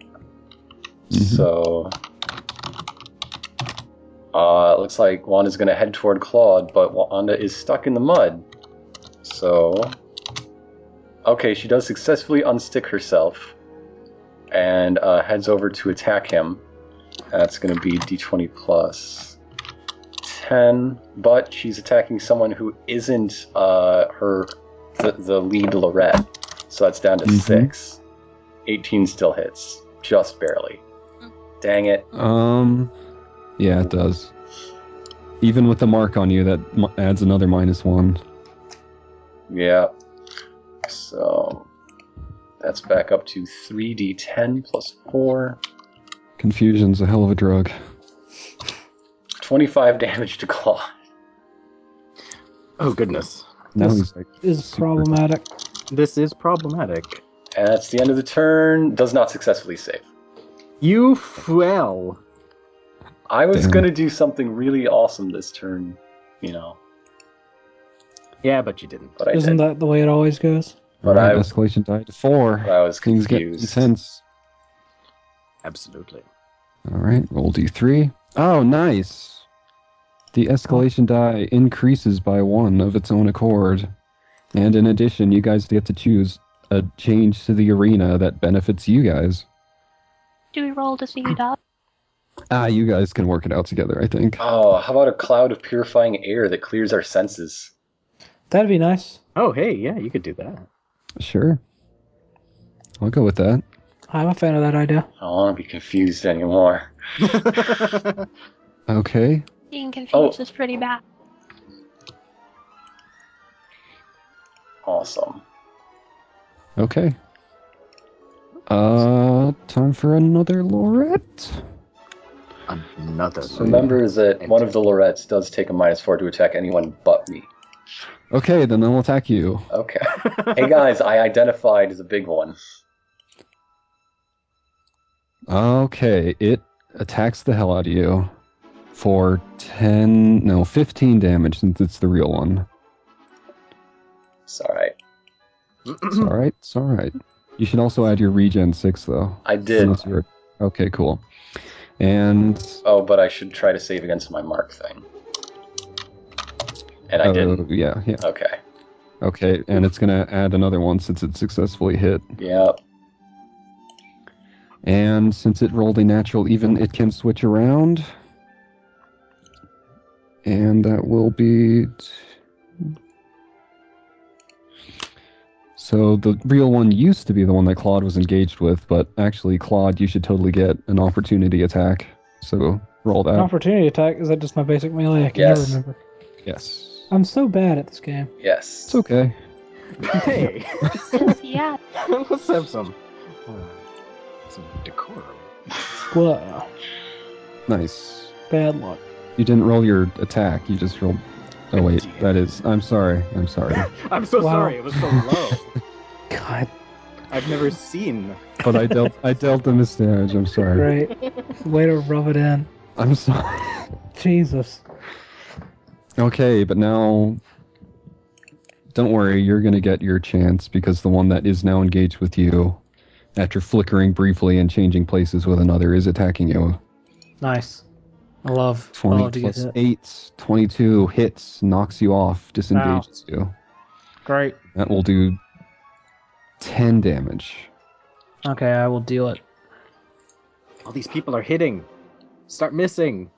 Speaker 2: Mm-hmm.
Speaker 1: So, uh, it looks like Wanda's going to head toward Claude, but Wanda is stuck in the mud. So, okay, she does successfully unstick herself and uh, heads over to attack him. That's going to be d20 plus 10, but she's attacking someone who isn't uh, her the, the lead Lorette. So that's down to
Speaker 2: Mhm.
Speaker 1: 6. 18 still hits, just barely. Dang it.
Speaker 2: Um, yeah, it does. Even with the mark on you, that m- adds another minus one.
Speaker 1: Yeah. So that's back up to 3d10 plus 4.
Speaker 2: Confusion's a hell of a drug.
Speaker 1: 25 damage to Claw.
Speaker 3: Oh goodness.
Speaker 2: Now
Speaker 4: Yes.
Speaker 2: he's like,
Speaker 4: is
Speaker 2: Super.
Speaker 4: problematic.
Speaker 3: This is problematic.
Speaker 1: And that's the end of the turn. Does not successfully save.
Speaker 3: You fell.
Speaker 1: I was
Speaker 2: Damn.
Speaker 1: going to do something really awesome this turn, you know,
Speaker 3: Yeah, but you didn't.
Speaker 1: but I
Speaker 4: Isn't
Speaker 1: did.
Speaker 4: that the way it always goes?
Speaker 1: But
Speaker 2: "Alright,
Speaker 1: I-
Speaker 2: escalation died to four.
Speaker 1: But I was
Speaker 2: Things get
Speaker 1: confused.
Speaker 2: intense.
Speaker 3: Absolutely.
Speaker 2: All right, roll d3. Oh, nice. The escalation die increases by one of its own accord. And in addition, you guys get to choose a change to the arena that benefits you guys.
Speaker 5: Do we roll to see who dies?
Speaker 2: Ah, you guys can work it out together, I think.
Speaker 1: Oh, how about a cloud of purifying air that clears our senses?
Speaker 4: That'd be nice.
Speaker 3: Oh, hey, yeah, you could do that.
Speaker 2: Sure. I'll go with that.
Speaker 4: I'm a fan of that idea.
Speaker 1: I don't want to be confused anymore.
Speaker 2: Okay.
Speaker 3: Oh.
Speaker 5: Being confused is pretty bad.
Speaker 1: Awesome.
Speaker 2: Okay. Uh, time for another Lorette.
Speaker 3: Another.
Speaker 2: So
Speaker 1: Remember that one of the Lorettes does take a minus 4 to attack anyone but me.
Speaker 2: Okay, then I'll attack you. [laughs]
Speaker 1: Okay. hey guys, I identified as a big one.
Speaker 2: Okay, it attacks the hell out of you for 10, no, 15 damage since it's the real one.
Speaker 1: It's alright.
Speaker 2: It's
Speaker 3: Hmm.
Speaker 2: all right. It's all right. You should also add your regen 6 though.
Speaker 1: I did.
Speaker 2: Since you're- Okay, cool. And
Speaker 1: Oh, but I should try to save against my mark thing. And I
Speaker 2: oh,
Speaker 1: didn't.
Speaker 2: yeah, yeah.
Speaker 1: Okay.
Speaker 2: Okay, and it's going to add another one since it successfully hit.
Speaker 1: Yeah.
Speaker 2: And since it rolled a natural even, it can switch around. And that will be. So the real one used to be the one that Claude was engaged with, but actually, Claude, you should totally get an opportunity attack. So roll
Speaker 3: Uh,
Speaker 2: that.
Speaker 4: An opportunity attack is that just my basic melee? I can
Speaker 1: Yes.
Speaker 4: never remember.
Speaker 2: yes.
Speaker 4: I'm so bad at this game.
Speaker 1: Yes.
Speaker 2: It's okay.
Speaker 3: [clears throat] hey, [laughs]
Speaker 5: yeah.
Speaker 3: let's have some, uh, some decorum.
Speaker 4: Whoa,
Speaker 2: Nice.
Speaker 4: bad luck.
Speaker 2: You didn't roll your attack. You just rolled. Oh wait,
Speaker 3: Damn.
Speaker 2: that is. I'm sorry. I'm sorry.
Speaker 3: I'm so [laughs]
Speaker 4: Wow.
Speaker 3: sorry. It was so low.
Speaker 4: God
Speaker 3: I've never seen.
Speaker 2: But I dealt I dealt the misdamage. I'm sorry.
Speaker 3: [laughs]
Speaker 4: Great. Way to rub it in.
Speaker 2: I'm sorry.
Speaker 4: Jesus.
Speaker 2: Okay, but now don't worry, you're gonna get your chance because the one that is now engaged with you, after flickering briefly and changing places with another, is attacking you.
Speaker 4: Nice. I love, love
Speaker 2: 20
Speaker 4: to get
Speaker 2: plus
Speaker 4: hit.
Speaker 2: 8, 22 hits, knocks you off, disengages you.
Speaker 4: Great.
Speaker 2: That will do 10 damage.
Speaker 4: Okay, I will deal it.
Speaker 3: All these people are hitting. Start missing.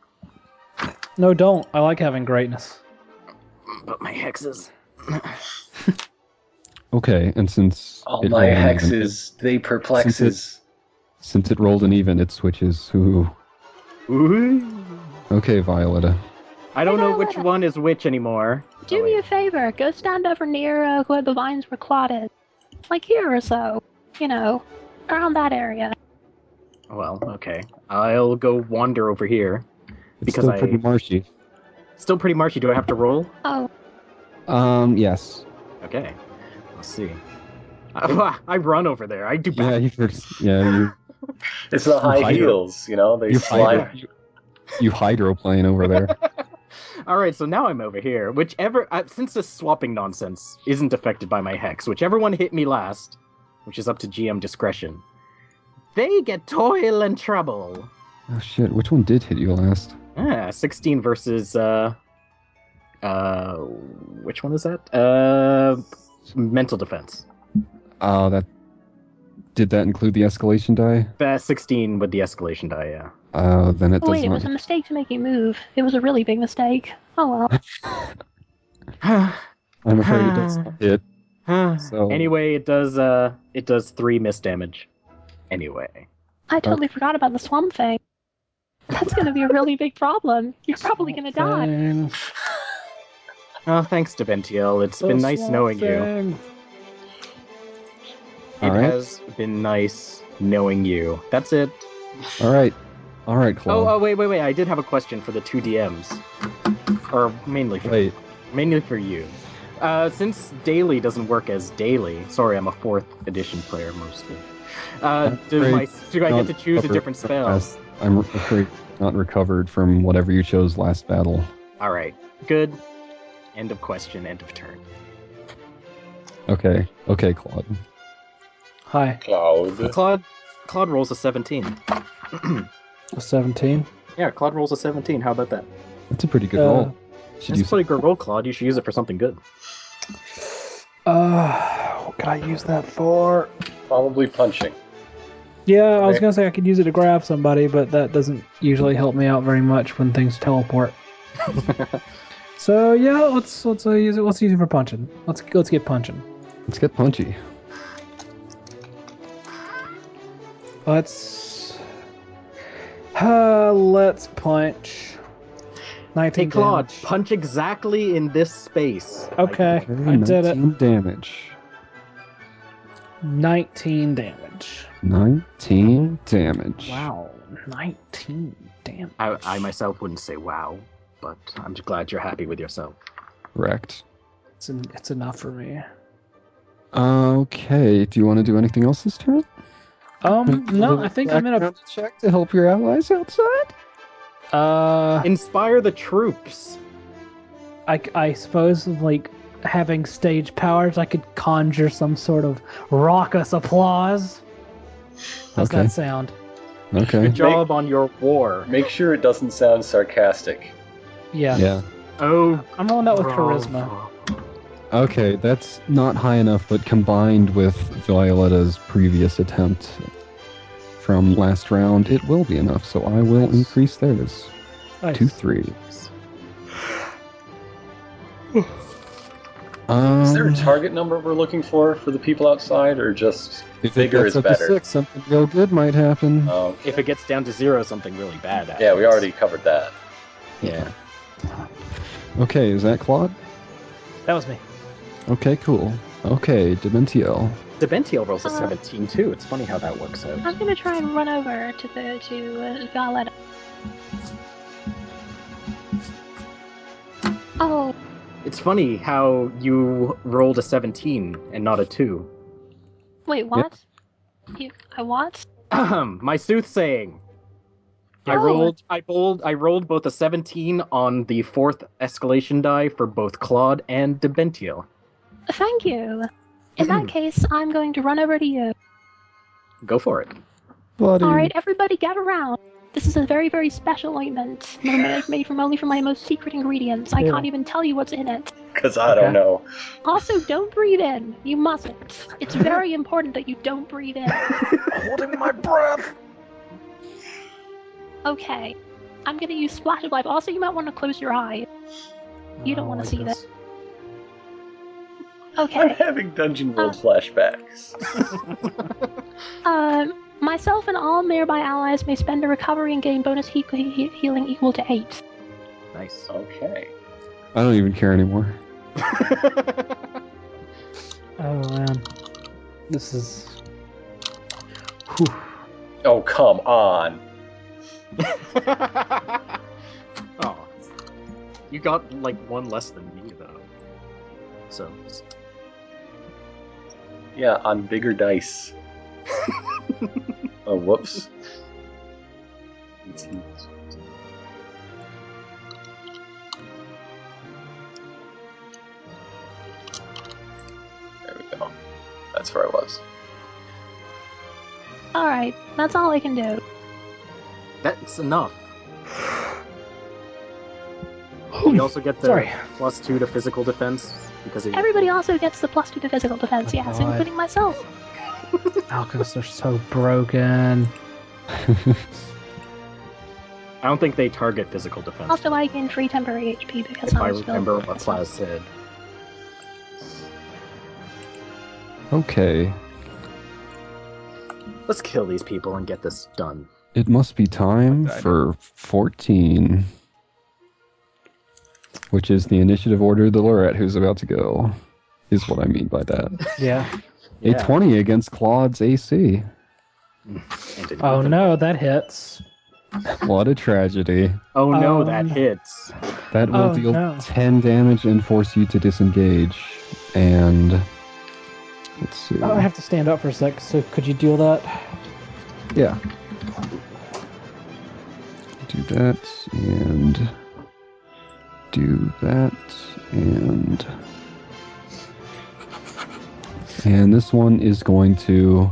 Speaker 4: No, don't. I like having greatness.
Speaker 3: But my hexes.
Speaker 2: Okay, and since
Speaker 1: All
Speaker 2: it
Speaker 1: my
Speaker 2: rolled an even-
Speaker 1: hexes, they perplexes.
Speaker 2: since it rolled an even, it switches. Ooh.
Speaker 3: Ooh.
Speaker 2: Okay, Violetta.
Speaker 3: I don't know which
Speaker 5: Violetta.
Speaker 3: one is which anymore.
Speaker 5: Do
Speaker 3: Oh,
Speaker 5: me a
Speaker 3: wait.
Speaker 5: favor. Go stand over near uh, where the vines were clotted. Like here or so. You know, around that area.
Speaker 3: Well, okay. I'll go wander over here.
Speaker 2: It's
Speaker 3: Because
Speaker 2: still pretty
Speaker 3: I-
Speaker 2: marshy.
Speaker 3: Still pretty marshy. Do I have to roll?
Speaker 5: Oh,
Speaker 2: Um, yes.
Speaker 3: Okay. Let's see. Uh, [laughs] I run over there. I do
Speaker 2: Yeah,
Speaker 3: bad.
Speaker 2: you first, yeah, you,
Speaker 1: It's the high
Speaker 2: Hydro.
Speaker 1: heels, you know. They
Speaker 2: you
Speaker 1: slide.
Speaker 2: hydro, you hydroplane over
Speaker 4: [laughs]
Speaker 2: there.
Speaker 3: All right, so now I'm over here. Whichever, uh, since this swapping nonsense isn't affected by my hex, whichever one hit me last, which is up to GM discretion, they get toil and trouble.
Speaker 2: Oh shit! Which one did hit you last?
Speaker 3: Ah, 16 versus uh, uh, which one is that? Uh, mental defense.
Speaker 2: Oh, that did that include the escalation die?
Speaker 3: Uh, 16 with the escalation die. Yeah.
Speaker 2: Uh, then it
Speaker 5: oh
Speaker 2: does
Speaker 5: wait, it
Speaker 2: not.
Speaker 5: was a mistake to make you move. It was a really big mistake. Oh well.
Speaker 3: [sighs]
Speaker 2: I'm afraid it
Speaker 5: Ah.
Speaker 2: does not hit. So-
Speaker 3: Ah, Anyway, it does uh, it does three miss damage. Anyway.
Speaker 5: I totally forgot about the swamp thing. That's going to be a really big problem. You're probably going to die.
Speaker 4: Thing.
Speaker 3: Oh, thanks, Deventiel. It's been nice knowing you.
Speaker 4: Thing.
Speaker 3: It
Speaker 2: All right.
Speaker 3: has been nice knowing you. That's it.
Speaker 2: All right, all right,
Speaker 3: Oh,
Speaker 2: Claude.
Speaker 3: oh, wait, wait, wait. I did have a question for the two DMs, or mainly
Speaker 5: oh.
Speaker 3: for
Speaker 2: Wait,
Speaker 3: mainly for you. Uh, since daily doesn't work as daily, sorry, I'm a fourth edition player mostly. Uh,
Speaker 2: I'm
Speaker 3: do, my, do I
Speaker 2: not
Speaker 3: get to choose a
Speaker 2: covered
Speaker 3: different
Speaker 2: from
Speaker 3: spell?
Speaker 2: last- I'm afraid not recovered from whatever you chose last battle.
Speaker 3: All right, good. End of question. End of turn.
Speaker 2: Okay, okay, Claude.
Speaker 4: Hi.
Speaker 1: Cloud.
Speaker 3: Claude, Claude rolls a 17.
Speaker 4: A 17.
Speaker 3: Yeah, Claude rolls a 17. How about that?
Speaker 2: That's a pretty good
Speaker 4: Uh,
Speaker 2: roll. Should you
Speaker 3: That's a pretty good roll, Claude. You should use it for something good.
Speaker 4: Uh, what could I use that for?
Speaker 1: Probably punching.
Speaker 4: Yeah, I was
Speaker 1: Okay.
Speaker 4: gonna say I could use it to grab somebody, but that doesn't usually help me out very much when things teleport. so yeah, let's let's uh, use it. Let's use it for punching. Let's let's get punching.
Speaker 2: let's get punchy.
Speaker 4: Let's uh, let's punch.
Speaker 3: Hey,
Speaker 4: Nineteen.
Speaker 3: Claude,
Speaker 4: damage.
Speaker 3: punch exactly in this space.
Speaker 4: Okay,
Speaker 2: Okay,
Speaker 4: I did it.
Speaker 2: 19 damage.
Speaker 4: Nineteen damage.
Speaker 2: 19 damage.
Speaker 4: Wow, nineteen damage.
Speaker 3: I, I myself wouldn't say wow, but I'm just glad you're happy with yourself.
Speaker 2: Correct.
Speaker 4: It's, en- it's enough for me.
Speaker 2: Okay, do you want to do anything else this turn?
Speaker 4: Um, no, I think I'm in
Speaker 2: [laughs]
Speaker 4: a
Speaker 2: Background check to help your allies outside.
Speaker 4: uh.
Speaker 3: Inspire the troops.
Speaker 4: I, I suppose like having stage powers i could conjure some sort of raucous applause how's
Speaker 2: Okay.
Speaker 4: that sound
Speaker 2: Okay.
Speaker 3: Good job on your war.
Speaker 1: Make sure it doesn't sound sarcastic.
Speaker 4: yeah,
Speaker 2: Yeah.
Speaker 3: Oh,
Speaker 4: i'm rolling that with
Speaker 3: bravo.
Speaker 4: charisma
Speaker 2: Okay, that's not high enough, but combined with Violetta's previous attempt from last round, it will be enough. So I will
Speaker 4: Nice.
Speaker 2: increase theirs
Speaker 4: nice.
Speaker 2: to three. Um,
Speaker 1: Is there
Speaker 3: Mm.
Speaker 1: a target number we're looking for for the people outside, or just
Speaker 2: If it
Speaker 1: bigger
Speaker 2: gets
Speaker 1: is
Speaker 2: up to
Speaker 1: better?
Speaker 2: six, something real good might happen.
Speaker 1: Oh,
Speaker 3: If it gets down to zero, something really bad happens.
Speaker 1: yeah, we already covered that.
Speaker 3: Yeah.
Speaker 2: Okay, is that Claude?
Speaker 4: that was me
Speaker 2: Okay, cool. Okay, Dementiel.
Speaker 3: Deventiel rolls a
Speaker 5: Uh,
Speaker 3: 17 too. It's funny how that works out.
Speaker 5: I'm going to try and run over to the to uh, Violetta. Oh,
Speaker 3: It's funny how you rolled a 17 and not a 2.
Speaker 5: Wait, what? You, I what?
Speaker 3: Ahem, [clears throat] my soothsaying. I
Speaker 5: Oh.
Speaker 3: rolled. I rolled. I rolled both a 17 on the fourth escalation die for both Claude and Debentio.
Speaker 5: Thank you.
Speaker 1: [clears throat]
Speaker 5: In that case, I'm going to run over to you.
Speaker 3: Go [laughs] for it.
Speaker 2: Bloody.
Speaker 5: All right, everybody, get around. This is a very, very special ointment. Normally, it's made from only from my most secret ingredients. I
Speaker 4: Yeah.
Speaker 5: can't even tell you what's in it.
Speaker 1: Because I don't
Speaker 3: Okay.
Speaker 1: know.
Speaker 5: Also, don't breathe in. You mustn't.
Speaker 1: [laughs]
Speaker 5: It's very important that you don't breathe in.
Speaker 1: Holding my breath.
Speaker 5: Okay. I'm gonna use splash of life. Also, you might want to close your eyes. You don't
Speaker 4: Oh,
Speaker 5: wanna see that.
Speaker 1: I'm
Speaker 5: Okay.
Speaker 1: having dungeon world flashbacks.
Speaker 5: Um, myself and all nearby allies may spend a recovery and gain bonus he- he- healing equal to eight.
Speaker 3: Nice.
Speaker 1: Okay.
Speaker 2: I don't even care anymore. [laughs]
Speaker 4: Oh man, this is. Whew.
Speaker 1: Oh come on.
Speaker 3: [laughs] oh, you got like one less than me though. So
Speaker 1: Yeah, on bigger dice. oh whoops. There we go. That's where I was.
Speaker 5: Alright, that's all I can do.
Speaker 3: that's enough.
Speaker 4: Whew.
Speaker 3: We also get the
Speaker 4: Sorry.
Speaker 3: plus two to physical defense because of your-
Speaker 5: Everybody also gets the plus two to physical defense,
Speaker 4: Oh,
Speaker 5: yes,
Speaker 4: God.
Speaker 5: including myself.
Speaker 4: [sighs] Alchemists are so broken.
Speaker 3: I don't think they target physical defense.
Speaker 5: Also, I gain free temporary HP because
Speaker 3: if I
Speaker 5: I'm still.
Speaker 3: remember what Plaz said.
Speaker 2: okay.
Speaker 3: Let's kill these people and get this done.
Speaker 2: It must be time
Speaker 6: I know.
Speaker 2: for 14, which is the initiative order of the Lorette who's about to go, is what I mean by
Speaker 4: [laughs]
Speaker 2: that.
Speaker 4: Yeah.
Speaker 2: A 20 against Claude's AC.
Speaker 3: And an
Speaker 4: Oh
Speaker 3: even-
Speaker 4: no, that hits.
Speaker 2: What a tragedy.
Speaker 3: Oh no,
Speaker 4: Um,
Speaker 3: that hits.
Speaker 2: That will
Speaker 4: Oh,
Speaker 2: deal
Speaker 4: no.
Speaker 2: 10 damage and force you to disengage. And let's see.
Speaker 4: Oh, I have to stand up for a sec. So could you deal
Speaker 5: [laughs]
Speaker 4: that?
Speaker 2: Yeah. Do that and do that and and this one is going to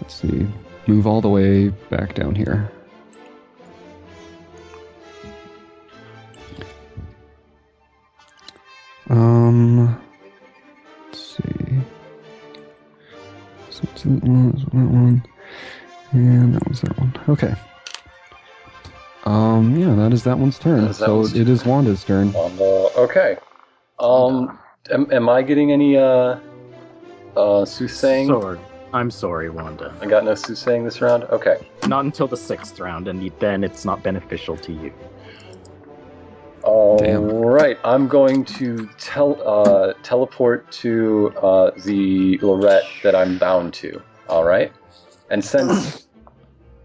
Speaker 2: let's see move all the way back down here. Um let's see. So it's that one, it's that one, and that was that one. Okay. Um, yeah, that is that one's turn.
Speaker 1: That is that
Speaker 2: so
Speaker 1: one's
Speaker 2: it is Wanda's turn.
Speaker 1: On the okay. Um, am, am I getting any uh, uh, soothsaying?
Speaker 3: Sorry. I'm sorry, Wanda.
Speaker 1: I got no soothsaying this round. Okay.
Speaker 3: Not until the sixth round, and then it's not beneficial to you.
Speaker 1: All
Speaker 2: Damn.
Speaker 1: right, I'm going to tel- uh, teleport to uh, the Lorette that I'm bound to. All right, and since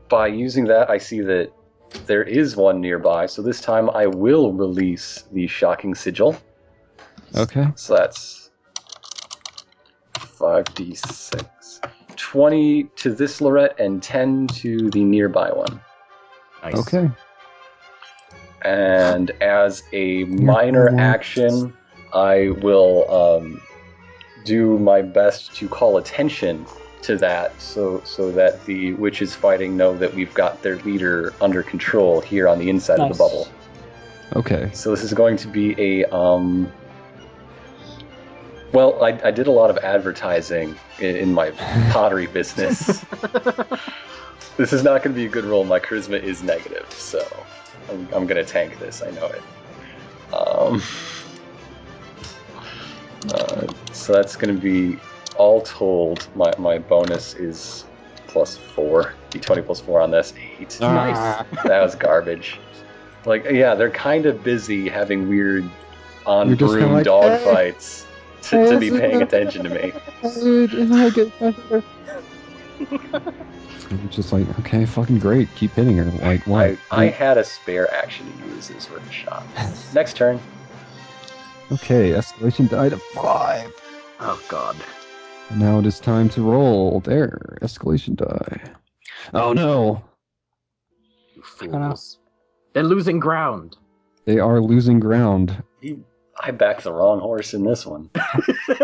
Speaker 1: by using that I see that there is one nearby, so this time I will release the shocking sigil.
Speaker 2: Okay.
Speaker 1: So that's five d six. 20 to this Lorette and 10 to the nearby one.
Speaker 3: Nice.
Speaker 2: Okay.
Speaker 1: and as a minor
Speaker 2: cool.
Speaker 1: action, I will um, do my best to call attention to that, so so that the witches fighting know that we've got their leader under control here on the inside of
Speaker 4: Nice.
Speaker 1: the bubble.
Speaker 2: Okay.
Speaker 1: So this is going to be a um. Well, I, I did a lot of advertising in, in my pottery business. this is not going to be a good roll. My charisma is negative, so I'm, I'm going to tank this. I know it. Um, uh, so that's going to be all told. My, my bonus is plus four. D20 plus four on this. Eight
Speaker 3: Nice.
Speaker 1: that was garbage. Like, yeah, they're kind of busy having weird on
Speaker 2: You're just
Speaker 1: broom
Speaker 2: kinda like,
Speaker 1: dog
Speaker 2: "Hey,
Speaker 1: fights to, to be paying attention to me.
Speaker 2: I'm just like, okay, fucking great. Keep hitting her. Like,
Speaker 1: I,
Speaker 2: what?
Speaker 1: I had a spare action to use as worth a shot. Next turn.
Speaker 2: okay, escalation died to five.
Speaker 3: Oh god.
Speaker 2: Now it is time to roll their escalation die. Oh no!
Speaker 3: You
Speaker 4: know.
Speaker 3: fools. They're losing [laughs] ground.
Speaker 2: They are losing ground.
Speaker 1: You, I backed the wrong horse in this one.
Speaker 3: we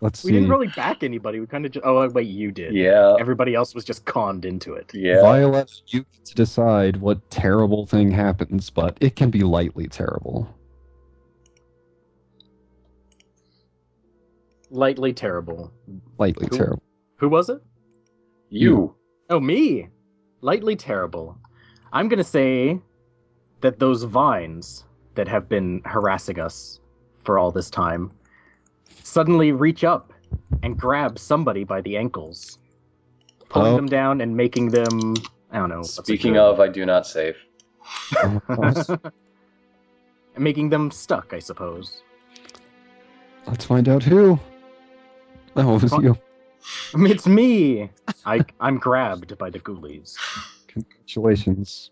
Speaker 2: Let's see.
Speaker 3: didn't really back anybody. We kind of just. Oh, wait, you did.
Speaker 1: Yeah.
Speaker 3: Everybody else was just conned into it.
Speaker 1: Yeah.
Speaker 2: Violet, you get to decide what terrible thing happens, but it can be lightly terrible.
Speaker 3: Lightly terrible.
Speaker 2: Lightly
Speaker 1: [laughs]
Speaker 3: Cool.
Speaker 2: terrible.
Speaker 3: Who was it?
Speaker 1: you.
Speaker 3: Oh, me. Lightly terrible. I'm going to say that those vines that have been harassing us for all this time suddenly reach up and grab somebody by the ankles, pulling
Speaker 2: Oh.
Speaker 3: them down and making them. I don't know. what's a
Speaker 1: Speaking
Speaker 3: good-
Speaker 1: of, I do not save.
Speaker 2: Oh, let's-
Speaker 3: making them stuck, I suppose. [laughs]
Speaker 2: Let's find out who. Oh, it was
Speaker 3: Fun-
Speaker 2: you.
Speaker 3: It's me. I I'm grabbed by the ghoulies.
Speaker 2: Congratulations.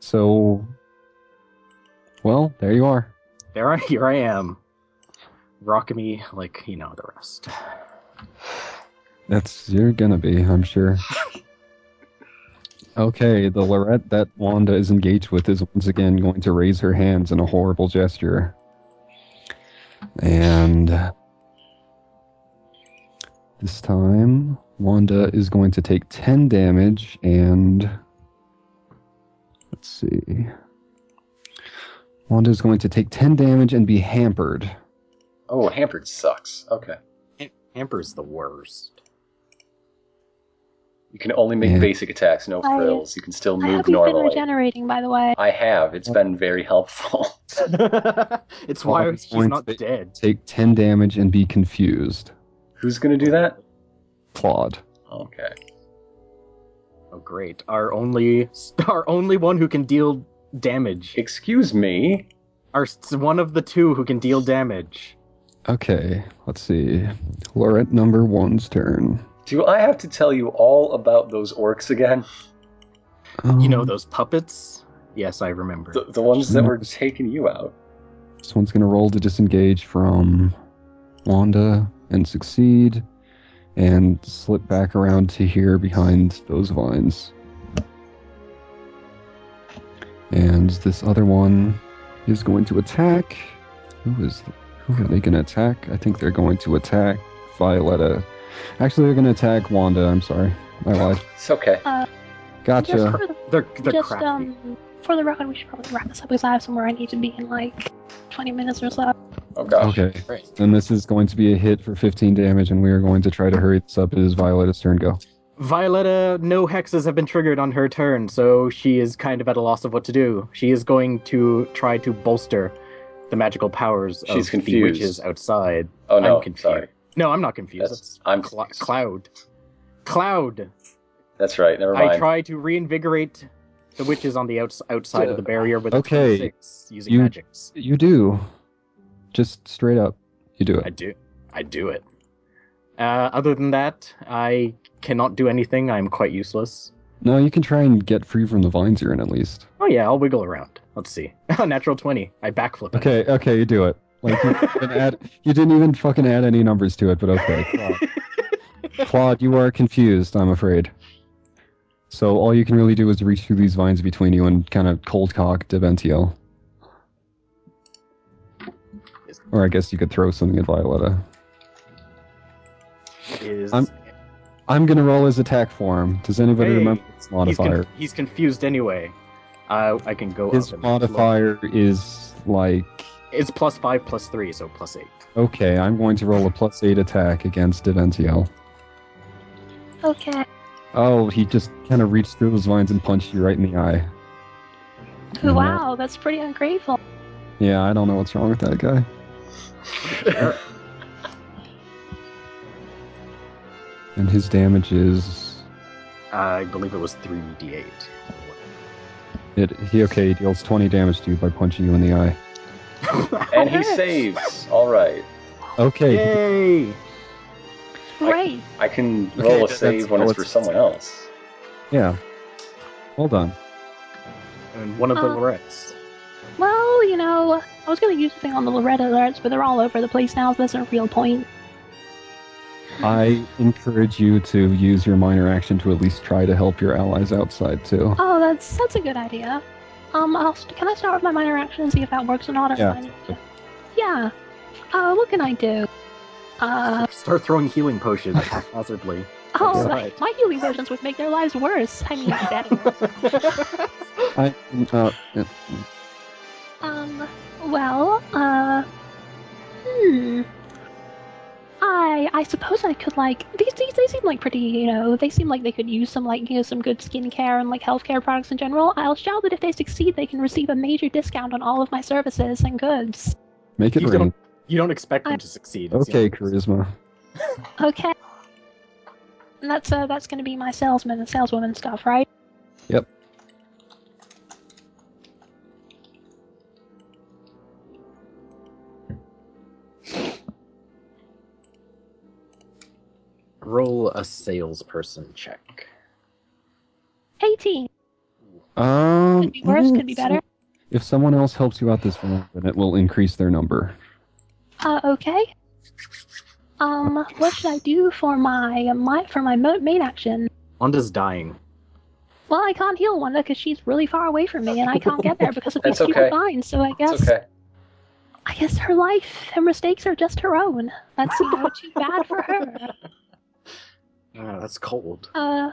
Speaker 2: So, well, there you are.
Speaker 3: There I here I am. Rock me like you know the rest.
Speaker 2: That's you're gonna be, I'm sure. Okay, the Lorette that Wanda is engaged with is once again going to raise her hands in a horrible gesture. And this time, Wanda is going to take 10 damage and. Let's see. Wanda is going to take 10 damage and be hampered.
Speaker 1: Oh, hampered sucks. Okay.
Speaker 3: Hamper's the worst.
Speaker 1: You can only make
Speaker 2: Yeah.
Speaker 1: basic attacks, no
Speaker 5: I-
Speaker 1: frills. You can still
Speaker 5: I
Speaker 1: move
Speaker 5: hope you've been
Speaker 1: normally.
Speaker 5: regenerating, by the way.
Speaker 1: I have. It's been very helpful. [laughs]
Speaker 3: [laughs] it's why
Speaker 2: Five
Speaker 3: she's
Speaker 2: points
Speaker 3: not
Speaker 2: that-
Speaker 3: dead.
Speaker 2: Take 10 damage and be confused.
Speaker 1: Who's gonna do that?
Speaker 2: Claude.
Speaker 1: Okay.
Speaker 3: Oh great. Our only [laughs] our only one who can deal damage.
Speaker 1: Excuse me.
Speaker 3: Our s- one of the two who can deal damage.
Speaker 2: Okay, let's see. Lorette number one's turn.
Speaker 1: Do I have to tell you all about those orcs again?
Speaker 3: You know
Speaker 2: Um,
Speaker 3: those puppets? Yes, I remember.
Speaker 1: The, the ones that were taking you out.
Speaker 2: This one's going to roll to disengage from Wanda and succeed and slip back around to here behind those vines. And this other one is going to attack. Who is who are they going to attack? I think they're going to attack Violetta. Actually, they're going to attack Wanda. I'm sorry. I lied.
Speaker 1: It's okay.
Speaker 2: Gotcha.
Speaker 5: Just, for the,
Speaker 3: they're they're
Speaker 5: just
Speaker 3: crappy.
Speaker 5: um, for the record, we should probably wrap this up because I have somewhere I need to be in like 20 minutes or so.
Speaker 1: Oh gosh.
Speaker 2: Okay.
Speaker 3: Right.
Speaker 2: Then this is going to be a hit for 15 damage, and we are going to try to hurry this up. It is Violetta's turn. Go.
Speaker 3: Violetta, no hexes have been triggered on her turn, so she is kind of at a loss of what to do. She is going to try to bolster the magical powers
Speaker 1: She's
Speaker 3: of the
Speaker 1: confused.
Speaker 3: witches outside.
Speaker 1: Oh no.
Speaker 3: I'm confused.
Speaker 1: Sorry.
Speaker 3: No, I'm not confused.
Speaker 1: That's-
Speaker 3: That's
Speaker 1: I'm
Speaker 3: Cla-
Speaker 1: confused.
Speaker 3: Cloud. Cloud,
Speaker 1: That's right. Never mind.
Speaker 3: I try to reinvigorate the witches on the outs- outside of the barrier with
Speaker 2: Okay.
Speaker 3: a 26 using
Speaker 2: You-
Speaker 3: magics.
Speaker 2: You do. Just straight up, you do
Speaker 3: I
Speaker 2: it.
Speaker 3: do. I do it. Uh, other than that, I cannot do anything. I'm quite useless.
Speaker 2: No, you can try and get free from the vines you're in at least.
Speaker 3: Oh yeah, I'll wiggle around. Let's see. [laughs] Natural twenty. I backflip. it.
Speaker 2: Okay, okay, you do it. Like you, didn't even add, you didn't even fucking add any numbers to it, but okay.
Speaker 3: [laughs]
Speaker 2: [laughs] Claude. Claude, you are confused. I'm afraid. So all you can really do is reach through these vines between you and kind of cold cock Deventiel. Or I guess you could throw something at Violetta.
Speaker 3: Is
Speaker 2: I'm- I'm gonna roll his attack form. Does anybody
Speaker 3: Hey,
Speaker 2: remember his
Speaker 3: he's, con-
Speaker 2: modifier?
Speaker 3: he's confused anyway. Uh, I can go
Speaker 2: his
Speaker 3: up. and look.
Speaker 2: modifier is like
Speaker 3: It's plus five, plus three, so plus eight.
Speaker 2: okay. I'm going to roll a plus eight attack against Deventiel.
Speaker 5: Okay.
Speaker 2: Oh, he just kind of reached through those vines and punched you right in the eye. Mhm.
Speaker 5: Wow, that's pretty ungrateful.
Speaker 2: Yeah, I don't know what's wrong with that guy. And his damage is
Speaker 3: I believe it was three d eight. [laughs]
Speaker 2: it. He okay he deals 20 damage to you by punching you in the eye.
Speaker 1: and he
Speaker 5: Alright.
Speaker 1: saves. All right.
Speaker 2: Okay,
Speaker 3: Yay!
Speaker 5: Great.
Speaker 1: I can
Speaker 2: Okay,
Speaker 1: roll a
Speaker 2: that's-
Speaker 1: save when
Speaker 2: oh,
Speaker 1: it's
Speaker 2: it's-
Speaker 1: for someone else.
Speaker 2: yeah, well done.
Speaker 3: And one of the
Speaker 5: Uh,
Speaker 3: Lorettes.
Speaker 5: Well, you know, I was going to use the thing on the Loretta alerts, but they're all over the place now, so that's a real point.
Speaker 2: I encourage you to use your minor action to at least try to help your allies outside too.
Speaker 5: [gasps] Oh, that's that's a good idea. Um, I'll st- can I start with my minor action and see if that works or not? If
Speaker 2: Yeah.
Speaker 5: I need to- Yeah. Uh, what can I do? Uh,
Speaker 3: Start throwing healing
Speaker 2: [laughs]
Speaker 3: potions haphazardly.
Speaker 5: oh,
Speaker 3: Yeah.
Speaker 5: my, my healing potions would make their lives worse. I mean, better.
Speaker 4: [laughs]
Speaker 2: I, uh, yeah.
Speaker 5: Um, well, uh, hmm. I I suppose I could like these these they seem like pretty you know they seem like they could use some like you know some good skincare and like healthcare products in general. I'll shout that if they succeed, they can receive a major discount on all of my services and goods.
Speaker 2: make it
Speaker 3: You
Speaker 2: rain.
Speaker 3: don't, you don't expect them to succeed. it's the
Speaker 2: Okay,
Speaker 3: only-
Speaker 2: charisma.
Speaker 5: Okay. And that's uh that's gonna be my salesman and saleswoman stuff, right?
Speaker 2: Yep.
Speaker 3: Roll a salesperson check.
Speaker 5: Eighteen.
Speaker 2: Um,
Speaker 5: Could be worse, could be
Speaker 2: yeah,
Speaker 5: better.
Speaker 2: If someone else helps you out this round, then it will increase their number.
Speaker 5: Uh, okay. Um, what should I do for my my for my mo- main action?
Speaker 3: Onda's dying.
Speaker 5: Well, I can't heal Wanda because she's really far away from me, and I can't get there because of these
Speaker 1: That's
Speaker 5: stupid
Speaker 1: okay.
Speaker 5: vines. So I guess
Speaker 1: It's okay.
Speaker 5: I guess her life and mistakes are just her own. That's you know, too bad for her.
Speaker 3: Ah, that's cold.
Speaker 5: Uh.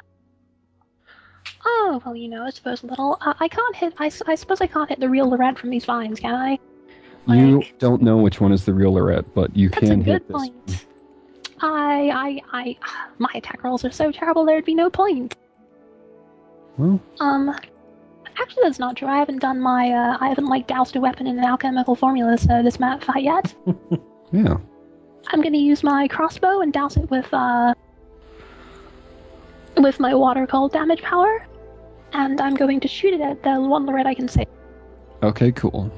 Speaker 5: Oh well, you know, I suppose a little. Uh, I can't hit. I, s- I suppose I can't hit the real Lorette from these vines, can I?
Speaker 2: You
Speaker 5: Like-
Speaker 2: don't know which one is the real Lorette, but you
Speaker 5: That's a
Speaker 2: can hit
Speaker 5: good
Speaker 2: this. one.
Speaker 5: point. I I I. My attack rolls are so terrible. There'd be no point.
Speaker 2: Well,
Speaker 5: Um. Actually, that's not true. I haven't done my. Uh, I haven't like doused a weapon in an alchemical formula so this map fight yet.
Speaker 2: yeah.
Speaker 5: I'm gonna use my crossbow and douse it with uh with my water cold damage power, and I'm going to shoot it at the one Lorette I can see.
Speaker 2: Okay, cool.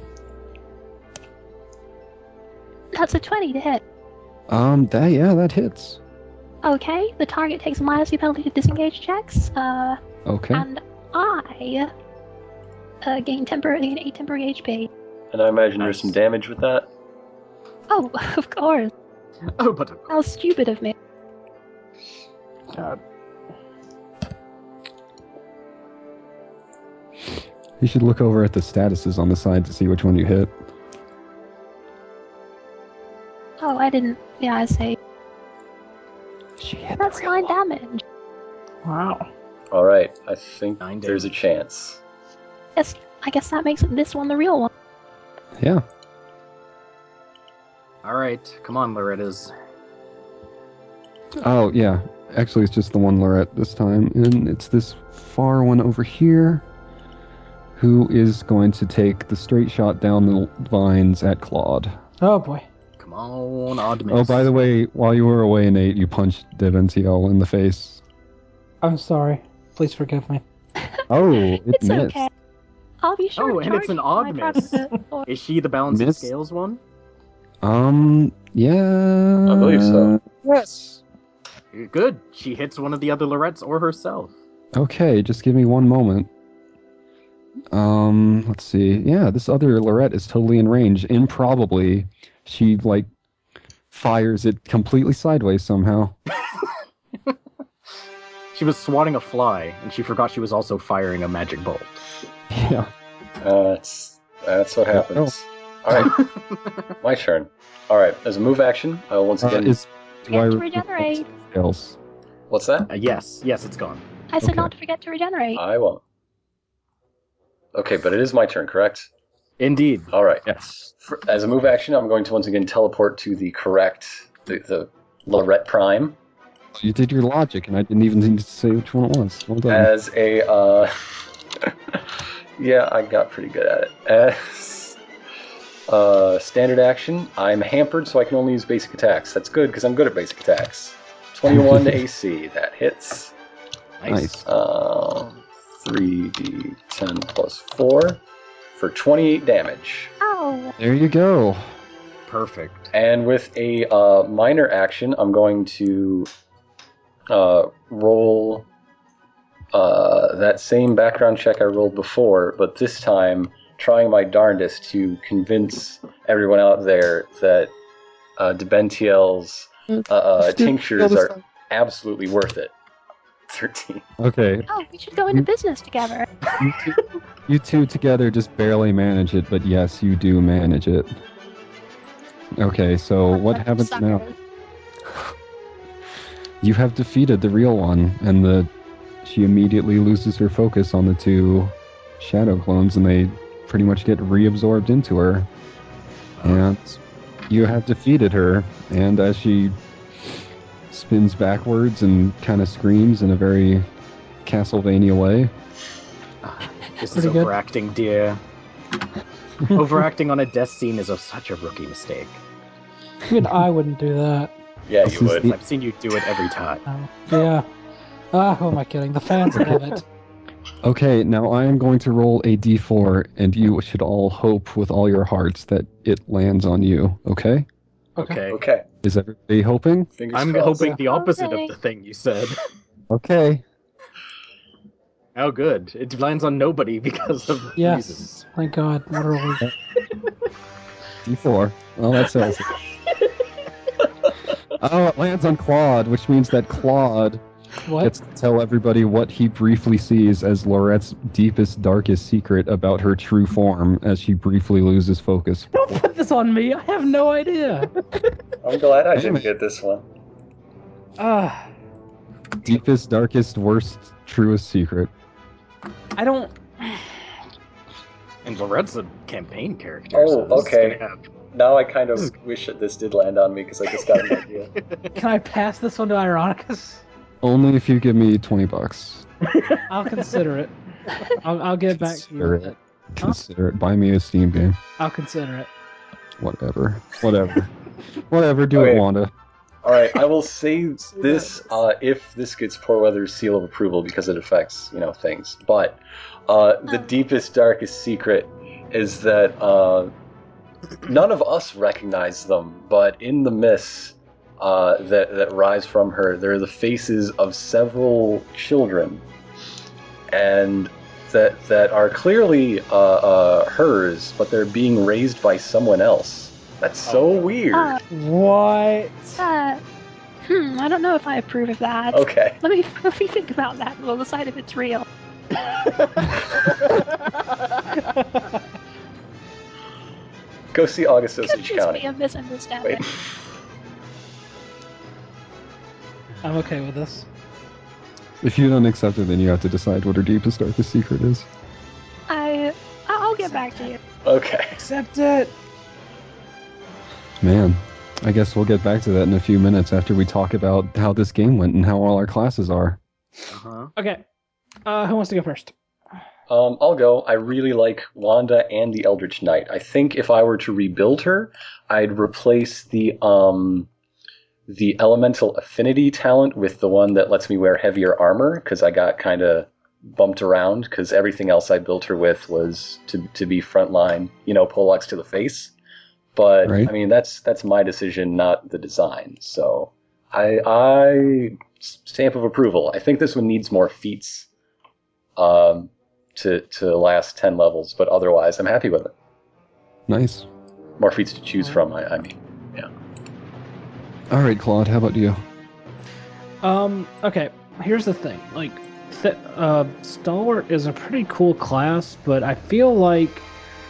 Speaker 5: That's a 20 to hit.
Speaker 2: Um, that yeah, that hits.
Speaker 5: Okay, the target takes a minus two penalty to disengage checks, uh,
Speaker 2: Okay.
Speaker 5: and I uh, gain temporarily an eight temporary HP.
Speaker 1: And I imagine there's some
Speaker 3: Nice.
Speaker 1: damage with that.
Speaker 5: Oh, [laughs] of course.
Speaker 3: Oh, but of
Speaker 5: How stupid of me.
Speaker 3: God.
Speaker 2: You should look over at the statuses on the side to see which one you hit.
Speaker 5: Oh, I didn't. Yeah, I see.
Speaker 2: She hit
Speaker 5: That's nine damage.
Speaker 4: Wow.
Speaker 1: All right, I think
Speaker 3: Nine
Speaker 1: there's a
Speaker 3: damage.
Speaker 1: chance.
Speaker 5: Yes, I guess that makes this one the real one.
Speaker 2: Yeah.
Speaker 3: All right, come on, Loretta's.
Speaker 2: Oh yeah. Actually, it's just the one Lorette this time, and it's this far one over here, who is going to take the straight shot down the vines at Claude.
Speaker 4: Oh boy.
Speaker 3: Come on, Oddman.
Speaker 2: Oh, by the way, while you were away, Nate, you punched Deventiel in the face.
Speaker 4: I'm sorry. Please forgive me.
Speaker 2: Oh, it
Speaker 5: [laughs] It's
Speaker 2: missed.
Speaker 5: okay. I'll be sure
Speaker 3: Oh,
Speaker 5: to
Speaker 3: and it's
Speaker 5: charge
Speaker 3: an
Speaker 5: you
Speaker 3: odd
Speaker 5: when I
Speaker 3: miss.
Speaker 2: [laughs]
Speaker 5: try to- or-
Speaker 3: Is she the balance of
Speaker 2: Miss?
Speaker 3: scales one?
Speaker 2: Um, yeah.
Speaker 1: I believe so.
Speaker 2: Yes.
Speaker 3: Eh, Good. She hits one of the other Lorettes or herself.
Speaker 2: Okay, just give me one moment. Um, let's see. Yeah, this other Lorette is totally in range. Improbably, she like fires it completely sideways somehow. [laughs]
Speaker 3: She was swatting a fly, and she forgot she was also firing a magic bolt.
Speaker 2: Yeah.
Speaker 1: Uh, that's that's what
Speaker 3: Oh,
Speaker 2: Yeah,
Speaker 1: happens. All right, my turn. All right, as a move action, I will once
Speaker 2: Uh,
Speaker 1: again.
Speaker 2: is do
Speaker 5: Forget
Speaker 2: I
Speaker 5: to
Speaker 2: re-
Speaker 5: regenerate.
Speaker 2: Else.
Speaker 1: What's that?
Speaker 3: Uh, yes, yes, it's gone.
Speaker 5: I said
Speaker 2: Okay.
Speaker 5: not to forget to regenerate.
Speaker 1: I won't. Okay, but it is my turn, correct?
Speaker 3: Indeed.
Speaker 1: All right.
Speaker 3: Yes.
Speaker 1: For, as a move action, I'm going to once again teleport to the correct, the, the Lorette Prime.
Speaker 2: You did your logic, and I didn't even need to say which one it was. Well done.
Speaker 1: as a uh [laughs] yeah i got pretty good at it as uh standard action i'm hampered so i can only use basic attacks that's good because i'm good at basic attacks 21 to ac that hits
Speaker 3: Nice.
Speaker 1: um 3d10 plus 4 for 28 damage
Speaker 5: Oh,
Speaker 2: there you go.
Speaker 3: Perfect.
Speaker 1: and with a uh, minor action i'm going to uh, roll uh, that same background check I rolled before, but this time trying my darndest to convince everyone out there that uh, Debentiel's Uh, uh,
Speaker 2: Let's do the
Speaker 1: tinctures
Speaker 2: other
Speaker 1: are
Speaker 2: side.
Speaker 1: absolutely worth it. [laughs] 13.
Speaker 2: Okay,
Speaker 5: Oh, we should go
Speaker 2: Hmm?
Speaker 5: into business together.
Speaker 2: you two, you two together just barely manage it, but yes, you do manage it. Okay, so what
Speaker 5: Like
Speaker 2: happens now?
Speaker 5: suckers.
Speaker 2: You have defeated the real one, and the she immediately loses her focus on the two shadow clones, and they pretty much get reabsorbed into her. And you have defeated her, and as she spins backwards and kind of screams in a very Castlevania way,
Speaker 3: This
Speaker 4: Pretty
Speaker 3: is
Speaker 4: good.
Speaker 3: overacting,
Speaker 4: [laughs]
Speaker 3: dear. overacting on a death scene is a, such a rookie mistake.
Speaker 4: Even I wouldn't do that.
Speaker 1: Yeah,
Speaker 2: This
Speaker 1: you
Speaker 2: is
Speaker 1: would.
Speaker 2: the-
Speaker 3: I've seen you do it every time.
Speaker 4: No. Yeah. Ah, who am I kidding? The fans love it.
Speaker 2: Okay, now I am going to roll a d4, and you should all hope with all your hearts that it lands on you, okay?
Speaker 3: Okay.
Speaker 1: Okay.
Speaker 2: Is everybody hoping?
Speaker 1: Fingers
Speaker 3: I'm
Speaker 1: crossed.
Speaker 3: hoping the opposite
Speaker 5: Okay.
Speaker 3: of the thing you said. [laughs]
Speaker 2: Okay.
Speaker 3: Oh, good. It lands on nobody [laughs] because of
Speaker 4: Yes.
Speaker 3: reasons.
Speaker 4: Thank God. What a relief.
Speaker 2: D4. Well, that sells it. oh, it lands on Claude, which means that Claude
Speaker 4: What?
Speaker 2: gets to tell everybody what he briefly sees as Laurette's deepest, darkest secret about her true form as she briefly loses focus.
Speaker 4: Don't put this on me. I have no idea.
Speaker 1: I'm glad I didn't
Speaker 2: Damn it.
Speaker 1: get this one.
Speaker 4: Ah,
Speaker 2: Deepest, darkest, worst, truest secret.
Speaker 4: I don't.
Speaker 3: And Lorette's a campaign character.
Speaker 1: Oh,
Speaker 3: so this is
Speaker 1: okay.
Speaker 3: gonna have-
Speaker 1: Now I kind of
Speaker 3: This is-
Speaker 1: wish that this did land on me because I just got an idea.
Speaker 4: Can I pass this one to Ironicus?
Speaker 2: Only if you give me 20 bucks.
Speaker 4: I'll consider it. I'll, I'll get back to you.
Speaker 2: Consider
Speaker 4: with
Speaker 2: it.
Speaker 4: it.
Speaker 2: Consider it. Buy me a Steam game.
Speaker 4: I'll consider it.
Speaker 2: Whatever. Whatever. Whatever. Do
Speaker 1: Okay.
Speaker 2: it, Wanda.
Speaker 1: All right, I will save this uh, if this gets poor weather's seal of approval because it affects you know things. But uh, the
Speaker 5: Um.
Speaker 1: deepest, darkest secret is that uh, none of us recognize them, but in the mists uh, that that rise from her, there are the faces of several children, and that that are clearly uh, uh, hers, but they're being raised by someone else. That's so
Speaker 3: Oh.
Speaker 1: weird.
Speaker 5: Uh,
Speaker 4: What?
Speaker 5: uh, hmm, I don't know if I approve of that.
Speaker 1: Okay.
Speaker 5: Let me [laughs] let me think about that. We'll decide if it's real.
Speaker 4: [laughs]
Speaker 1: Go see August Osage
Speaker 5: Could this be
Speaker 1: County.
Speaker 5: a misunderstanding?
Speaker 1: Wait.
Speaker 4: I'm okay with this.
Speaker 2: If you don't accept it, then you have to decide what her deepest, darkest secret is.
Speaker 5: I I- I'll get back to you.
Speaker 1: Okay.
Speaker 4: Accept it.
Speaker 2: Man, I guess we'll get back to that in a few minutes after we talk about how this game went and how all our classes are.
Speaker 3: [laughs] Uh-huh.
Speaker 4: Okay. Uh, who wants to go first?
Speaker 1: Um, I'll go. I really like Wanda and the Eldritch Knight. I think if I were to rebuild her, I'd replace the um the elemental affinity talent with the one that lets me wear heavier armor because I got kind of bumped around because everything else I built her with was to to be frontline, you know, Poleaxe to the face. But
Speaker 2: Right.
Speaker 1: I mean, that's that's my decision, not the design. So I I stamp of approval. I think this one needs more feats. Um, to to last 10 levels, but otherwise I'm happy with it.
Speaker 2: Nice.
Speaker 1: More feats to choose from, I, I mean.
Speaker 2: All right, Claude, how about you?
Speaker 4: Um, okay, here's the thing. Like, th- uh, Stalwart is a pretty cool class, but I feel like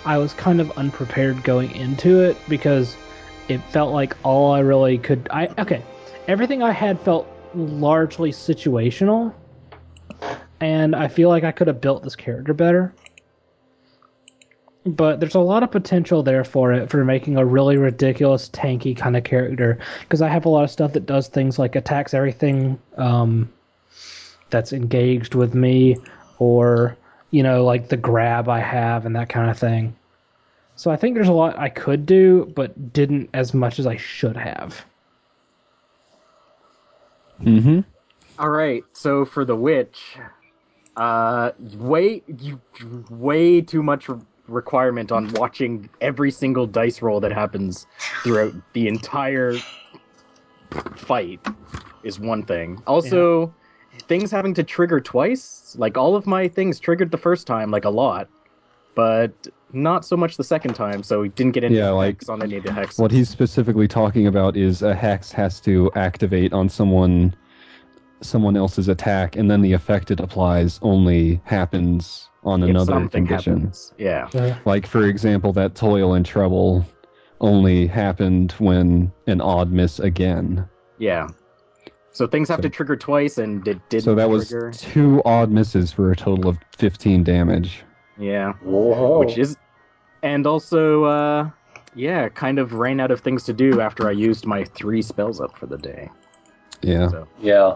Speaker 4: I was kind of unprepared going into it because it felt like all I really could. I okay, everything I had felt largely situational, and I feel like I could have built this character better. But there's a lot of potential there for it for making a really ridiculous tanky kind of character because I have a lot of stuff that does things like attacks everything um, that's engaged with me, or you know, like the grab I have and that kind of thing. So I think there's a lot I could do, but didn't as much as I should have.
Speaker 2: Mm-hmm.
Speaker 3: All right. So for the witch, uh, way you way too much re- requirement on watching every single dice roll that happens throughout the entire fight is one thing. Also, things having to trigger twice, like all of my things triggered the first time, like a lot. but not so much the second time, so he didn't get any
Speaker 2: Yeah, like-
Speaker 3: effects on any of the hexes.
Speaker 2: What he's specifically talking about is a hex has to activate on someone someone else's attack, and then the effect it applies only happens on
Speaker 3: If
Speaker 2: another
Speaker 3: something
Speaker 2: condition.
Speaker 3: happens. Yeah.
Speaker 2: Like for example, that toil and trouble only happened when an odd miss again.
Speaker 3: Yeah. So things have
Speaker 2: So-
Speaker 3: to trigger twice, and it didn't.
Speaker 2: so that was
Speaker 3: trigger.
Speaker 2: two odd misses for a total of fifteen damage.
Speaker 3: yeah,
Speaker 2: Oh.
Speaker 1: Whoa.
Speaker 3: which is, and also, uh, yeah, kind of ran out of things to do after I used my three spells up for the day.
Speaker 2: Yeah.
Speaker 3: So
Speaker 1: Yeah.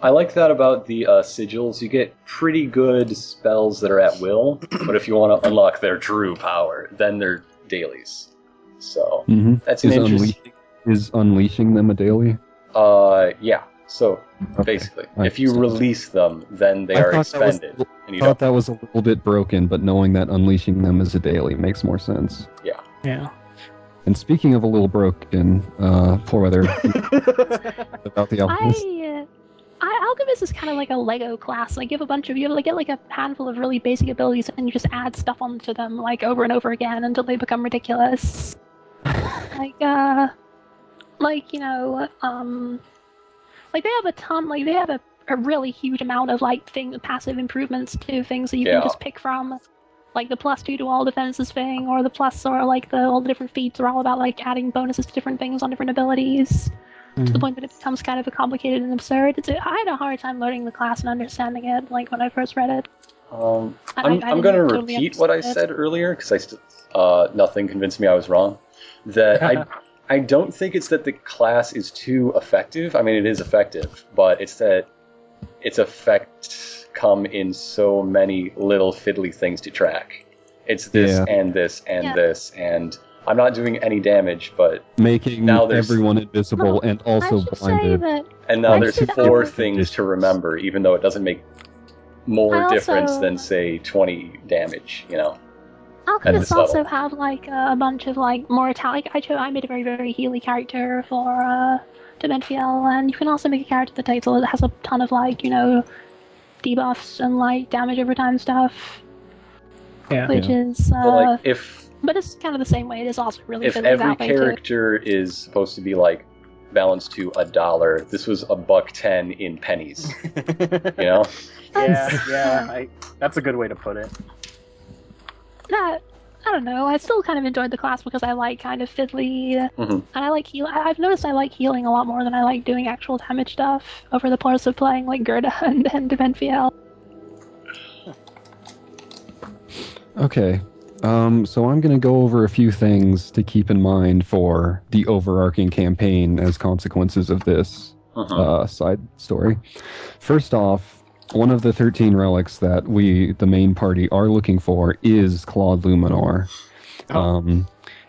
Speaker 1: I like that about the uh, sigils. You get pretty good spells that are at will, but if you want to unlock their true power, then they're dailies. So
Speaker 2: hmm
Speaker 1: that's an
Speaker 2: Is
Speaker 1: interesting.
Speaker 2: unleashing is unleashing them a daily?
Speaker 1: Uh, yeah. So
Speaker 2: Okay.
Speaker 1: basically,
Speaker 2: I
Speaker 1: if you
Speaker 2: understand.
Speaker 1: release them, then they
Speaker 2: I
Speaker 1: are
Speaker 2: thought that was-
Speaker 1: expended, and you don't.
Speaker 2: thought that was a little bit broken, but knowing that unleashing them is a daily makes more sense.
Speaker 4: Yeah.
Speaker 2: And speaking of a little broken, uh, poor
Speaker 1: [laughs]
Speaker 2: weather about the alchemist.
Speaker 5: I, I alchemist is kind of like a Lego class. Like you have a bunch of you have like get like a handful of really basic abilities, and you just add stuff onto them like over and over again until they become ridiculous. like uh, like you know um, like they have a ton. Like they have a, a really huge amount of like thing passive improvements to things that you
Speaker 1: Yeah.
Speaker 5: can just pick from. Like the plus two to all defenses thing, or the plus, or like the all the different feats are all about like adding bonuses to different things on different abilities to the point that it becomes kind of a complicated and absurd. It's a, I had a hard time learning the class and understanding it, like when I first read it.
Speaker 1: Um, I'm,
Speaker 5: And I,
Speaker 1: I'm going to repeat what I said earlier because I st- uh, nothing convinced me I was wrong. That I I don't think it's that the class is too effective. I mean, it is effective, but it's that its effects come in so many little fiddly things to track. It's this
Speaker 2: Yeah.
Speaker 1: and this and
Speaker 5: Yeah.
Speaker 1: this and I'm not doing any damage, but
Speaker 2: Making
Speaker 1: Now there's-
Speaker 2: everyone invisible and
Speaker 5: I
Speaker 2: also
Speaker 5: should say
Speaker 2: blinded.
Speaker 5: that
Speaker 1: and now
Speaker 5: I
Speaker 1: there's
Speaker 5: should-
Speaker 1: four
Speaker 5: I-
Speaker 1: things to remember, even though it doesn't make more
Speaker 5: I also-
Speaker 1: difference than say 20 damage. You know.
Speaker 5: alchemists
Speaker 1: this level.
Speaker 5: also have like a bunch of like more italic. I chose, I made a very very healy character for uh, Dementiel, and you can also make a character that takes a that has a ton of like you know debuffs and like damage over time stuff,
Speaker 4: Yeah.
Speaker 5: which is uh,
Speaker 1: But, like if
Speaker 5: but it's kind of the same way. It is also really
Speaker 1: if
Speaker 5: fiddly
Speaker 1: every
Speaker 5: that way, too.
Speaker 1: character is supposed to be like balanced to a dollar, this was a buck ten in pennies. You
Speaker 5: [laughs]
Speaker 1: know,
Speaker 3: [laughs] yeah, yeah, I, that's a good way to put it.
Speaker 5: that I don't know. I still kind of enjoyed the class because I like kind of fiddly,
Speaker 1: Mhm.
Speaker 5: and I like heal. I- I've noticed I like healing a lot more than I like doing actual damage stuff over the course of playing like Gerda [laughs] and and Dementfiel.
Speaker 2: Okay. Um, so I'm going to go over a few things to keep in mind for the overarching campaign as consequences of this
Speaker 1: Mhm.
Speaker 2: uh, side story. First off, one of the 13 relics that we, the main party, are looking for is Claude Luminor.
Speaker 3: Oh.
Speaker 2: Um,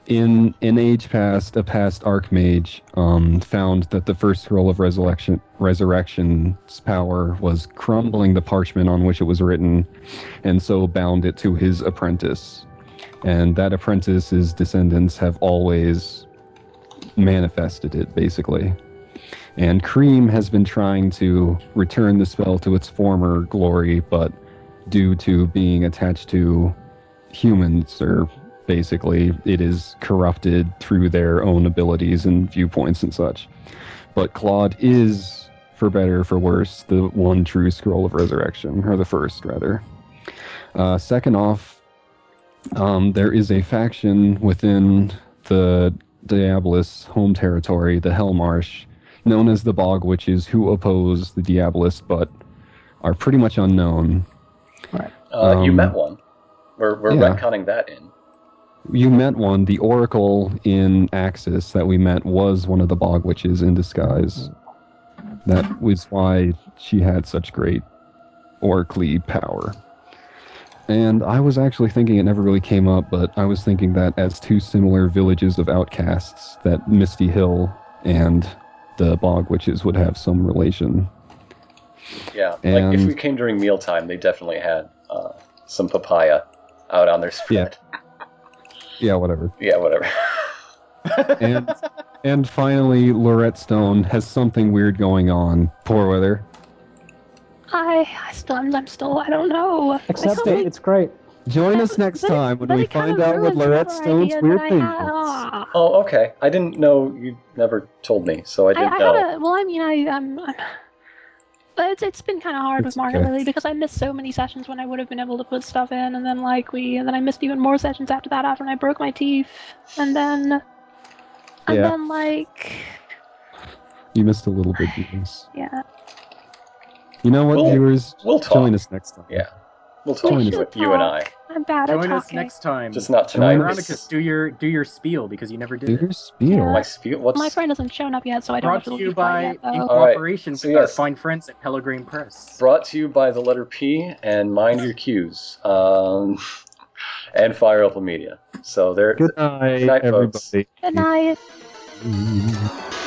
Speaker 2: in an age past, a past archmage um, found that the first scroll of resurrection, resurrection's power was crumbling the parchment on which it was written, and so bound it to his apprentice. And that apprentice's descendants have always manifested it, basically. And Cream has been trying to return the spell to its former glory, but due to being attached to humans, or basically, it is corrupted through their own abilities and viewpoints and such. But Claude is, for better or for worse, the one true scroll of resurrection, or the first, rather. Uh, second off, um, there is a faction within the Diabolus home territory, the Hellmarsh, known as the Bog Witches, who oppose the Diabolus but are pretty much unknown.
Speaker 1: Uh, you
Speaker 2: um,
Speaker 1: met one. We're we're
Speaker 2: yeah.
Speaker 1: retconning that in.
Speaker 2: You met one, the Oracle in Axis that we met was one of the Bog Witches in disguise. That was why she had such great oracly power. And I was actually thinking it never really came up, but I was thinking that as two similar villages of outcasts, that Misty Hill and the Bog Witches would have some relation.
Speaker 1: Yeah, like if
Speaker 2: And-
Speaker 1: we came during mealtime, they definitely had uh, some papaya out on their spread.
Speaker 2: Yeah, whatever.
Speaker 1: Yeah, whatever. [laughs]
Speaker 2: and and finally, Lorette Stone has something weird going on. Poor weather.
Speaker 5: I I still I'm, I'm still I don't know. I
Speaker 4: Accept
Speaker 5: still
Speaker 4: it. It's great.
Speaker 2: Join
Speaker 5: No,
Speaker 2: us next
Speaker 5: but it-
Speaker 2: time when
Speaker 5: but
Speaker 2: we
Speaker 5: it kinda
Speaker 2: find out what
Speaker 5: ruins the
Speaker 2: Lorette
Speaker 5: whole
Speaker 2: Stone's
Speaker 5: idea
Speaker 2: weird
Speaker 5: that I
Speaker 2: thing
Speaker 5: had-
Speaker 2: was.
Speaker 5: Aw.
Speaker 1: Oh, okay. I didn't know you never told me, so I
Speaker 5: I,
Speaker 1: didn't
Speaker 5: I
Speaker 1: know.
Speaker 5: had a well. I mean, I um, I'm- but it's it's been kind of hard
Speaker 2: It's
Speaker 5: with Mario
Speaker 2: okay.
Speaker 5: lately because I missed so many sessions when I would have been able to put stuff in, and then like we, and then I missed even more sessions after that after I broke my teeth, and then and
Speaker 2: Yeah.
Speaker 5: then like
Speaker 2: You missed a little
Speaker 5: [sighs]
Speaker 2: bit, you guys.
Speaker 5: yeah,
Speaker 2: You know Oh, what,
Speaker 1: Cool.
Speaker 2: viewers?
Speaker 1: We'll
Speaker 2: Join
Speaker 1: talk.
Speaker 2: us next time.
Speaker 1: Yeah. We'll
Speaker 5: we
Speaker 1: talk.
Speaker 5: should
Speaker 1: You, you and I.
Speaker 5: talk. I'm bad at
Speaker 3: Join
Speaker 5: talking.
Speaker 3: us next time.
Speaker 1: Just not
Speaker 2: Join
Speaker 1: tonight.
Speaker 2: us.
Speaker 3: Veronicus, do your do your spiel because you never
Speaker 2: Do
Speaker 3: did
Speaker 2: your
Speaker 3: it.
Speaker 2: spiel.
Speaker 1: My spiel. What's
Speaker 5: My friend hasn't shown up yet, so I don't
Speaker 3: Brought
Speaker 5: have to
Speaker 3: to
Speaker 5: leave
Speaker 3: you
Speaker 5: quite
Speaker 3: by
Speaker 5: yet,
Speaker 3: in
Speaker 5: though.
Speaker 1: All right,
Speaker 3: cooperation
Speaker 1: so
Speaker 3: with our
Speaker 1: yes.
Speaker 3: fine friends at Pellegrim Press.
Speaker 1: brought to you by the letter P and mind your cues. Um, and Fire Opal Media. So there.
Speaker 2: Good night,
Speaker 1: Good night, folks.
Speaker 2: everybody.
Speaker 5: Good night.
Speaker 2: Mm.